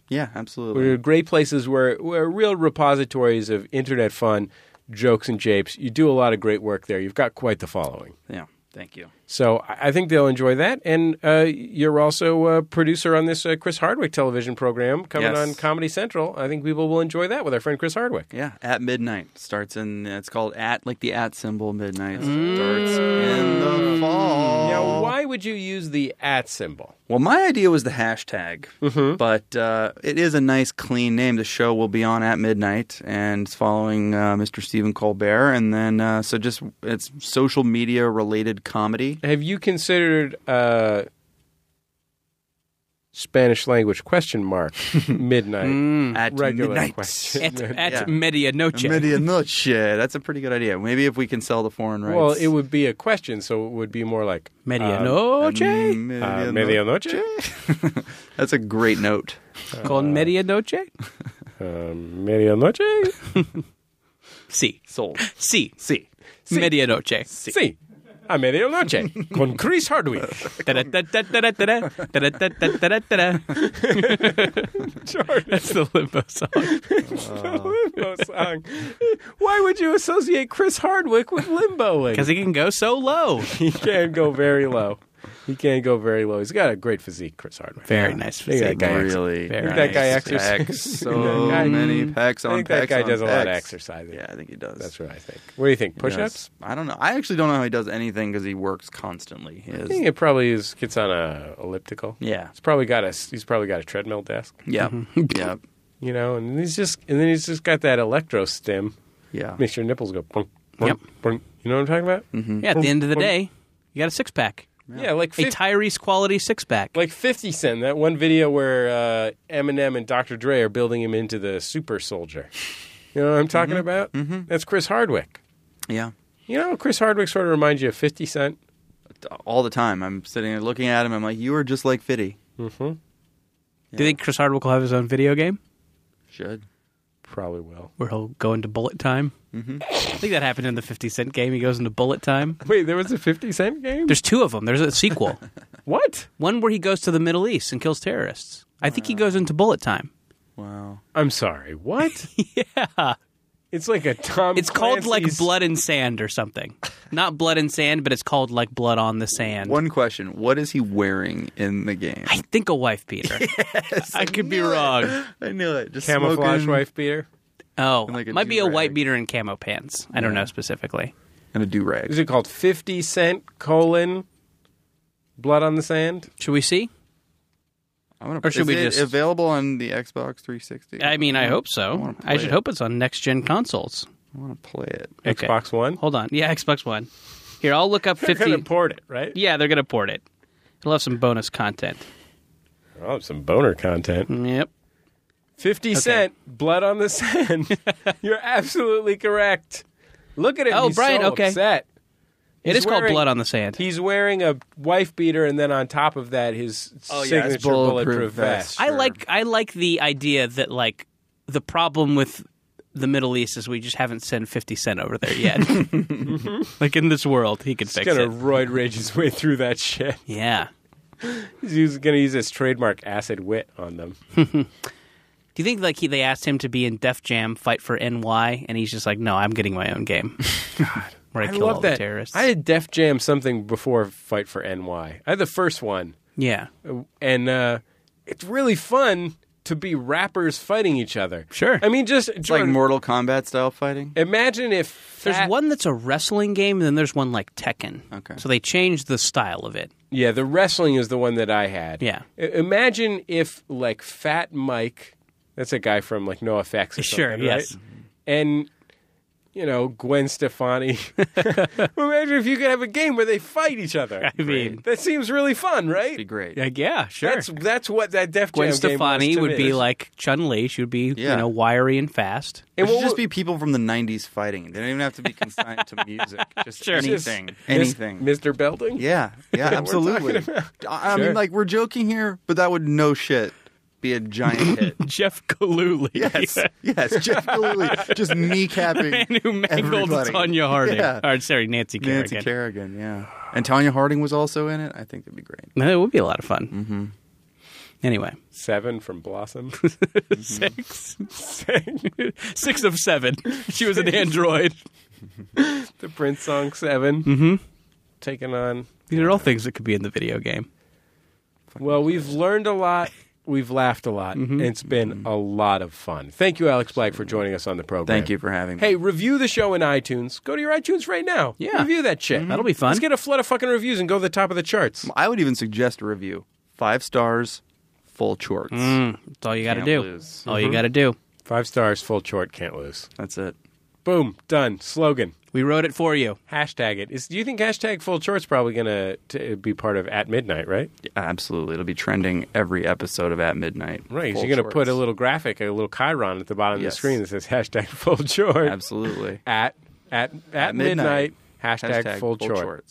Speaker 4: yeah,
Speaker 2: We're
Speaker 4: absolutely.
Speaker 2: great places where, where real repositories of internet fun, jokes, and japes. You do a lot of great work there. You've got quite the following.
Speaker 4: Yeah. Thank <laughs> you.
Speaker 2: So I I think they'll enjoy that. And uh, you're also a producer on this uh, Chris Hardwick television program coming
Speaker 4: Yes.
Speaker 2: on Comedy Central. I think people will enjoy that with our friend Chris Hardwick.
Speaker 4: Yeah, at midnight starts in. It's called at like the at symbol. Midnight
Speaker 2: Mm.
Speaker 4: starts in the fall.
Speaker 2: Now, why would you use the at symbol?
Speaker 4: Well, my idea was the hashtag,
Speaker 2: Mm-hmm.
Speaker 4: but uh, it is a nice, clean name. The show will be on at midnight, and it's following uh, Mr. Stephen Colbert, and then uh, so just it's social media related comedy.
Speaker 2: Have you considered uh, Spanish language question mark midnight
Speaker 4: At
Speaker 2: Hmm. regular
Speaker 4: midnight. <laughs>
Speaker 2: question?
Speaker 3: at at
Speaker 4: Yeah.
Speaker 3: medianoche.
Speaker 4: Medianoche. That's a pretty good idea. Maybe if we can sell the foreign rights.
Speaker 2: Well, it would be a question, so it would be more like um,
Speaker 4: Um,
Speaker 3: medianoche.
Speaker 2: uh, medianoche,
Speaker 4: That's a great note.
Speaker 3: Con
Speaker 4: <laughs>
Speaker 3: medianoche.
Speaker 2: Um, medianoche.
Speaker 3: Si.
Speaker 4: Sold.
Speaker 3: Si.
Speaker 4: See.
Speaker 3: Medianoche.
Speaker 2: Sí, a medianoche con Chris Hardwick.
Speaker 3: Da-da-da-da-da-da-da-da. Da-da-da-da-da-da-da. That's the limbo song. Oh.
Speaker 2: <laughs> limbo song. Why would you associate Chris Hardwick with limboing?
Speaker 3: <laughs> Because he can go so low.
Speaker 2: He can't go very low. He can't go very low. He's got a great physique, Chris Hardwick.
Speaker 3: Very nice
Speaker 2: Look at that
Speaker 3: physique.
Speaker 2: guy.
Speaker 4: Really.
Speaker 3: Very
Speaker 2: Think that guy
Speaker 3: nice.
Speaker 2: exercises. <laughs>
Speaker 4: Pecs. So
Speaker 2: That guy-
Speaker 4: many pecs on
Speaker 2: I think
Speaker 4: pecs
Speaker 2: that guy
Speaker 4: on
Speaker 2: does a lot of
Speaker 4: pecs.
Speaker 2: exercising.
Speaker 4: Yeah, I think he does.
Speaker 2: That's what I think. What do you think? Push ups?
Speaker 4: Yes. I don't know. I actually don't know how he does anything because he works constantly. He
Speaker 2: I think
Speaker 4: is,
Speaker 2: it probably is gets on a elliptical.
Speaker 4: yeah,
Speaker 2: He's probably got a he's probably got a treadmill desk,
Speaker 4: yeah,
Speaker 2: Mm-hmm.
Speaker 4: <laughs> yeah,
Speaker 2: you know, and he's just and then he's just got that electro stim.
Speaker 4: yeah.
Speaker 2: Makes your nipples go boom, boom,
Speaker 3: Yep.
Speaker 2: boom. You know what I'm talking about?
Speaker 3: Yeah, at the end of the day, you got a six pack.
Speaker 2: Yeah, like
Speaker 3: A
Speaker 2: 50
Speaker 3: Tyrese quality six pack.
Speaker 2: like 50 Cent, that one video where uh, Eminem and Dr. Dre are building him into the super soldier. You know what I'm talking about? Mm-hmm. That's Chris Hardwick.
Speaker 4: Yeah,
Speaker 2: You know, Chris Hardwick sort of reminds you of 50 Cent.
Speaker 4: all the time. I'm sitting there looking at him. I'm like, you are just like Fitty.
Speaker 3: Do you think Chris Hardwick will have his own video game
Speaker 4: Should
Speaker 2: Probably will.
Speaker 3: where he'll go into bullet time? I think that happened in the 50 Cent game. He goes into bullet time.
Speaker 2: Wait, there was a 50 Cent game?
Speaker 3: There's two of them. There's a sequel.
Speaker 2: What?
Speaker 3: One where he goes to the Middle East and kills terrorists. I think he goes into bullet time.
Speaker 4: wow.
Speaker 2: I'm sorry,
Speaker 3: <laughs>
Speaker 2: what? yeah. It's like a Tom
Speaker 3: It's called like
Speaker 2: Clancy's-
Speaker 3: Blood and Sand or something. Not Blood and Sand, but it's called like Blood on the Sand.
Speaker 4: One question: What is he wearing in the game?
Speaker 3: I think a wife beater. I could be wrong.
Speaker 4: <laughs> I knew it. Just
Speaker 2: camouflage
Speaker 4: smoking
Speaker 2: wife beater.
Speaker 3: Oh,
Speaker 4: like a
Speaker 3: might be a
Speaker 4: do-rag.
Speaker 3: white beater and camo pants. I don't know specifically.
Speaker 4: and a do rag.
Speaker 2: Is it called 50 Cent colon Blood on the Sand?
Speaker 3: Should we see? or should
Speaker 4: is
Speaker 3: we
Speaker 4: it
Speaker 3: just-
Speaker 4: available on the Xbox 360?
Speaker 3: I mean, I hope so.
Speaker 4: wanna play
Speaker 3: I should
Speaker 4: it.
Speaker 3: hope it's on next gen consoles.
Speaker 4: I want to play it.
Speaker 3: Okay.
Speaker 2: Xbox One?
Speaker 3: Hold on. Yeah, Xbox One. Here, I'll look up
Speaker 2: They're going to
Speaker 3: 50.
Speaker 2: port it, right?
Speaker 3: Yeah, they're going to port it. It'll have some bonus content.
Speaker 2: Oh, some boner content.
Speaker 3: Yep.
Speaker 2: 50 Cent, blood on the sand. <laughs> You're absolutely correct. Look at him.
Speaker 3: Oh,
Speaker 2: He's
Speaker 3: Brian,
Speaker 2: so
Speaker 3: okay.
Speaker 2: upset.
Speaker 3: It
Speaker 2: He's
Speaker 3: is called
Speaker 2: wearing-
Speaker 3: Blood on the Sand.
Speaker 2: He's wearing a wife beater, and then on top of that, his
Speaker 3: Oh,
Speaker 2: signature
Speaker 4: it's bulletproof
Speaker 2: vest.
Speaker 4: vest.
Speaker 3: I
Speaker 4: Sure.
Speaker 3: like I like the idea that like the problem with the Middle East is we just haven't sent 50 Cent over there yet. like in this world, he could
Speaker 2: He's
Speaker 3: fix
Speaker 2: gonna
Speaker 3: it.
Speaker 2: roid rage his way through that shit. <laughs>
Speaker 3: Yeah.
Speaker 2: He's gonna use his trademark acid wit on them.
Speaker 3: Do you think like he, they asked him to be in Def Jam fight for NY and he's just like, no, I'm getting my own <laughs> game. Where I, kill all the terrorists.
Speaker 2: I had Def Jam something before Fight for NY. I had the first one,
Speaker 3: yeah.
Speaker 2: and uh, it's really fun. to be rappers fighting each other.
Speaker 3: Sure.
Speaker 2: I mean, just
Speaker 4: It's like
Speaker 2: Jordan,
Speaker 4: Mortal Kombat style fighting.
Speaker 2: imagine if
Speaker 3: There's
Speaker 2: Fat-
Speaker 3: one that's a wrestling game, and then there's one like Tekken.
Speaker 4: Okay.
Speaker 3: So they changed the style of it.
Speaker 2: Yeah, the wrestling is the one that I had.
Speaker 3: Yeah.
Speaker 2: I- imagine if like Fat Mike, that's a guy from like No Effects. Or
Speaker 3: Sure,
Speaker 2: something,
Speaker 3: yes.
Speaker 2: Right? And you know Gwen
Speaker 3: <laughs>
Speaker 2: Stefani. imagine if you could have a game where they fight each other.
Speaker 3: I mean,
Speaker 2: that seems really fun, right?
Speaker 4: Be great.
Speaker 3: yeah, yeah, sure.
Speaker 2: That's that's what that Def Jam
Speaker 3: Gwen
Speaker 2: game was
Speaker 3: Stefani
Speaker 2: to
Speaker 3: would
Speaker 2: me.
Speaker 3: be like Chun Li. She would be
Speaker 4: Yeah.
Speaker 3: you know wiry and fast.
Speaker 4: It
Speaker 2: And
Speaker 4: should
Speaker 2: what
Speaker 4: just
Speaker 2: would-
Speaker 4: be people from the '90s fighting. They don't even have to be consigned to
Speaker 3: <laughs>
Speaker 4: music. Just
Speaker 3: Sure.
Speaker 2: Just
Speaker 4: anything,
Speaker 2: Mis-
Speaker 4: anything.
Speaker 2: Mr. Belding.
Speaker 4: yeah, yeah, absolutely. <laughs> I, I mean,
Speaker 2: Sure.
Speaker 4: like we're joking here, but that would no shit be
Speaker 2: <laughs>
Speaker 4: a giant hit.
Speaker 3: Jeff <laughs> Kaluli.
Speaker 4: Yes, yes, Jeff Galuli
Speaker 3: <laughs>
Speaker 4: just
Speaker 3: Man
Speaker 4: kneecapping
Speaker 3: who mangled
Speaker 4: everybody.
Speaker 3: Tonya Harding.
Speaker 4: Yeah.
Speaker 3: Or sorry, Nancy Kerrigan.
Speaker 4: Nancy Kerrigan, yeah, and Tanya Harding was also in it. I think that'd be great.
Speaker 3: No, it would be a lot of fun. Mm-hmm. Anyway,
Speaker 2: Seven from Blossom.
Speaker 3: six, <laughs> six of seven. She was an android.
Speaker 2: the Prince song 7 Mm-hmm. Taking on
Speaker 3: These are all things that could be in the video game.
Speaker 2: Well, we've learned a lot. We've laughed a lot. It's been a lot of fun. Thank you, Alex Black, for joining us on the program.
Speaker 4: Thank you for having me.
Speaker 2: Hey, review the show in iTunes. Go to your iTunes right now.
Speaker 3: Yeah.
Speaker 2: Review that shit.
Speaker 3: That'll be fun.
Speaker 2: Let's get a flood of fucking reviews and go to the top of the charts.
Speaker 4: I would even suggest a review. Five stars, full shorts.
Speaker 3: That's all you got to
Speaker 4: Can't
Speaker 3: do.
Speaker 4: lose.
Speaker 3: All you got to do.
Speaker 2: Five stars, full short, can't lose.
Speaker 4: That's it.
Speaker 2: Boom, done. Slogan.
Speaker 3: We wrote it for you.
Speaker 2: Hashtag it. Is, do you think hashtag full short's probably going to be part of At Midnight, right?
Speaker 4: Absolutely, it'll be trending every episode of At Midnight.
Speaker 2: Right. 'cause
Speaker 4: Full
Speaker 2: You're going to
Speaker 4: shorts.
Speaker 2: put a little graphic, a little Chiron at the bottom of
Speaker 4: Yes.
Speaker 2: the screen that says hashtag full short.
Speaker 4: Absolutely.
Speaker 2: <laughs> At, at, at, midnight,
Speaker 4: midnight.
Speaker 2: hashtag, full, short.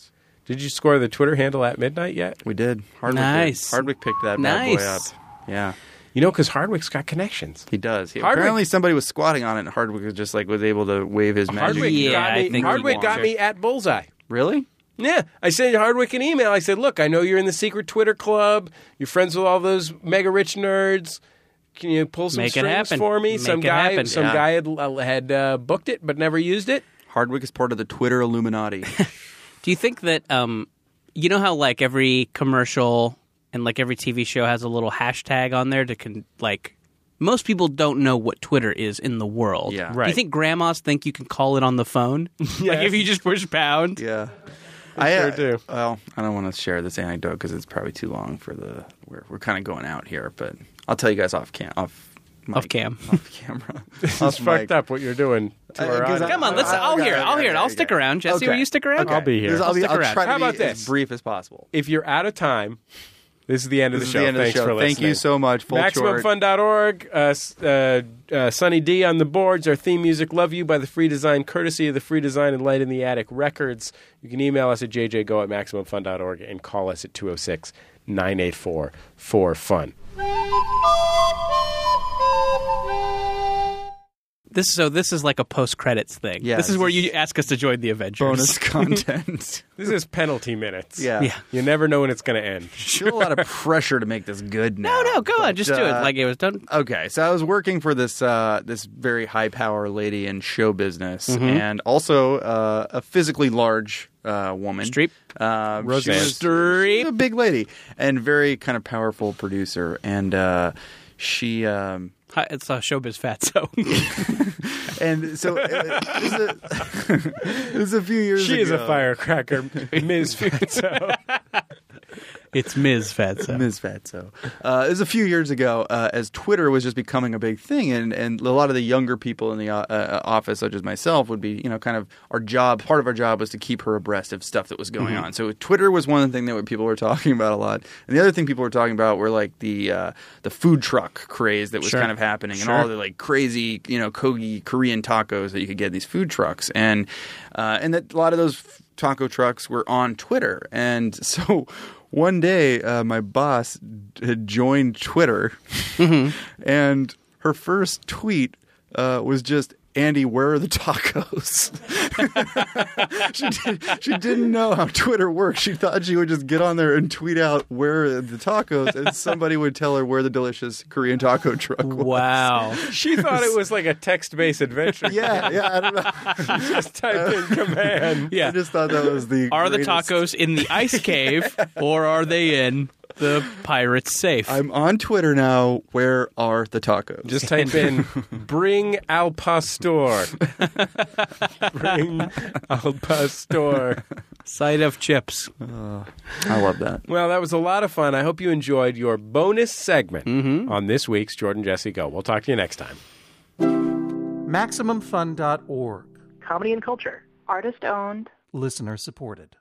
Speaker 2: Did you score the Twitter handle at midnight yet?
Speaker 4: We did. Hardwick did.
Speaker 3: Nice.
Speaker 4: Hardwick picked that
Speaker 3: Nice.
Speaker 4: bad boy up. Yeah,
Speaker 2: You know, because Hardwick's got connections.
Speaker 4: he does. He,
Speaker 2: Hardwick-
Speaker 4: apparently, somebody was squatting on it, and Hardwick was just like was able to wave his magic.
Speaker 2: Hardwick
Speaker 3: Yeah,
Speaker 2: got
Speaker 3: I
Speaker 2: me.
Speaker 3: think
Speaker 2: Hardwick
Speaker 3: he
Speaker 2: got
Speaker 3: won.
Speaker 2: me at Bullseye.
Speaker 4: Really?
Speaker 2: Yeah, I sent Hardwick an email. I said, "Look, I know you're in the secret Twitter club. You're friends with all those mega rich nerds. Can you pull some
Speaker 3: Make it
Speaker 2: strings
Speaker 3: happen.
Speaker 2: for me?
Speaker 3: Make
Speaker 2: some
Speaker 3: it
Speaker 2: guy,
Speaker 3: happen."
Speaker 2: some
Speaker 3: Yeah.
Speaker 2: guy had had uh, booked it but never used it.
Speaker 4: Hardwick is part of the Twitter <laughs> Illuminati.
Speaker 3: Do you think that um, you know how like every commercial and like every TV show has a little hashtag on there to con- like most people don't know what Twitter is in the world.
Speaker 4: Yeah.
Speaker 3: Do
Speaker 2: Right.
Speaker 3: you think grandmas think you can call it on the phone? <laughs> Like if you just push pound.
Speaker 4: yeah. I uh,
Speaker 2: sure do.
Speaker 4: Well, I don't want to share this anecdote because it's probably too long for the. We're we're kind of going out here, but I'll tell you guys off cam off mic.
Speaker 3: Off cam.
Speaker 4: off camera.
Speaker 2: It's fucked up what you're doing to our
Speaker 4: because I-
Speaker 2: audience.
Speaker 3: Come on, let's.
Speaker 4: Oh,
Speaker 3: I'll
Speaker 4: okay,
Speaker 3: hear it.
Speaker 4: okay,
Speaker 3: I'll hear it.
Speaker 4: okay,
Speaker 3: I'll
Speaker 4: okay.
Speaker 3: stick around. Jesse, will
Speaker 4: Okay.
Speaker 3: you stick around?
Speaker 2: I'll be here.
Speaker 4: This- I'll, be,
Speaker 3: Stick
Speaker 4: I'll
Speaker 3: around.
Speaker 4: try to
Speaker 2: How
Speaker 4: be
Speaker 2: about
Speaker 4: as
Speaker 2: this?
Speaker 4: brief as possible.
Speaker 2: If you're out of time, this is the end of
Speaker 4: This is
Speaker 2: the show.
Speaker 4: the end of the
Speaker 2: Thanks
Speaker 4: show.
Speaker 2: for listening.
Speaker 4: Thank you so much. Full short. <laughs>
Speaker 2: MaximumFun.org. Uh, s- uh, uh, Sunny D on the boards. Our theme music, Love You, by the Free Design, courtesy of the Free Design and Light in the Attic Records. You can email us at jjgo at MaximumFun.org and call us at 206 984 4FUN.
Speaker 3: This so this is like a post credits thing.
Speaker 4: Yeah,
Speaker 3: this is
Speaker 4: this
Speaker 3: where
Speaker 4: is-
Speaker 3: you ask us to join the Avengers. <laughs>
Speaker 4: bonus content.
Speaker 2: This is penalty minutes.
Speaker 4: yeah.
Speaker 3: Yeah.
Speaker 2: You never know when it's going to end.
Speaker 4: Feel a lot of pressure to make this good now.
Speaker 3: No, no, go on,
Speaker 4: but,
Speaker 3: just do it.
Speaker 4: uh,
Speaker 3: Like it was done.
Speaker 4: okay, so I was working for this uh, this very high power lady in show business, and also uh, a physically large uh, woman.
Speaker 3: Streep?
Speaker 4: uh,
Speaker 2: Roseanne.
Speaker 4: She was, she was a big lady and very kind of powerful producer, and uh, she. Um,
Speaker 3: Hi, It's uh, showbiz
Speaker 4: <laughs>
Speaker 3: fatso.
Speaker 4: and so uh, this, is a, <laughs> this is a few years
Speaker 2: She
Speaker 4: ago.
Speaker 2: is a <laughs> firecracker, Ms. <laughs> Fatso.
Speaker 3: it's Ms.
Speaker 4: <laughs>
Speaker 3: Fatso.
Speaker 4: Ms. Fatso. Uh, it was a few years ago uh, as Twitter was just becoming a big thing, and, and a lot of the younger people in the uh, uh, office, such as myself, would be, you know, kind of our job, part of our job was to keep her abreast of stuff that was going on. So Twitter was one thing that people were talking about a lot. And the other thing people were talking about were like the uh, the food truck craze that was kind of happening and all the like crazy, you know, kogi Korean tacos that you could get in these food trucks. And, uh, and that a lot of those f- taco trucks were on Twitter. And <laughs> so one day uh, my boss d- had joined Twitter, Mm-hmm. <laughs> and her first tweet uh, was just. Andy, where are the tacos? <laughs> she, did, she didn't know how Twitter worked. She thought she would just get on there and tweet out where are the tacos, and somebody would tell her where the delicious Korean taco truck was.
Speaker 3: Wow.
Speaker 2: she thought it was like a text based adventure.
Speaker 4: <laughs> Yeah, yeah, I don't know.
Speaker 2: Just type in command.
Speaker 3: Yeah.
Speaker 4: I just thought that was the
Speaker 3: are the
Speaker 4: greatest-
Speaker 3: tacos in the ice cave or are they in the pirate's safe.
Speaker 4: I'm on Twitter now. Where are the tacos?
Speaker 2: Just type in "bring al pastor." <laughs> bring al pastor.
Speaker 3: Side of chips.
Speaker 4: I love that.
Speaker 2: Well, that was a lot of fun. I hope you enjoyed your bonus segment on this week's Jordan Jesse Go. We'll talk to you next time.
Speaker 9: MaximumFun.org.
Speaker 10: Comedy and culture.
Speaker 11: Artist owned.
Speaker 9: Listener supported.